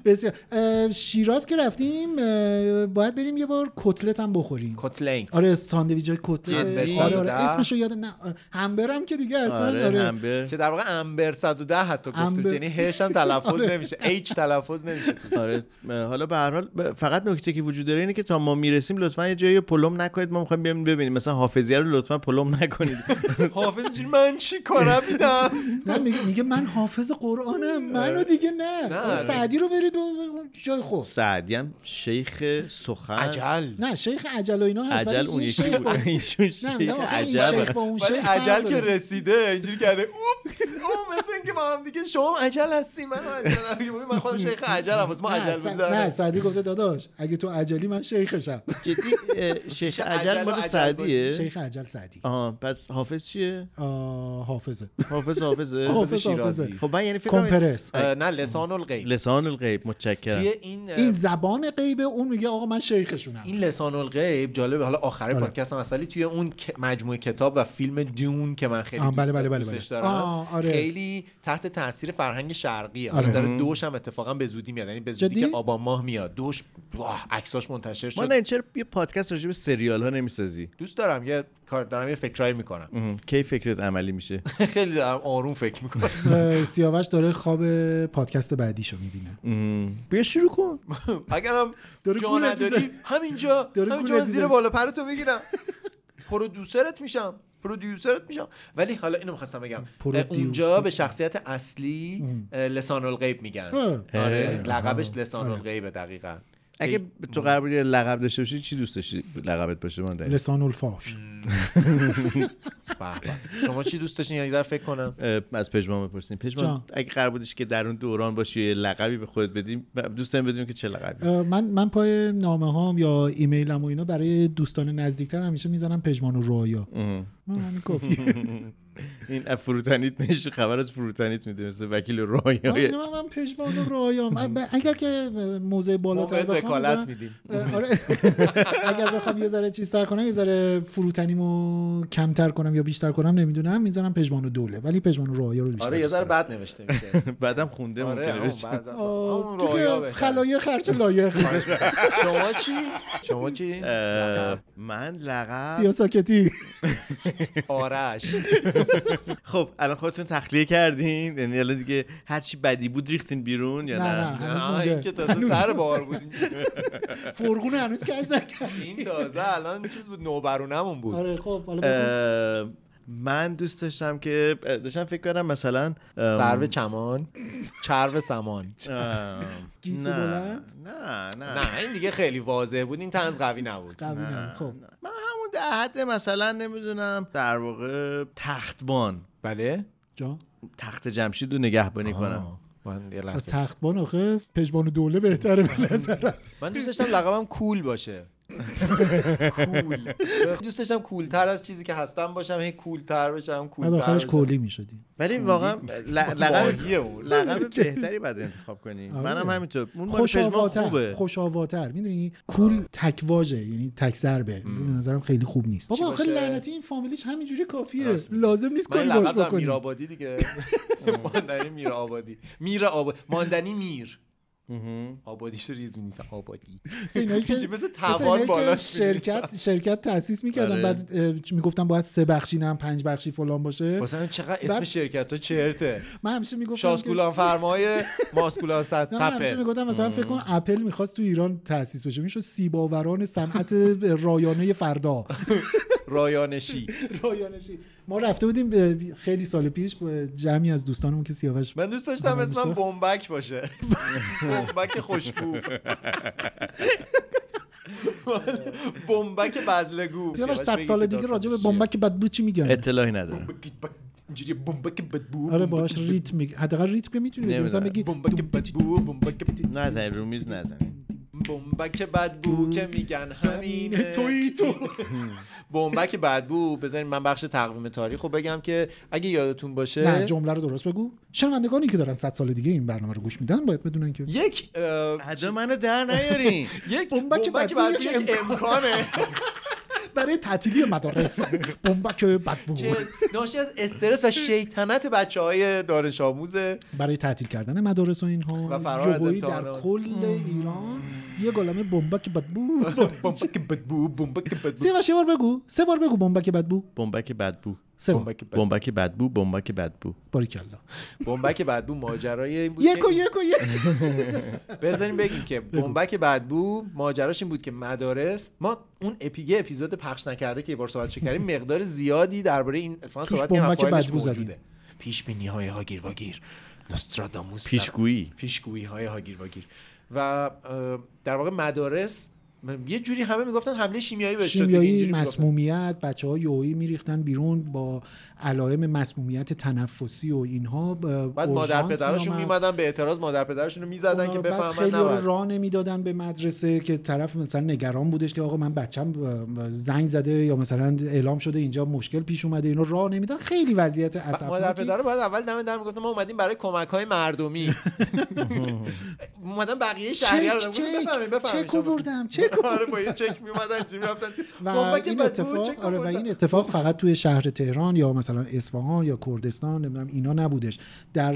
C: بسیار اه، شیراز که رفتیم اه، باید بریم یه بار کتلت هم بخوریم
A: کتلنگ
C: آره ساندویچ کتلت
A: جدی؟
C: آره آره
A: 110.
C: اسمشو یادم نه همبرم که دیگه اصلا
B: آره
C: آره
B: همبر
A: که در واقع امبر 110 حتی گفتیم
C: امبر.
A: یعنی هش هم تلفظ
C: آره.
A: نمیشه هیچ تلفظ نمیشه تو
B: آره حالا به هر حال ب- فقط نکته که وجود داره اینه که تا ما میرسیم لطفا یه جایی رو پلم نکنید ما میخوایم بیایم ببینیم مثلا حافظیه رو لطفا پلم نکنید
A: حافظ اینجوری من چی کارم میدم
C: نه میگه میگه من حافظ قرآنم منو دیگه نه,
A: آره. نه.
C: آره، سعدی رو برید و- و جای خوب
B: سعدی هم شیخ سخن
A: عجل
C: نه شیخ عجل و اینا هست
B: عجل
C: ولی
B: اون
C: این
B: یکی
C: شیخ
B: بود
C: با-
B: ایشون
C: نه،
B: شیخ
C: نه، آخه این شیخ
B: عجب
C: با اون
A: ولی
C: شیخ فرق
A: عجل که
C: داره.
A: رسیده اینجوری کرده اوپس او مثل اینکه ما هم دیگه شما هم عجل هستی من هم عجلم. میگه ببین، من خودم شیخ عجلم واسه ما
C: نه,
A: عجل
C: س- نه
A: بزنم
C: سعدی گفته داداش اگه تو عجلی من شیخشم
B: جدی اه، شیخ
A: عجل
B: عجل
A: و
B: مال
A: عجل
B: سعدیه
C: شیخ عجل سعدی
B: آها پس حافظ چیه
C: آه، حافظه
B: حافظ حافظه
C: حافظ
A: شیرازی.
C: حافظه
B: خب من یعنی فکر کنم
C: کمپرس
A: اه، نه لسان الغیب
B: لسان الغیب
A: توی
B: متشکرم
A: این
C: این زبان غیبه اون میگه آقا من شیخشونم
A: این لسان الغیب جالبه حالا آخر
C: آره.
A: پادکست هم هست ولی توی اون ک- مجموعه کتاب و فیلم دون که من خیلی
C: آه، بله،
A: دوست-
C: بله، بله،
A: دوستش
C: بله.
A: دارم
C: آه، آره.
A: خیلی تحت تاثیر فرهنگ شرقیه حالا
C: آره.
A: داره دوش هم اتفاقا به زودی میاد یعنی به زودی
C: جدی؟
A: که آبان ماه میاد دوش واه عکساش منتشر
B: ما
A: شد
B: نه چرا یه پادکست راجع به سریال ها نمیسازی
A: دوست دارم یه کار دارم یه فکرایی میکنم
B: کی فکرت عملی میشه
A: خیلی دارم آروم فکر میکنم
C: اه، سیاوش داره خواب پادکست بعدیشو میبینه
B: بیا شروع کن
A: اگرم
C: داره
A: جا
C: گولت
A: نداری
C: می‌زنه.
A: همینجا
C: داره
A: همینجا من
C: گولت
A: زیر
C: می‌زنه.
A: بالا پرتو بگیرم پرودوسرت میشم پرودیوسرت میشم ولی حالا اینو میخواستم بگم
C: پرودیوسر.
A: اه، اونجا به شخصیت اصلی اه، لسان الغیب میگن
C: اه. آره.
A: آره
B: اه.
A: لقبش لسان الغیبه دقیقا
B: اگه تو قرار بود یه لقب داشته باشی چی دوست داشتی لقبت باشه من دقیقاً.
C: لسان الفاش
A: به به. بله. شما چی دوست داشتین یعنی در فکر کنم
B: اه، از پژمان بپرسیم پژمان
C: جان.
B: اگه قرار بودش که در اون دوران باشی یه لقبی به خودت بدیم دوست داریم بدونیم که چه لقبی
C: اه، من من پای نامه هام یا ایمیلم و اینا برای دوستان نزدیکتر همیشه میزنم پژمان و رویا
B: اه.
C: من همین کافیه
B: این از فروتنیت نشه خبر از فروتنیت میده مثل وکیل
C: من,
B: رویای
C: میگم من پژمان و رویا اگر که موزه
A: ما
C: بالاتر
A: بهت
C: بخوام
A: وکالت
C: بزنم-
A: میدیم
C: اه، آره اگر بخوام یه ذره چیز تر کنم یه ذره فروتنیمو کمتر کنم یا بیشتر کنم نمیدونم میذارم پژمان و دوله ولی پژمان و رعایا رو بیشتر
A: آره یه
C: دوست
A: ذره
C: دارم.
A: بد نوشته میشه
B: بعدم خونده
A: آره
B: ممکنه
A: همون
B: بشه
A: بعضا-
C: آه،
A: همون
C: دیگه
A: رویا بهتره.
C: خلایق خرچ لایق
A: شما چی شما چی
B: اه، من لقب
C: سیاساکتی
A: آرش
B: خب الان خودتون تخلیه کردین یعنی الان دیگه هرچی بدی بود ریختین بیرون یا
C: نه،
B: نه
C: نه. هنوز
A: نه
C: مونده.
A: این که تازه سر بار بود
C: فرگونه هنوز کش نکرد
A: این تازه الان چیز بود نوبرونمون بود
C: آره خب حالا بگو.
B: اه، من دوست داشتم که اه، داشتم فکر کردم مثلا ام،
A: سرو چمان چرب سمان
B: ام،
C: گیسو
B: نه،
C: بلند؟
B: نه نه
A: نه این دیگه خیلی واضح بود این تنز قوی نبود
C: قوی نبود. خب
B: نه. من همون در حد مثلا نمیدونم در واقع تختبان
A: بله
C: جا
B: تخت جمشید رو نگهبانی کنم
A: آه، من یه
C: از
A: لحظه
C: تختبان آخه پژمان و دوله بهتره به نظرم
A: من دوست داشتم لقبم کول باشه کول دوست داشتم کولتر از چیزی که هستم باشم هی کولتر بشم
C: بعد
A: کولتر
C: آخرش
A: بشم.
C: کولی میشدی
B: ولی واقعا ل- لقب
A: ماهیه اون.
B: لقب بهتری بعد انتخاب کنی
C: آره.
B: منم همینطور اون مال
C: خوش
B: پژمان
C: آواتر
B: خوبه
C: خوش آواتر میدونی کول تک واژه یعنی تک ضربه به نظرم خیلی خوب نیست بابا آخه
A: باشه؟
C: لعنتی این فامیلیش همینجوری کافیه
A: راست میگی.
C: لازم نیست
A: من
C: کاری باش
A: لقب دارم
C: بکنی
A: میر آبادی دیگه ماندنی میر آبادی میر آبادی ماندنی میر آبادیش رو ریز می‌نویسم آبادی
C: مثل اینایی که-
A: چی مثل
C: مثل
A: توان
C: اینایی که
A: بالاش می‌نویسم.
C: شرکت شرکت تاسیس میکردم
B: آره.
C: بعد اه، میگفتم باید سه بخشی نه پنج بخشی فلان باشه
A: واسه همین چقدر اسم
C: بعد-
A: شرکت ها چرته
C: من همیشه میگفتم که-
A: شاسکولان فرمای ماسکولان صد
C: خب، نه من همیشه
A: تپه
C: میگفتم مثلا فکر کن اپل میخواست تو ایران تاسیس بشه میشد سیباوران صنعت رایانه فردا
A: رایانشی
C: رایانشی ما رفته بودیم به- خیلی سال پیش با جمعی از دوستانمون که سیاوش
A: من دوست داشتم
C: آدم
A: اسمم
C: میشه.
A: بمبک باشه بمبک خوشبو بمبک بزلگو
C: بیا باش، صد سال دیگه راجع به بمبک بدبو چی میگن
B: اطلاعی نداره
A: اینجوری بمبک بدبو
C: آره باهاش ریتم میگه حداقل ریتم که میتونی بدی مثلا
B: نمی‌دونم.
C: بگی
A: بمبک بدبو بمبک
B: نزنید رو میز نزنید
A: بمبک بدبو که میگن همینه
C: تویی تو
A: بمبک بدبو بزنین من بخش تقویم تاریخ رو بگم که اگه یادتون
C: نه
A: باشه
C: جمله رو درست بگو شنوندگانی که دارن 100 سال دیگه این برنامه رو گوش میدن باید بدونن که
A: یک
B: حجا منو در نیارین
A: یک
C: بمبک
A: بمبک
C: بدبو
A: بدبو
C: یک
A: یک امکانه
C: برای تعطیلی مدارس بمبک بدبو
A: که ناشی از استرس و شیطنت بچه های دانش آموزه
C: برای تعطیل کردن مدارس و اینها
A: و فرار از
C: یهویی
A: امتحانات.
C: در کل ایران یه گلمه بمبک بدبو
A: بمبک بدبو بمبک
C: سه
A: بدبو
C: و سه بار بگو سه بار بگو بمبک بدبو
B: بمبک بدبو
C: سه بار
B: بمبک بدبو بمبک بدبو
C: باریکلا
A: بمبک بدبو ماجرای این بود
C: یک
A: که-
C: و یک و یک
A: بذاریم بگیم که بمبک بدبو ماجراش این بود که مدارس ما اون اپیگه اپیزود پخش نکرده که یه بار صحبت کردیم مقدار زیادی درباره این اتفاق
C: توش
A: صحبت کردیم و
C: بمبک
A: فایلش
C: بدبو زدیم.
A: موجوده پیش بینی های هاگیر واگیر نوستراداموس در-
B: پیشگویی
A: پیشگویی های هاگیر واگیر و اه، در واقع مدارس م- یه جوری همه میگفتن حمله شیمیایی بهش شد. دیگه
C: شیمیایی
A: اینجوری می‌گفتن.
C: مسمومیت بچه ها یوهی میریختن بیرون با علائم مسمومیت تنفسی و اینها
A: بعد مادر پدرشون میمدن به اعتراض مادر پدرشون رو میزدن که
C: خیلی
A: بفهمن
C: رو
A: نباید
C: راه نمیدادن به مدرسه که طرف مثلا نگران بودش که آقا من بچم اه، زنگ زده یا مثلا اعلام شده اینجا مشکل پیش اومده اینو راه نمیدن خیلی وضعیت
A: مادر
C: اسفناکی
A: پدر باید اول دم در میگفتن ما اومدیم برای کمک های مردمی اومدن بقیه شهریه رو
C: چک،
A: میگفتن بفهمید بفهمید
C: چک چک آوردم چک
A: آره با یه چک میومدن چی میرفتن
C: و این اتفاق آره و این اتفاق فقط توی شهر تهران یا مثلا اصفهان یا کردستان نمیدونم اینا نبودش در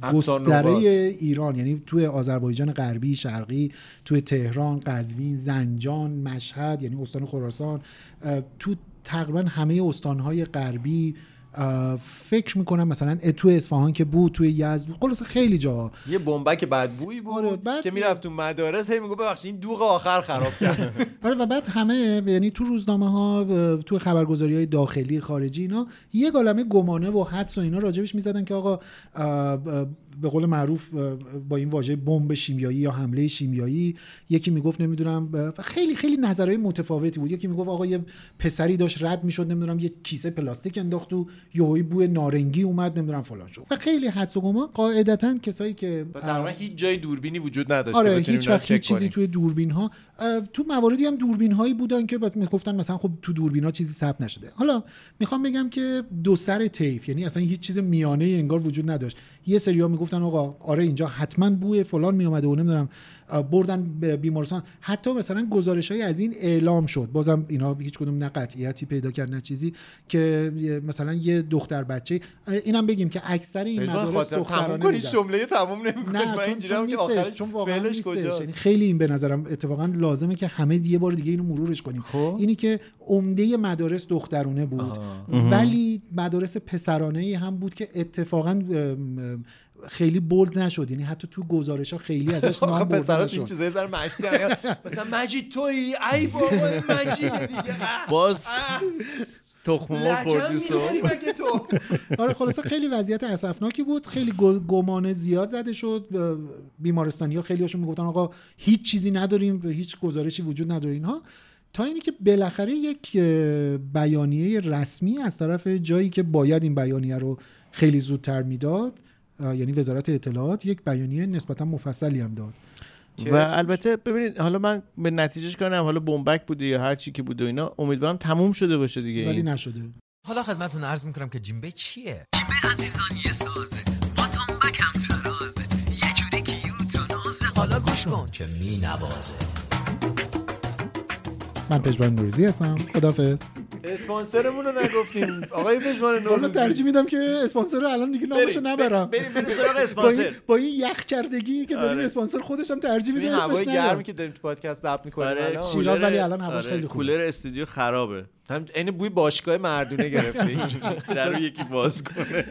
C: اه، گستره
A: نوبات.
C: ایران یعنی توی آذربایجان غربی شرقی توی تهران قزوین زنجان مشهد یعنی استان خراسان اه، تو تقریبا همه استانهای غربی اه، فکر میکنم مثلا اه، توی اصفهان که بود توی یزد بود، خلاصه خیلی جاها
A: یه بمبک بدبویی
C: آره،
A: بود که میرفت تو مدارس هی میگو ببخشید این دوغ آخر خراب کرد
C: آره و بعد همه یعنی تو روزنامه ها تو خبرگزاری های داخلی خارجی اینا یه گالمه گمانه و حدس و اینا راجبش میزدن که آقا اه، اه، به قول معروف اه، با این واژه بمب شیمیایی یا حمله شیمیایی یکی میگفت نمیدونم اه، خیلی خیلی نظرهای متفاوتی بود یکی میگفت آقا یه پسری داشت رد میشد نمیدونم یه کیسه پلاستیک انداخت تو یهویی بوی نارنگی اومد نمیدونم فلان شد و خیلی حدس و گمان قاعدتا کسایی که
A: و تقریبا هیچ جای دوربینی وجود نداشت
C: آره
A: که بتونیم
C: هیچ
A: اینا رو
C: وقت هیچ
A: چک کنیم.
C: چیزی توی دوربین ها تو مواردی هم دوربین هایی بودن که بعد میگفتن مثلا خب تو دوربین ها چیزی ثبت نشده حالا میخوام بگم که دو سر طیف یعنی اصلا هیچ چیز میانه ای انگار وجود نداشت یه سریا میگفتن آقا آره اینجا حتما بوی فلان میومده و نمیدونم اه، بردن به بیمارستان حتی مثلا گزارش های از این اعلام شد بازم اینا هیچ کدوم نه قطعیتی پیدا کرد نه چیزی که یه- مثلا یه دختر بچه اه، اینم بگیم که اکثر این
A: پژمان
C: مدارس
A: خاطر تموم
C: دخترانه
A: کنی
C: بودن.
A: جمله تموم نمیکنی
C: نه
A: من اینجوری
C: چون,
A: هم
C: چون
A: که
C: نیستش
A: آخرش
C: چون واقعا
A: فعلش
C: نیستش یعنی
A: کجاست
C: خیلی این به نظرم اتفاقا لازمه که همه یه بار دیگه اینو مرورش کنیم
A: خب.
C: اینی که عمده مدارس دخترونه بود ولی مدارس پسرانه ای هم بود که اتفاقا ام، ام، خیلی بولد نشد یعنی حتی تو گزارش ها خیلی ازش
A: آخه
C: نام برده
A: پسرات این
C: نشد
A: چیزای زر مشتی هم. مثلا مجید تویی ای بابا این مجیده دیگه اه،
B: باز
A: اه.
B: تخم مرغ
A: لجن
B: خوردی
A: می‌خوری
B: صبح
A: مگه تو
C: آره خلاصه خیلی وضعیت اسفناکی بود خیلی گل- گمانه زیاد زده شد بیمارستانی ها خیلی هاشون میگفتن آقا هیچ چیزی نداریم هیچ گزارشی وجود نداره اینها تا اینی که بالاخره یک اه، بیانیه رسمی از طرف جایی که باید این بیانیه رو خیلی زودتر میداد اه، یعنی وزارت اطلاعات یک بیانیه نسبتا مفصلی هم داد
B: و البته ببینید حالا من به نتیجهش کنم حالا بمبک بوده یا هر چی که بوده و اینا امیدوارم تموم شده باشه دیگه
C: ولی
B: این.
C: نشده
M: حالا خدمتتون عرض میکنم که جیمبه چیه حالا گوش کن که می نوازه
C: من پژمان نوروزی هستم خدافظ
A: اسپانسرمون رو نگفتیم آقای پژمان
C: حالا
A: نوروزی
C: ترجیح میدم که اسپانسر رو الان دیگه نامشو نبرم
B: بریم بریم سراغ
C: با این,
B: اسپانسر
C: با این یخ کردگی که داریم
B: آره.
C: اسپانسر خودش هم ترجیح
A: تو این
C: میده
A: هوای
C: اسمش
A: گرمی
C: نرم
A: که داریم تو پادکست ضبط می‌کنیم
B: آره
A: الان.
C: شیراز
B: کولر-
C: ولی الان هواش خیلی خوبه.
B: کولر استودیو خرابه
A: هم عین بوی باشگاه مردونه گرفته
B: در رو یکی باز کنه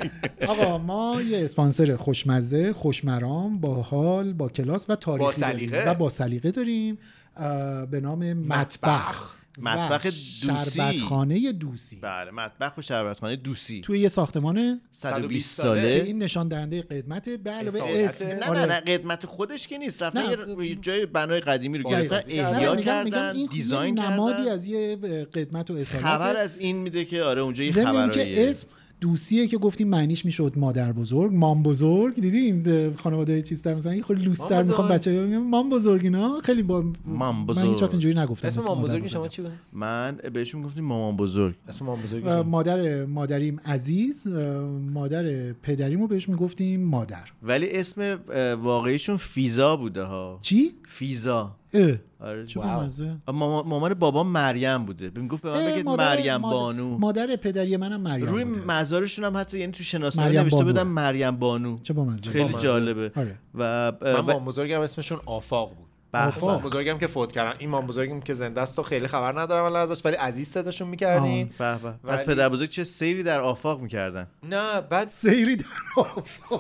C: آقا ما یه اسپانسر خوشمزه خوشمرام با حال با کلاس و تاریخی
A: با سلیقه.
C: داریم و با سلیقه داریم اه، به نام مطبخ
B: مطبخ
C: و
B: دوسی
C: شربتخانه دوسی
B: بله مطبخ و شربتخانه دوسی
C: توی یه ساختمان
B: 120
C: که
B: ساله
C: این نشان دهنده قدمته به علاوه
B: اصالت.
C: اسم
B: نه
C: آره.
B: نه نه قدمت خودش که نیست رفتن
C: نه،
B: یه- یه جای بنای قدیمی رو گرفتن
C: دقیقاً.
B: احیا
C: یعنی میگم- میگم
B: کردن
C: این خب
B: دیزاین
C: یه نمادی
B: کردن
C: از یه قدمت و اصالت
B: خبر از این میده که آره اونجا یه
C: ضمن اینکه
B: خبرایی
C: اسم دوسیه که گفتیم معنیش میشد مادر بزرگ مام بزرگ دیدی این خانواده چیز در مثلا یه خورده لوس
A: مام
C: تر میخوام
A: بزرگ.
C: بچه بگم مام بزرگ اینا خیلی با
B: مام
C: من
B: بزرگ.
C: هیچ وقت اینجوری نگفتم
A: اسم مام
C: مادر
A: بزرگ شما چی بود
B: من بهشون گفتیم مامان بزرگ
A: اسم مام بزرگ
C: و مادر مادریم عزیز اه، مادر پدریم رو بهش میگفتیم مادر
B: ولی اسم اه، واقعیشون فیزا بوده ها
C: چی؟
B: فیزا
C: اه.
B: آره
C: چه بامزه.
B: ماما- مامان بابا مریم بوده میگفت به من
C: اه،
B: بگید
C: مادر-
B: مریم
C: مادر-
B: بانو
C: مادر پدری منم مریم
B: روی
C: بوده.
B: مزارشون هم حتی یعنی تو شناسنامه
C: مریم
B: نوشته
C: بانوه.
B: بودن مریم بانو
C: چه بامزه.
B: خیلی
A: بامزه.
B: جالبه
A: آره.
B: و
A: من
B: و-
A: مام بزرگم اسمشون آفاق بود
B: به به.
A: مام بزرگم که فوت کردن این مام بزرگم که زنده است و خیلی خبر ندارم الان ازش ولی عزیز صداشون میکردین
B: به به. از
A: ولی-
B: پدر بزرگ چه سیری در آفاق میکردن
A: نه بعد
C: سیری در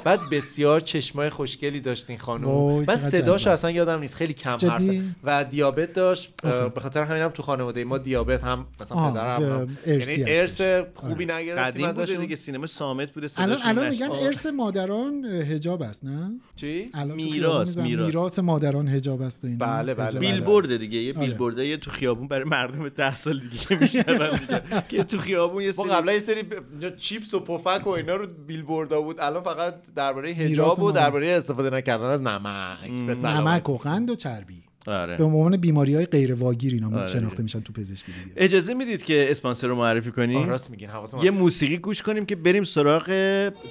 A: بعد بسیار چشمای خوشگلی داشت این خانم
B: وای،
A: من
B: چقدر
A: صداش
B: جذاب.
A: اصلا یادم نیست خیلی کم
B: جدی؟
A: حرف زد. و دیابت داشت اه،
B: آخه.
A: به خاطر همینم تو خانواده ما دیابت هم مثلا
B: آه،
A: پدرم هم
B: به ارثی
A: یعنی
B: هستش. آره.
A: ارث خوبی نگرفتیم
B: قدیم بوده
A: ازشون
B: دیگه سینما سامت بوده
C: الان
B: صداشون
C: الان
B: نشد.
C: میگن
B: آه.
C: ارث مادران هجاب است نه
A: چی
C: الان تو
B: میراث،
C: خیابون میزنن
B: میراث.
C: میراث مادران هجاب است و اینا
B: بله بله
C: حجاب.
B: بیل برده دیگه یه
C: آره.
B: بیل برده یه تو خیابون برای مردم ده سال دیگه که میشنون دیگه که تو خیابون یه
A: ما
B: سری
A: قبلا یه سری ب- اینا چیپس و پفک و اینا رو بیلبوردا بود الان فقط درباره
C: میراث
A: حجاب و
C: ما.
A: درباره استفاده نکردن از نمک به سلامت.
C: نمک و قند و چربی
B: آره.
C: به عنوان بیماری های غیر واگیر اینا
B: آره.
C: شناخته میشن تو پزشکی دیگه
B: اجازه میدید که اسپانسر رو معرفی کنیم
A: آه، راست میگین، حواسم
B: یه
A: هست.
B: موسیقی گوش کنیم که بریم سراغ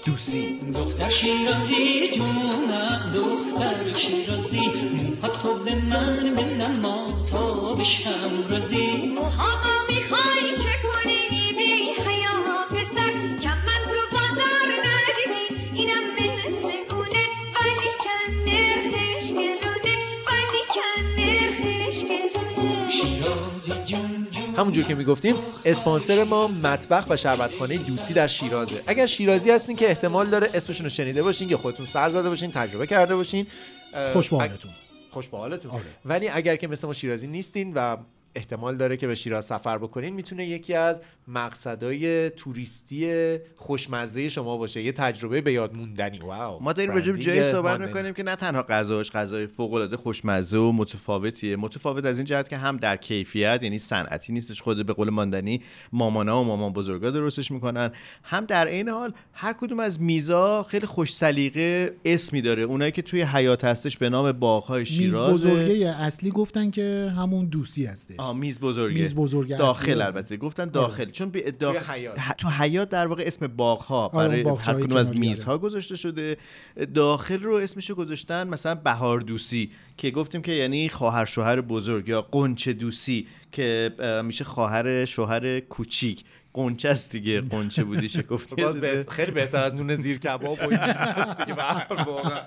B: دوسی
D: دختر شیرازی جونم دختر شیرازی موها تو به من بنما تا بشم رازی
N: موهامو میخوای چه کنی به این حیا پسر کم من تو بازار ندیدی اینم به مثل اونه ولی کن نرخش گرونه ولی کن نرخش گرونه
A: همونجور که میگفتیم اسپانسر ما مطبخ و شربتخانه دوسی در شیرازه اگر شیرازی هستین که احتمال داره اسمشون رو شنیده باشین یا خودتون سر زده باشین تجربه کرده باشین اه،
C: خوش به حالتون. آره.
A: اگ- خوش به حالتون ولی اگر که مثل ما شیرازی نیستین و احتمال داره که به شیراز سفر بکنین میتونه یکی از مقصدای توریستی خوشمزه شما باشه یه تجربه به یاد موندنی واو
B: ما داریم راجع به
A: برندینگ
B: جایی صحبت
A: ماندنی.
B: میکنیم که نه تنها غذاش غذای فوق العاده خوشمزه و متفاوتیه متفاوت از این جهت که هم در کیفیت یعنی صنعتی نیستش خود به قول ماندنی مامانا و مامان بزرگا درستش میکنن هم در عین حال هر کدوم از میزا خیلی خوش سلیقه اسمی داره اونایی که توی حیات هستش به نام باغهای
C: میز
B: شیراز
C: بزرگه اصلی گفتن که همون دوسی هسته
B: آه میز بزرگه
C: میز بزرگه آره.
B: داخل
C: اصلی.
B: البته گفتن داخل چون به داخل...
A: توی حیاط.
B: ح- تو حیات در واقع اسم باغ ها
A: آره، اون
B: برای هر
A: باغچه‌های
B: کدوم از
A: کناری،
B: میزها گذاشته شده داخل رو اسمشو گذاشتن مثلا بهار دوسی که گفتیم که یعنی خواهر شوهر بزرگ یا قنچه دوسی که اه، میشه خواهر شوهر کوچیک قنچه است دیگه قنچه بودی شکفته
A: باز بهت- خیلی بهتر از نون زیر کباب و این چیز هست دیگه به هر حال واقعا.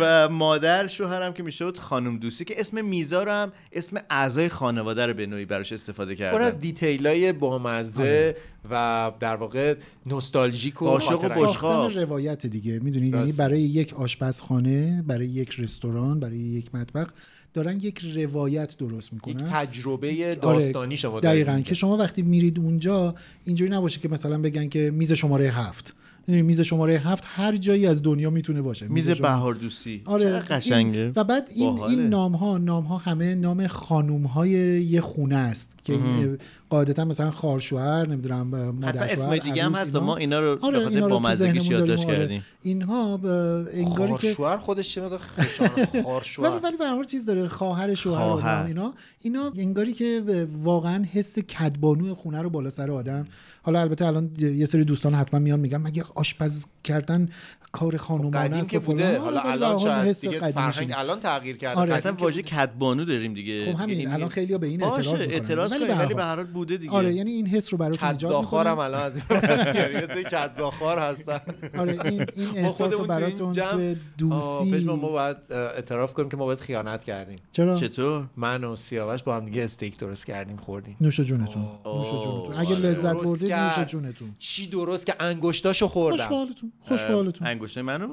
B: و مادر شوهرم که میشد خانم دوستی که اسم میزا رو هم اسم اعضای خانواده رو به نوعی براش استفاده کردن
A: پر از دیتیلای بامزه
C: آره.
A: و در واقع نوستالژیک و خاطره.
C: خب، ساختن روایت دیگه میدونید یعنی
A: راست.
C: برای یک آشپزخانه برای یک رستوران برای یک مطبخ دارن یک روایت درست میکنن
A: یک تجربه داستانی
C: آره،
A: شما دارید
C: دقیقا که شما وقتی میرید اونجا اینجوری نباشه که مثلا بگن که میز شماره هفت می‌دونی، میز شماره هفت هر جایی از دنیا میتونه باشه
B: میز
C: شما-
B: بهار دوسی
C: آره
B: چقدر قشنگه
C: این- و بعد این
B: باحاله.
C: این نام ها نام ها همه نام خانوم های یه خونه است که
B: مهم.
C: قاعدتا مثلا خارشوهر نمیدونم مادر
B: حتی
C: شوهر
B: اسمای دیگه هم
C: عروس
B: هست و ما اینا رو
C: آره،
B: به خاطر
C: اینا رو تو
B: بامزگیش
C: ذهنمون
B: یادداشت
C: داریم، آره.
B: کردیم.
C: اینها ب- انگاری که
A: خارشوهر خودش چه مقدار خشن
C: ولی
A: خارشوهر
C: ولی به هر حال چیز داره خواهر شوهر
A: خواهر.
C: آدم اینا اینا انگاری که واقعا حس کدبانو خونه رو بالا سر آدم حالا البته الان یه سری دوستان حتما میان میگن مگه آشپز کردن کار خانمانه
A: خب قدیم
C: است
A: که
C: و فلان.
A: بوده
C: آره،
A: حالا
C: ولی
A: الان
C: به هر حال
A: شاید
C: حس
A: دیگه
C: قدیمیش
A: فرهنگ
C: اینه.
A: الان تغییر کرده
C: آره.
B: اصلا
A: قدیم که
B: واژه کدبانو داریم دیگه
C: خب همین،
B: یعنی
C: الان خیلیا به این
B: باشه،
C: اعتراض می‌کنن.
B: اعتراض
C: ولی
B: کنیم
C: به هر
B: ولی به
C: حال.
B: هر حال بوده دیگه
C: آره یعنی این حس رو براتون ایجاد
A: کدزاخارم
C: می‌کنه.
A: الان از این بعد بیاری. یه سری کدزاخار هستن
C: آره، این- این
A: ما
C: احساس رو
A: خودمون تو این
C: براتون
A: جمع-
C: توی دوسی-
A: آه، پشمان، ما باید اه، اعتراف کنیم که ما باید خیانت کردیم
C: چرا؟
B: چطور
A: من و سیاوش با هم دیگه استیک درست کردیم خوردیم
C: نوش جونتون نوش
A: آه،
C: جونتون اگه
A: آره.
C: لذت
A: درست
C: بردید نوش
A: کرد.
C: جونتون
A: چی درست که انگشتاشو خوردم
C: خوش به حالتون، خوش به حالتون.
B: انگشته منو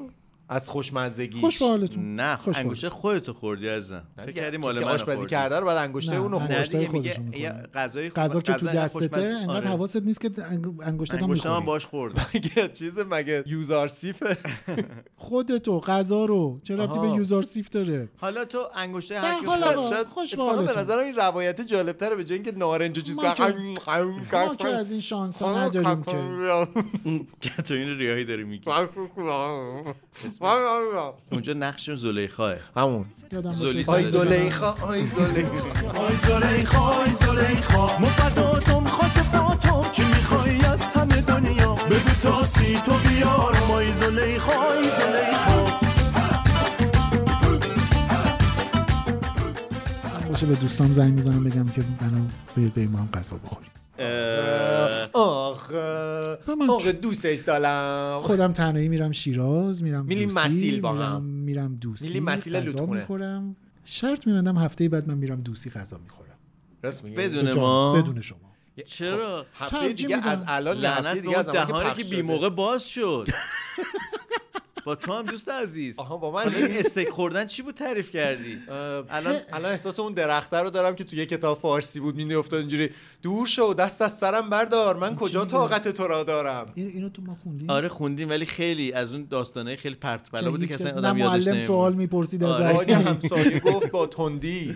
A: از خوشمزگیش
C: خوش به حالتون.
B: نه
C: خوش به
B: انگوشه خودتو خوردی ازم فکر
A: دیگه.
B: کردی
A: کسی
B: مال
A: یعنی که
B: من
A: آشپزی
B: خوردی.
A: کرده رو باید انگشته
C: نه،
A: اونو
C: نه،
A: خورد.
B: نه
C: انگشتای
B: دیگه میگه
C: خودشون می‌خوری.
B: یه غذای خوب
C: غذا که تو
B: غذای خوشمزه-
C: دستته انقدر
B: آره.
C: حواست نیست که انگ- انگشتات هم
B: انگشتم
C: میخوری
B: هم باش خوردم
A: مگه چیز مگه یوزار سیفه
C: خودتو غذا رو چه ربطی
A: آها.
C: به یوزار سیف داره
B: حالا تو انگشته
C: نه،
B: هر کی
C: حالا
B: خورد.
C: با-
A: شاید
C: خوش به
A: اتفاقا به
C: حالتون.
A: نظرم این روایت جالبتره به جای اینکه نارنج و چیز
C: ما که-
A: کنم قم
C: ما که از این
A: خب،
C: شانس ها نداریم که
B: که تو این ریاهی داری میگی اونجا نقششون زلیخاه
A: همون
C: یادم
B: زلی
C: باشه. آی
B: زلیخا.
A: زلیخا آی زلیخا
D: آی زلیخا آی زلیخا ما فداتم خاک پاتم چی میخوای از همه دنیا بگو تاستی تو بیارم آی زلیخا آی زلیخا
C: باشه به دوستام زنگ میزنم بگم که بنا بیاید بریم با هم غذا بخوریم
A: آخ آخ دوست دارم
C: خودم تنهایی میرم شیراز میرم
A: میریم
C: دوسی،
A: مسیل با هم.
C: میرم- میرم دوسی
A: میریم مسیل
C: غذا
A: لوتخونه.
C: میخورم شرط میبندم هفته بعد من میرم دوسی غذا میخورم
A: راست میگی
B: بدون
C: جان،
B: ما
C: بدون شما
B: چرا
A: هفته
C: ترجیح
A: دیگه
C: میدم.
A: از الان به هفته
B: لعنت به
A: دیگه از
B: اون
A: زمانی
B: دهانی
A: پخش
B: که
A: شده.
B: بی موقع باز شد با تو هم دوست عزیز
A: آها با من
B: حالا این استیک خوردن چی بود تعریف کردی
A: الان الان احساس اون درخته رو دارم که تو یه کتاب فارسی بود می افتاد اینجوری دور شو دست از سرم بردار من کجا طاقت تو را دارم
C: این- اینو تو ما خوندیم
B: آره خوندیم ولی خیلی از اون داستانه خیلی پرت
C: که
B: پلا بوده که
C: هیچ
B: اصلا
C: کس-
B: آدم
C: نه
B: یادش
C: معلم
B: نمیاد.
C: سوال میپرسید
B: آره.
C: ازش
A: آقای همسایه گفت با تندی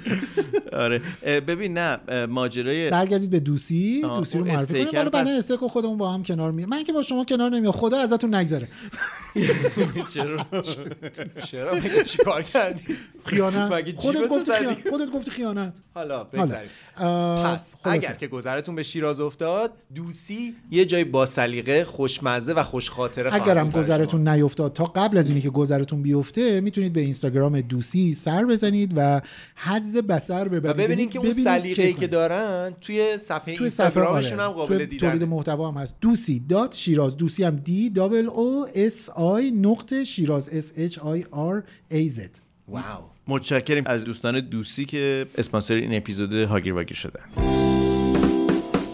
B: آره اه، ببین نه اه، ماجرای
C: برگردید به دوسی
B: آه،
C: دوسی رو
B: اون
C: معرفی کنیم
B: استیکر
C: حالا بعدا
B: پس-
C: استیک رو خودمون با هم کنار می من که با شما کنار نمیام خدا ازتون نگذره
B: چرا
A: چرا مگه چیکار کردی مگه
C: خیانت خودت
A: جیبتو
C: گفتی
A: زدی
C: خیانت خودت گفتی خیانت
A: حالا
C: حالا
A: بگذاریم
C: اه،
A: پس
C: خلاصه.
A: اگر که گذرتون به شیراز افتاد دوسی یه جای با سلیقه خوشمزه و خوش خاطره خواهد
C: اگرم
A: بود برای شما.
C: گذرتون نیفتاد تا قبل از اینی که گذرتون بیفته میتونید به اینستاگرام دوسی سر بزنید و حز بسر ببرید
A: و ببینین که اون سلیقه‌ای
C: کیف
A: که دارن توی صفحه
C: توی صفحه
A: اینستاگرامشون
C: آره.
A: هم قابل
C: توی تولید
A: دیدن
C: محتوا هم هست دوسی دات شیراز دوسی هم دی دابل او اس آی نقطه شیراز اس اچ آی آر ای زد
A: واو
B: متشکریم از دوستان دوستی که اسپانسر این اپیزود هاگیر واگیر شدن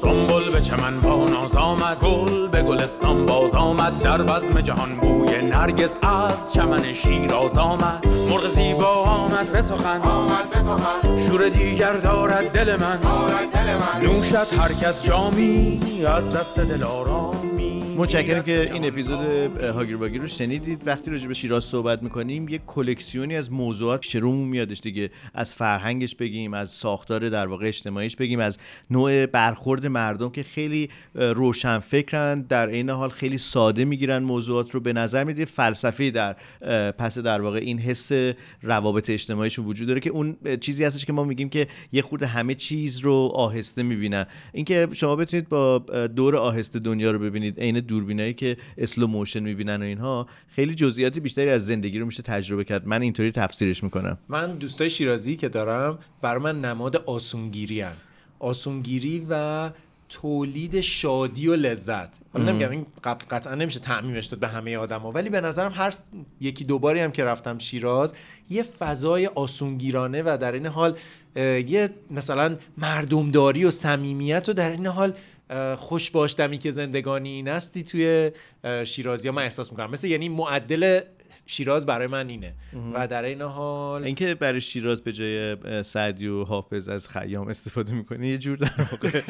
E: سنبل به چمن با ناز آمد گل به گلستان باز آمد در بزم جهان بوی نرگس از چمن شیراز آمد مرغ زیبا آمد به سخن آمد شور دیگر دارد دل من نوشد هر کس جامی از دست دل آرامی
B: متشکرم که این اپیزود اه، هاگیر واگیر رو شنیدید وقتی راجع به شیراز صحبت میکنیم یه کلکسیونی از موضوعات شروع میادش دیگه از فرهنگش بگیم از ساختار در واقع اجتماعیش بگیم از نوع برخورد مردم که خیلی اه، روشن فکرن در عین حال خیلی ساده میگیرن موضوعات رو به نظر میده فلسفی در اه، پس در واقع این حس روابط اجتماعیشون وجود داره که اون اه، چیزی هستش که ما میگیم که یه خورده همه چیز رو آهسته میبینن اینکه شما بتونید با اه، دور آهسته دنیا رو ببینید عین دوربینایی که اسلو موشن میبینن و اینها خیلی جزئیات بیشتری از زندگی رو میشه تجربه کرد من اینطوری تفسیرش میکنم
A: من دوستای شیرازی که دارم بر من نماد آسونگیری هم. آسونگیری و تولید شادی و لذت حالا نمیگم این قط- قطعا نمیشه تعمیمش داد به همه آدما ولی به نظرم هر س- یکی دوباری هم که رفتم شیراز یه فضای آسونگیرانه و در این حال اه، یه مثلا مردمداری و صمیمیت و در این حال اه، خوش باش دمی که زندگانی این استی توی اه، شیرازی ها من احساس میکنم مثل یعنی معدل شیراز برای من اینه و در این حال
B: اینکه برای شیراز به جای اه، سعدی و حافظ از خیام استفاده میکنه یه جور در واقع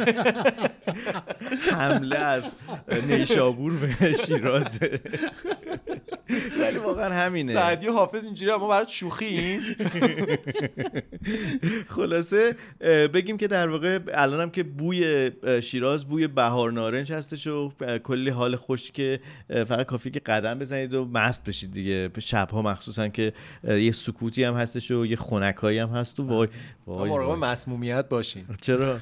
B: حمله از نیشابور به شیراز ولی واقعا همینه
A: سعدی و حافظ اینجوری ما برات شوخی
B: خلاصه اه، بگیم که در واقع الان هم که بوی اه، شیراز بوی بهار نارنج هستش و اه، کلی حال خوش که اه، فقط کافی که قدم بزنید و مست بشید دیگه شبها مخصوصا که اه، یه سکوتی هم هستش و یه خنکایی هم هست و وای وای,
A: مراقب
B: وای.
A: مسمومیت باشین
B: چرا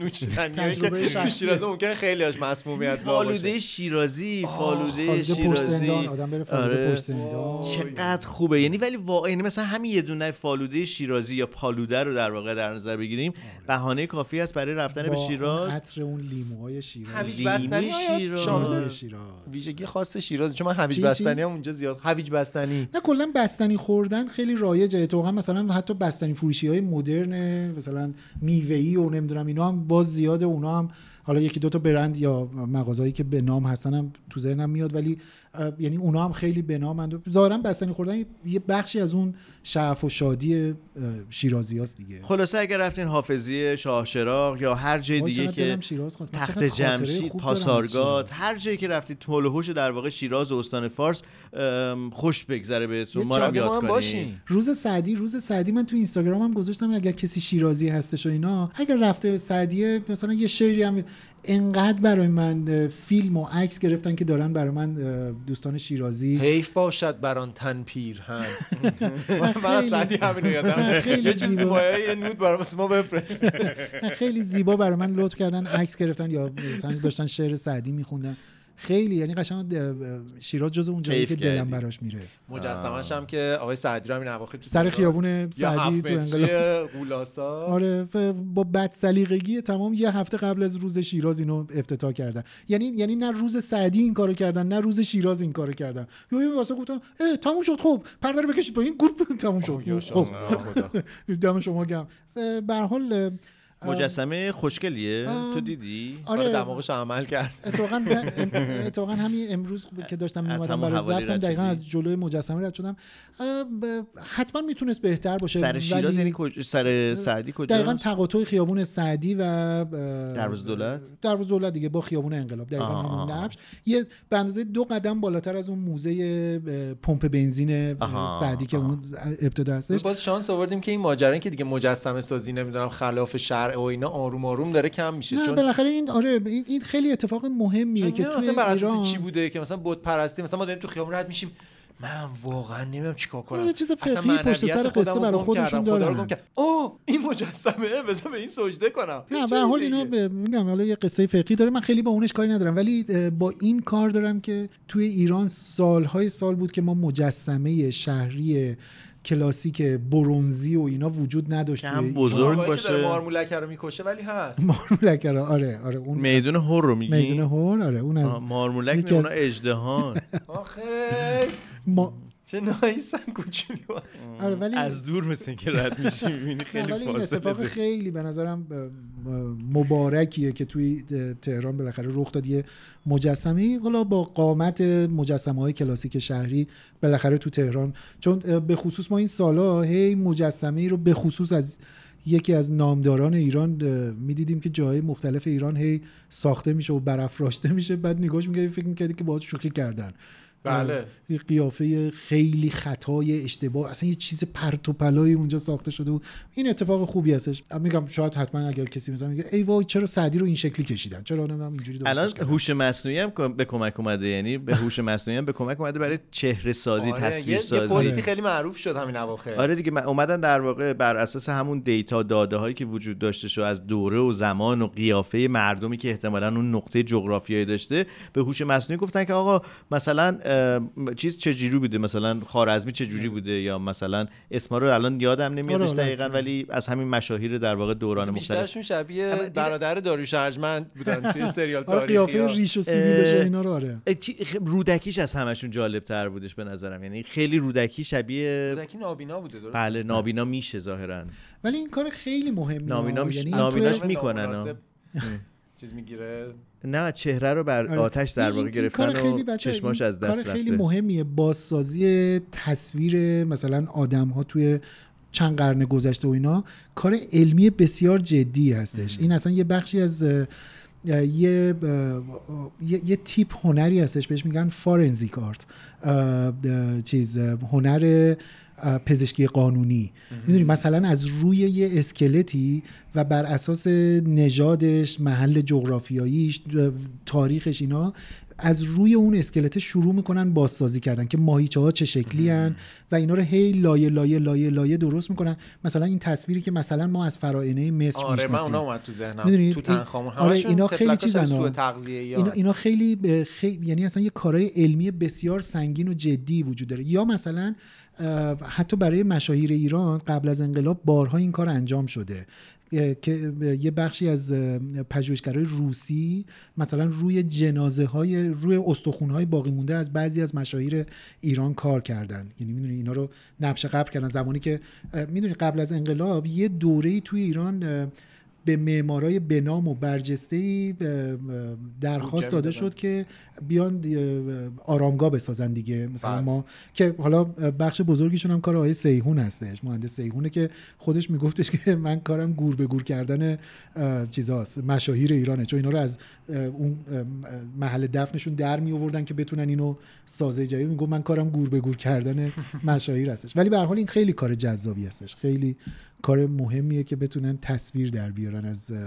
A: نوشیدنیایی
C: تجربه
A: که تو
C: شخصی.
A: شیراز ممکنه خیلی هاش مسمومیت زا باشه
B: فالوده شیرازی فالوده
C: فالوده پشت
B: شیرازی
C: زندان آدم بره فالوده
B: آره.
C: پشت زندان
B: چقدر خوبه یعنی ولی واقعا یعنی مثلا همین یه دونه فالوده شیرازی یا پالوده رو در واقع در نظر بگیریم بهانه کافی است برای رفتن
C: آره. با
B: به
C: اون
B: شیراز
C: عطر اون لیموهای شیراز
A: هویج بستنی آیا
B: شیراز.
A: شامل
C: شیراز
A: ویژگی خاص شیراز چون من
C: چی،
A: هویج
C: چی؟
A: بستنی هم اونجا زیاد هویج بستنی
C: نه کلا بستنی خوردن خیلی رایجه اتفاقا مثلا حتی بستنی فروشی های مدرن مثلا میوه و نمیدونم اینا هم باز زیاد اونا هم حالا یکی دو تا برند یا مغازهایی که به نام هستن هم تو ذهنم میاد ولی اه، یعنی اونا هم خیلی به نامند ظاهرا بستنی خوردن یه بخشی از اون شعف و شادی شیرازی هاست دیگه
B: خلاصه اگر رفتین حافظیه شاه شراغ یا هر جای
C: وای،
B: دیگه
C: چقدر
B: که
C: دلم شیراز خواست. من
B: تخت
C: چقدر خاطره
B: جمشید
C: خوب دارم از
B: پاسارگاد هر جایی که رفتید طول و هوش در واقع شیراز و استان فارس ام، خوش بگذره بهتون ما رو هم یاد کنید
C: روز سعدی روز سعدی من تو اینستاگرام هم گذاشتم اگر کسی شیرازی هستش و اینا اگر رفته به سعدیه مثلا یه شعری هم انقدر برای من اه، فیلم و عکس گرفتن که دارن برای من اه، دوستان شیرازی
A: حیف باشد بران تن پیر هم من برای سعدی همینو یادم
C: خیلی
A: یه چیزی
C: زیبا.
A: باید یه نود برای ما بفرست
C: خیلی زیبا برای من لطف کردن عکس گرفتن یا مثلا داشتن شعر سعدی میخوندن خیلی یعنی قشنگ اه، شیراز جز اون جایی
A: کیف
C: که دلم
A: کردی.
C: براش میره
A: مجسمش هم که آقای سعدی رو همین اواخر تو
C: سر
A: تهران.
C: خیابون
A: یا
C: سعدی
A: هفت
C: تو
A: متری
C: انقلاب.
A: غولاسا
C: آره ف- با بد سلیقگی تمام یه هفته قبل از روز شیراز اینو افتتاح کردن یعنی یعنی نه روز سعدی این کارو کردن نه روز شیراز این کارو کردن یهو واسه گفتم اه، تموم شد خب پرده رو بکشید با این گروپ تموم شد خب دم شما گم به هر حال اه،
B: مجسمه خوشگلیه
C: ام،
B: تو دیدی
C: آره. آره، دماغش
A: عمل کرد
C: اتفاقا من- ام- اتفاقا همین امروز که
B: از
C: داشتم میومدم
B: همون
C: برای
B: حوالی
C: ضبطم
B: رد
C: دقیقا
B: شدی.
C: از جلوی مجسمه رد شدم اه، ب- حتما میتونست بهتر باشه
B: سر شیراز
C: ولی-
B: یعنی کج- سر سعدی کجا
C: دقیقا تقاطع خیابون سعدی و اه،
B: دروازه دولت
C: دروازه دولت دیگه با خیابون انقلاب دقیقا
B: آه،
C: همون
B: آه.
C: نقش یه به اندازه دو قدم بالاتر از اون موزه اه، پمپ بنزین اه،
A: آها،
C: سعدی که اون ابتدا هستش
A: باز شانس آوردیم که این ماجرا که دیگه مجسمه سازی نمیدونم خلاف شرع و اینا آروم آروم داره کم میشه
C: نه
A: چون
C: بالاخره این آره این, این خیلی اتفاق مهمیه که
A: که
C: توی
A: مثلا بر اساس
C: ایران
A: چی بوده که مثلا بت پرستی مثلا ما داریم تو خیابون رد میشیم من واقعا نمیدونم چیکار کنم
C: یه چیز
A: اصلا
C: فقهی پشت
A: معنویت
C: سر قصه
A: خودم رو
C: برای
A: گم
C: خودشون
A: کردم، خدا رو
C: دارن.
A: گم کردم. اوه این مجسمه بذار به این سجده کنم
C: نه به هر حال اینا به- میگم حالا یه قصه فقهی داره من خیلی با اونش کاری ندارم ولی اه، با این کار دارم که توی ایران سالهای سال بود که ما مجسمه شهری کلاسیک برونزی و اینا وجود نداشت
B: که
C: توی
B: هم
C: ایران.
B: بزرگ
A: آقایی که داره
B: باشه
A: مارمولک رو میکشه ولی هست
C: مارمولک رو، آره آره اون
B: میدون هور رو میگی
C: میدون هور آره اون از
B: آه، مارمولک
C: یکی
B: نه، اونا
C: از-
B: اجدهان
A: آخه
C: ما
A: چه نایسن کوچولی
C: آره، ولی-
B: از دور مثل که رد میشی میبینی خیلی
C: نه، ولی این
B: فاصله
C: اتفاق
B: داره.
C: خیلی به نظرم ب- ب- مبارکیه که توی تهران بالاخره رخ داد یه مجسمه حالا با قامت مجسمه های کلاسیک شهری بالاخره تو تهران چون اه، به خصوص ما این سالا هی مجسمه ای رو به خصوص از یکی از نامداران ایران اه، میدیدیم که جاهای مختلف ایران هی ساخته میشه و برافراشته میشه بعد نگاهش میکردی فکر میکردی که باهاش شوخی کردن
A: بله.
C: یه قیافه خیلی خطای اشتباه اصلا یه چیز پرت و پلایی اونجا ساخته شده بود این اتفاق خوبی هستش میگم شاید حتما اگر کسی مثلا میگه ای وای چرا سعدی رو این شکلی کشیدن چرا نمیدونم اینجوری
B: الان
C: درستش کردن
B: هوش مصنوعی هم کم- به کمک اومده یعنی به هوش مصنوعی هم به کمک اومده برای چهره سازی
A: آره، یه,
B: تصویر
A: یه
B: سازی
A: پستی خیلی معروف شد همین اواخر
B: آره دیگه من- اومدن در واقع بر اساس همون دیتا داده هایی که وجود داشته شو از دوره و زمان و قیافه مردمی که احتمالا اون نقطه جغرافیایی داشته به هوش مصنوعی گفتن که آقا مثلا اه، چیز چه جوری بوده مثلا خارزمی چه جوری بوده یا مثلا اسما رو الان یادم نمیادش
A: آره، آره.
B: دقیقا ولی از همین مشاهیر در واقع دوران مختلف
A: بیشترشون شبیه برادر داریوش ارجمند بودن توی سریال
C: آره،
A: تاریخی
C: قیافه
A: ها.
C: ریش و سیبیلش و اینا رو آره
B: اه، چی- خ- رودکیش از همشون جالب تر بودش به نظرم یعنی خیلی رودکی شبیه
A: رودکی نابینا بوده درست
B: بله نابینا میشه ظاهرا
C: ولی این کار خیلی مهمه
B: نابیناش-
C: یعنی
B: نابیناش
C: توی-
B: میکنن، آه.
A: نامناسب چیز میگیره
B: نه چهره رو بر
C: آره.
B: آتش در
C: این-
B: واقع
C: این کار
B: گرفتن
C: خیلی
B: و
C: بچه‌ها،
B: چشماش
C: این
B: از دست
C: کار خیلی
B: رفته.
C: مهمیه بازسازی تصویر مثلا آدم ها توی چند قرن گذشته و اینا کار علمی بسیار جدی هستش این اصلا یه بخشی از اه، اه، یه, اه، اه، یه یه تیپ هنری هستش بهش میگن فارنزیک آرت اه، اه، چیز اه، هنر اه، پزشکی قانونی میدونی مثلا از روی یه اسکلتی و بر اساس نژادش محل جغرافیاییش اه، تاریخش اینا از روی اون اسکلت شروع میکنن بازسازی کردن که ماهیچه ها چه شکلی هن و اینا رو هی لایه لایه لایه لایه درست میکنن مثلا این تصویری که مثلا ما از فرائنه مصر
A: آره من
C: می‌شناسیم.
A: اونا اومد تو ذهنم
C: می‌دونی؟
A: تو تنخامون
C: آره،
A: همشون
C: اینا خیلی
A: تفلکاش
C: چیزن
A: از سوء
C: ها.
A: تغذیه
C: اینا, اینا خیلی ب- خی- یعنی اصلا یه کارهای علمی بسیار سنگین و جدی وجود داره یا مثلا اه، حتی برای مشاهیر ایران قبل از انقلاب بارها این کار انجام شده اه، که اه، یه بخشی از اه، پژوهشگرای روسی مثلا روی جنازه های روی استخون های باقی مونده از بعضی از مشاهیر ایران کار کردن یعنی میدونی اینا رو نقش قبل کردن زمانی که میدونی قبل از انقلاب یه دوره‌ای توی ایران اه، به معمارای بنام و برجسته ای درخواست
A: جمعی دادن.
C: داده شد که بیان آرامگاه بسازن دیگه مثلا
A: بله.
C: ما که حالا بخش بزرگیشون هم کار آقای سیهون هستش مهندس سیهونه که خودش میگفتش که من کارم گور به گور کردن اه، چیزاست مشاهیر ایرانه چون اینا رو از اه، اون اه، محل دفنشون در می آوردن که بتونن اینو سازه جدید میگفت من کارم گور به گور کردن مشاهیر هستش ولی به هر حال این خیلی کار جذابی هستش خیلی کار مهمیه که بتونن تصویر در بیارن از اه،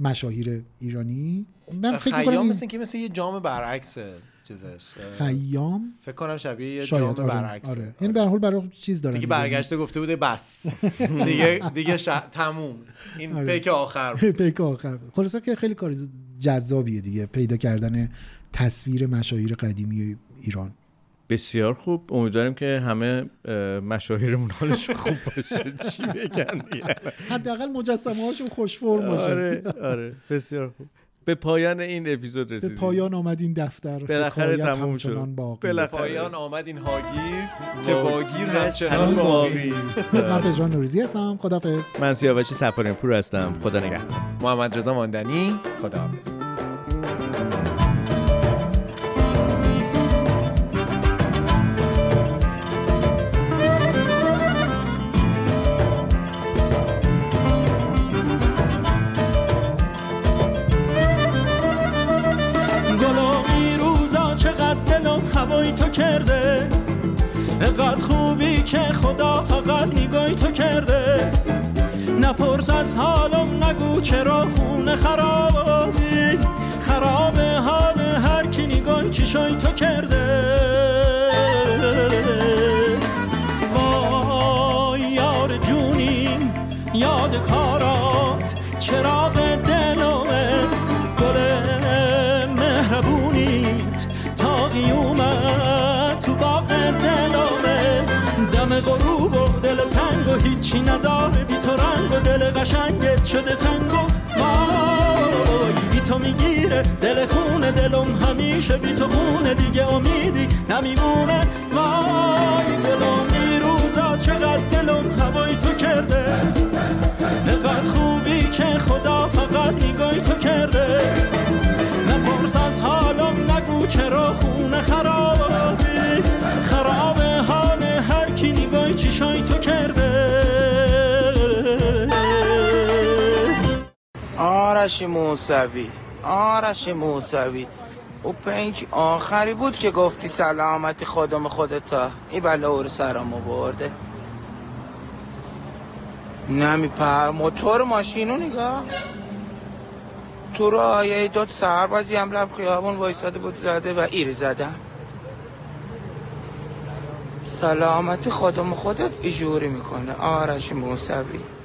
C: مشاهیر ایرانی من فکر می‌کنم
A: خیام
C: این-
A: مثل که مثل یه جام برعکس چیزش
C: خیام
A: فکر کنم شبیه یه
C: شاید
A: جام
C: آره,
A: برعکس
C: آره. یعنی به هر حال برای چیز دارن
A: دیگه
C: دیگه.
A: برگشته گفته بوده بس دیگه دیگه ش... تموم این
C: آره.
A: پک آخر بود.
C: پیک آخر خلاصه که خیلی کار جذابیه دیگه پیدا کردن تصویر مشاهیر قدیمی ایران
B: بسیار خوب امیدواریم که همه اه، مشاهیرمون حالش خوب باشه چی بگن دیگه؟
C: حداقل مجسمه هاشون خوش فرم باشه
B: آره آره بسیار خوب به پایان این اپیزود
C: به
B: رسیدیم
C: پایان آمد این دفتر
B: بالاخره
C: حکایت
B: تموم شد.
C: همچنان باقی
A: به
B: بالاخره.
A: پایان آمد این هاگیر که
B: واگیر
A: واگیر
B: هست،
A: همچنان
B: خب. هنوز
A: باقی
B: باقی
A: است.
C: من پژمان نوریزی هستم خدافظ
B: من سیاوش سفاریان پور هستم خدا نگهدار
A: محمد رضا ماندنی خداحافظ
H: گلا این روزا چقدر دلم هوای تو کرده اقدر خوبی که خدا فقط نگاهی تو کرده نپرس از حالم نگو چرا خونه خرابی خراب حال هر کی نگاه چشای تو کرده وای یار جونی یاد کارات چراغ دلمه گل مهربونیت تا قیومت تو باغ دلمه دم غروب و دل تنگ و هیچی نداره بی تو رنگ و دل قشنگت شده سنگ و وای بی تو میگیره دل خونه دلم همیشه بی تو خونه دیگه امیدی نمیمونه وای دلم این روزا چقدر دلم هوای تو کرده دقت خوبی که خدا فقط نگاهی تو کرده نپرس از حالم نگو چرا خونه خرابی خراب حال هر کی نگاهی چیشای تو کرده
O: آرش موسوی آرش موسوی او پنج آخری بود که گفتی سلامتی خودم خودتا این بلا او رو سرم آورده نمی پر موتور ماشینو نگاه تو را یه دوت سربازی هم لب خیابون وایساده بود زده و ایری زدم سلامتی خودم خودت ایجوری میکنه آرش موسوی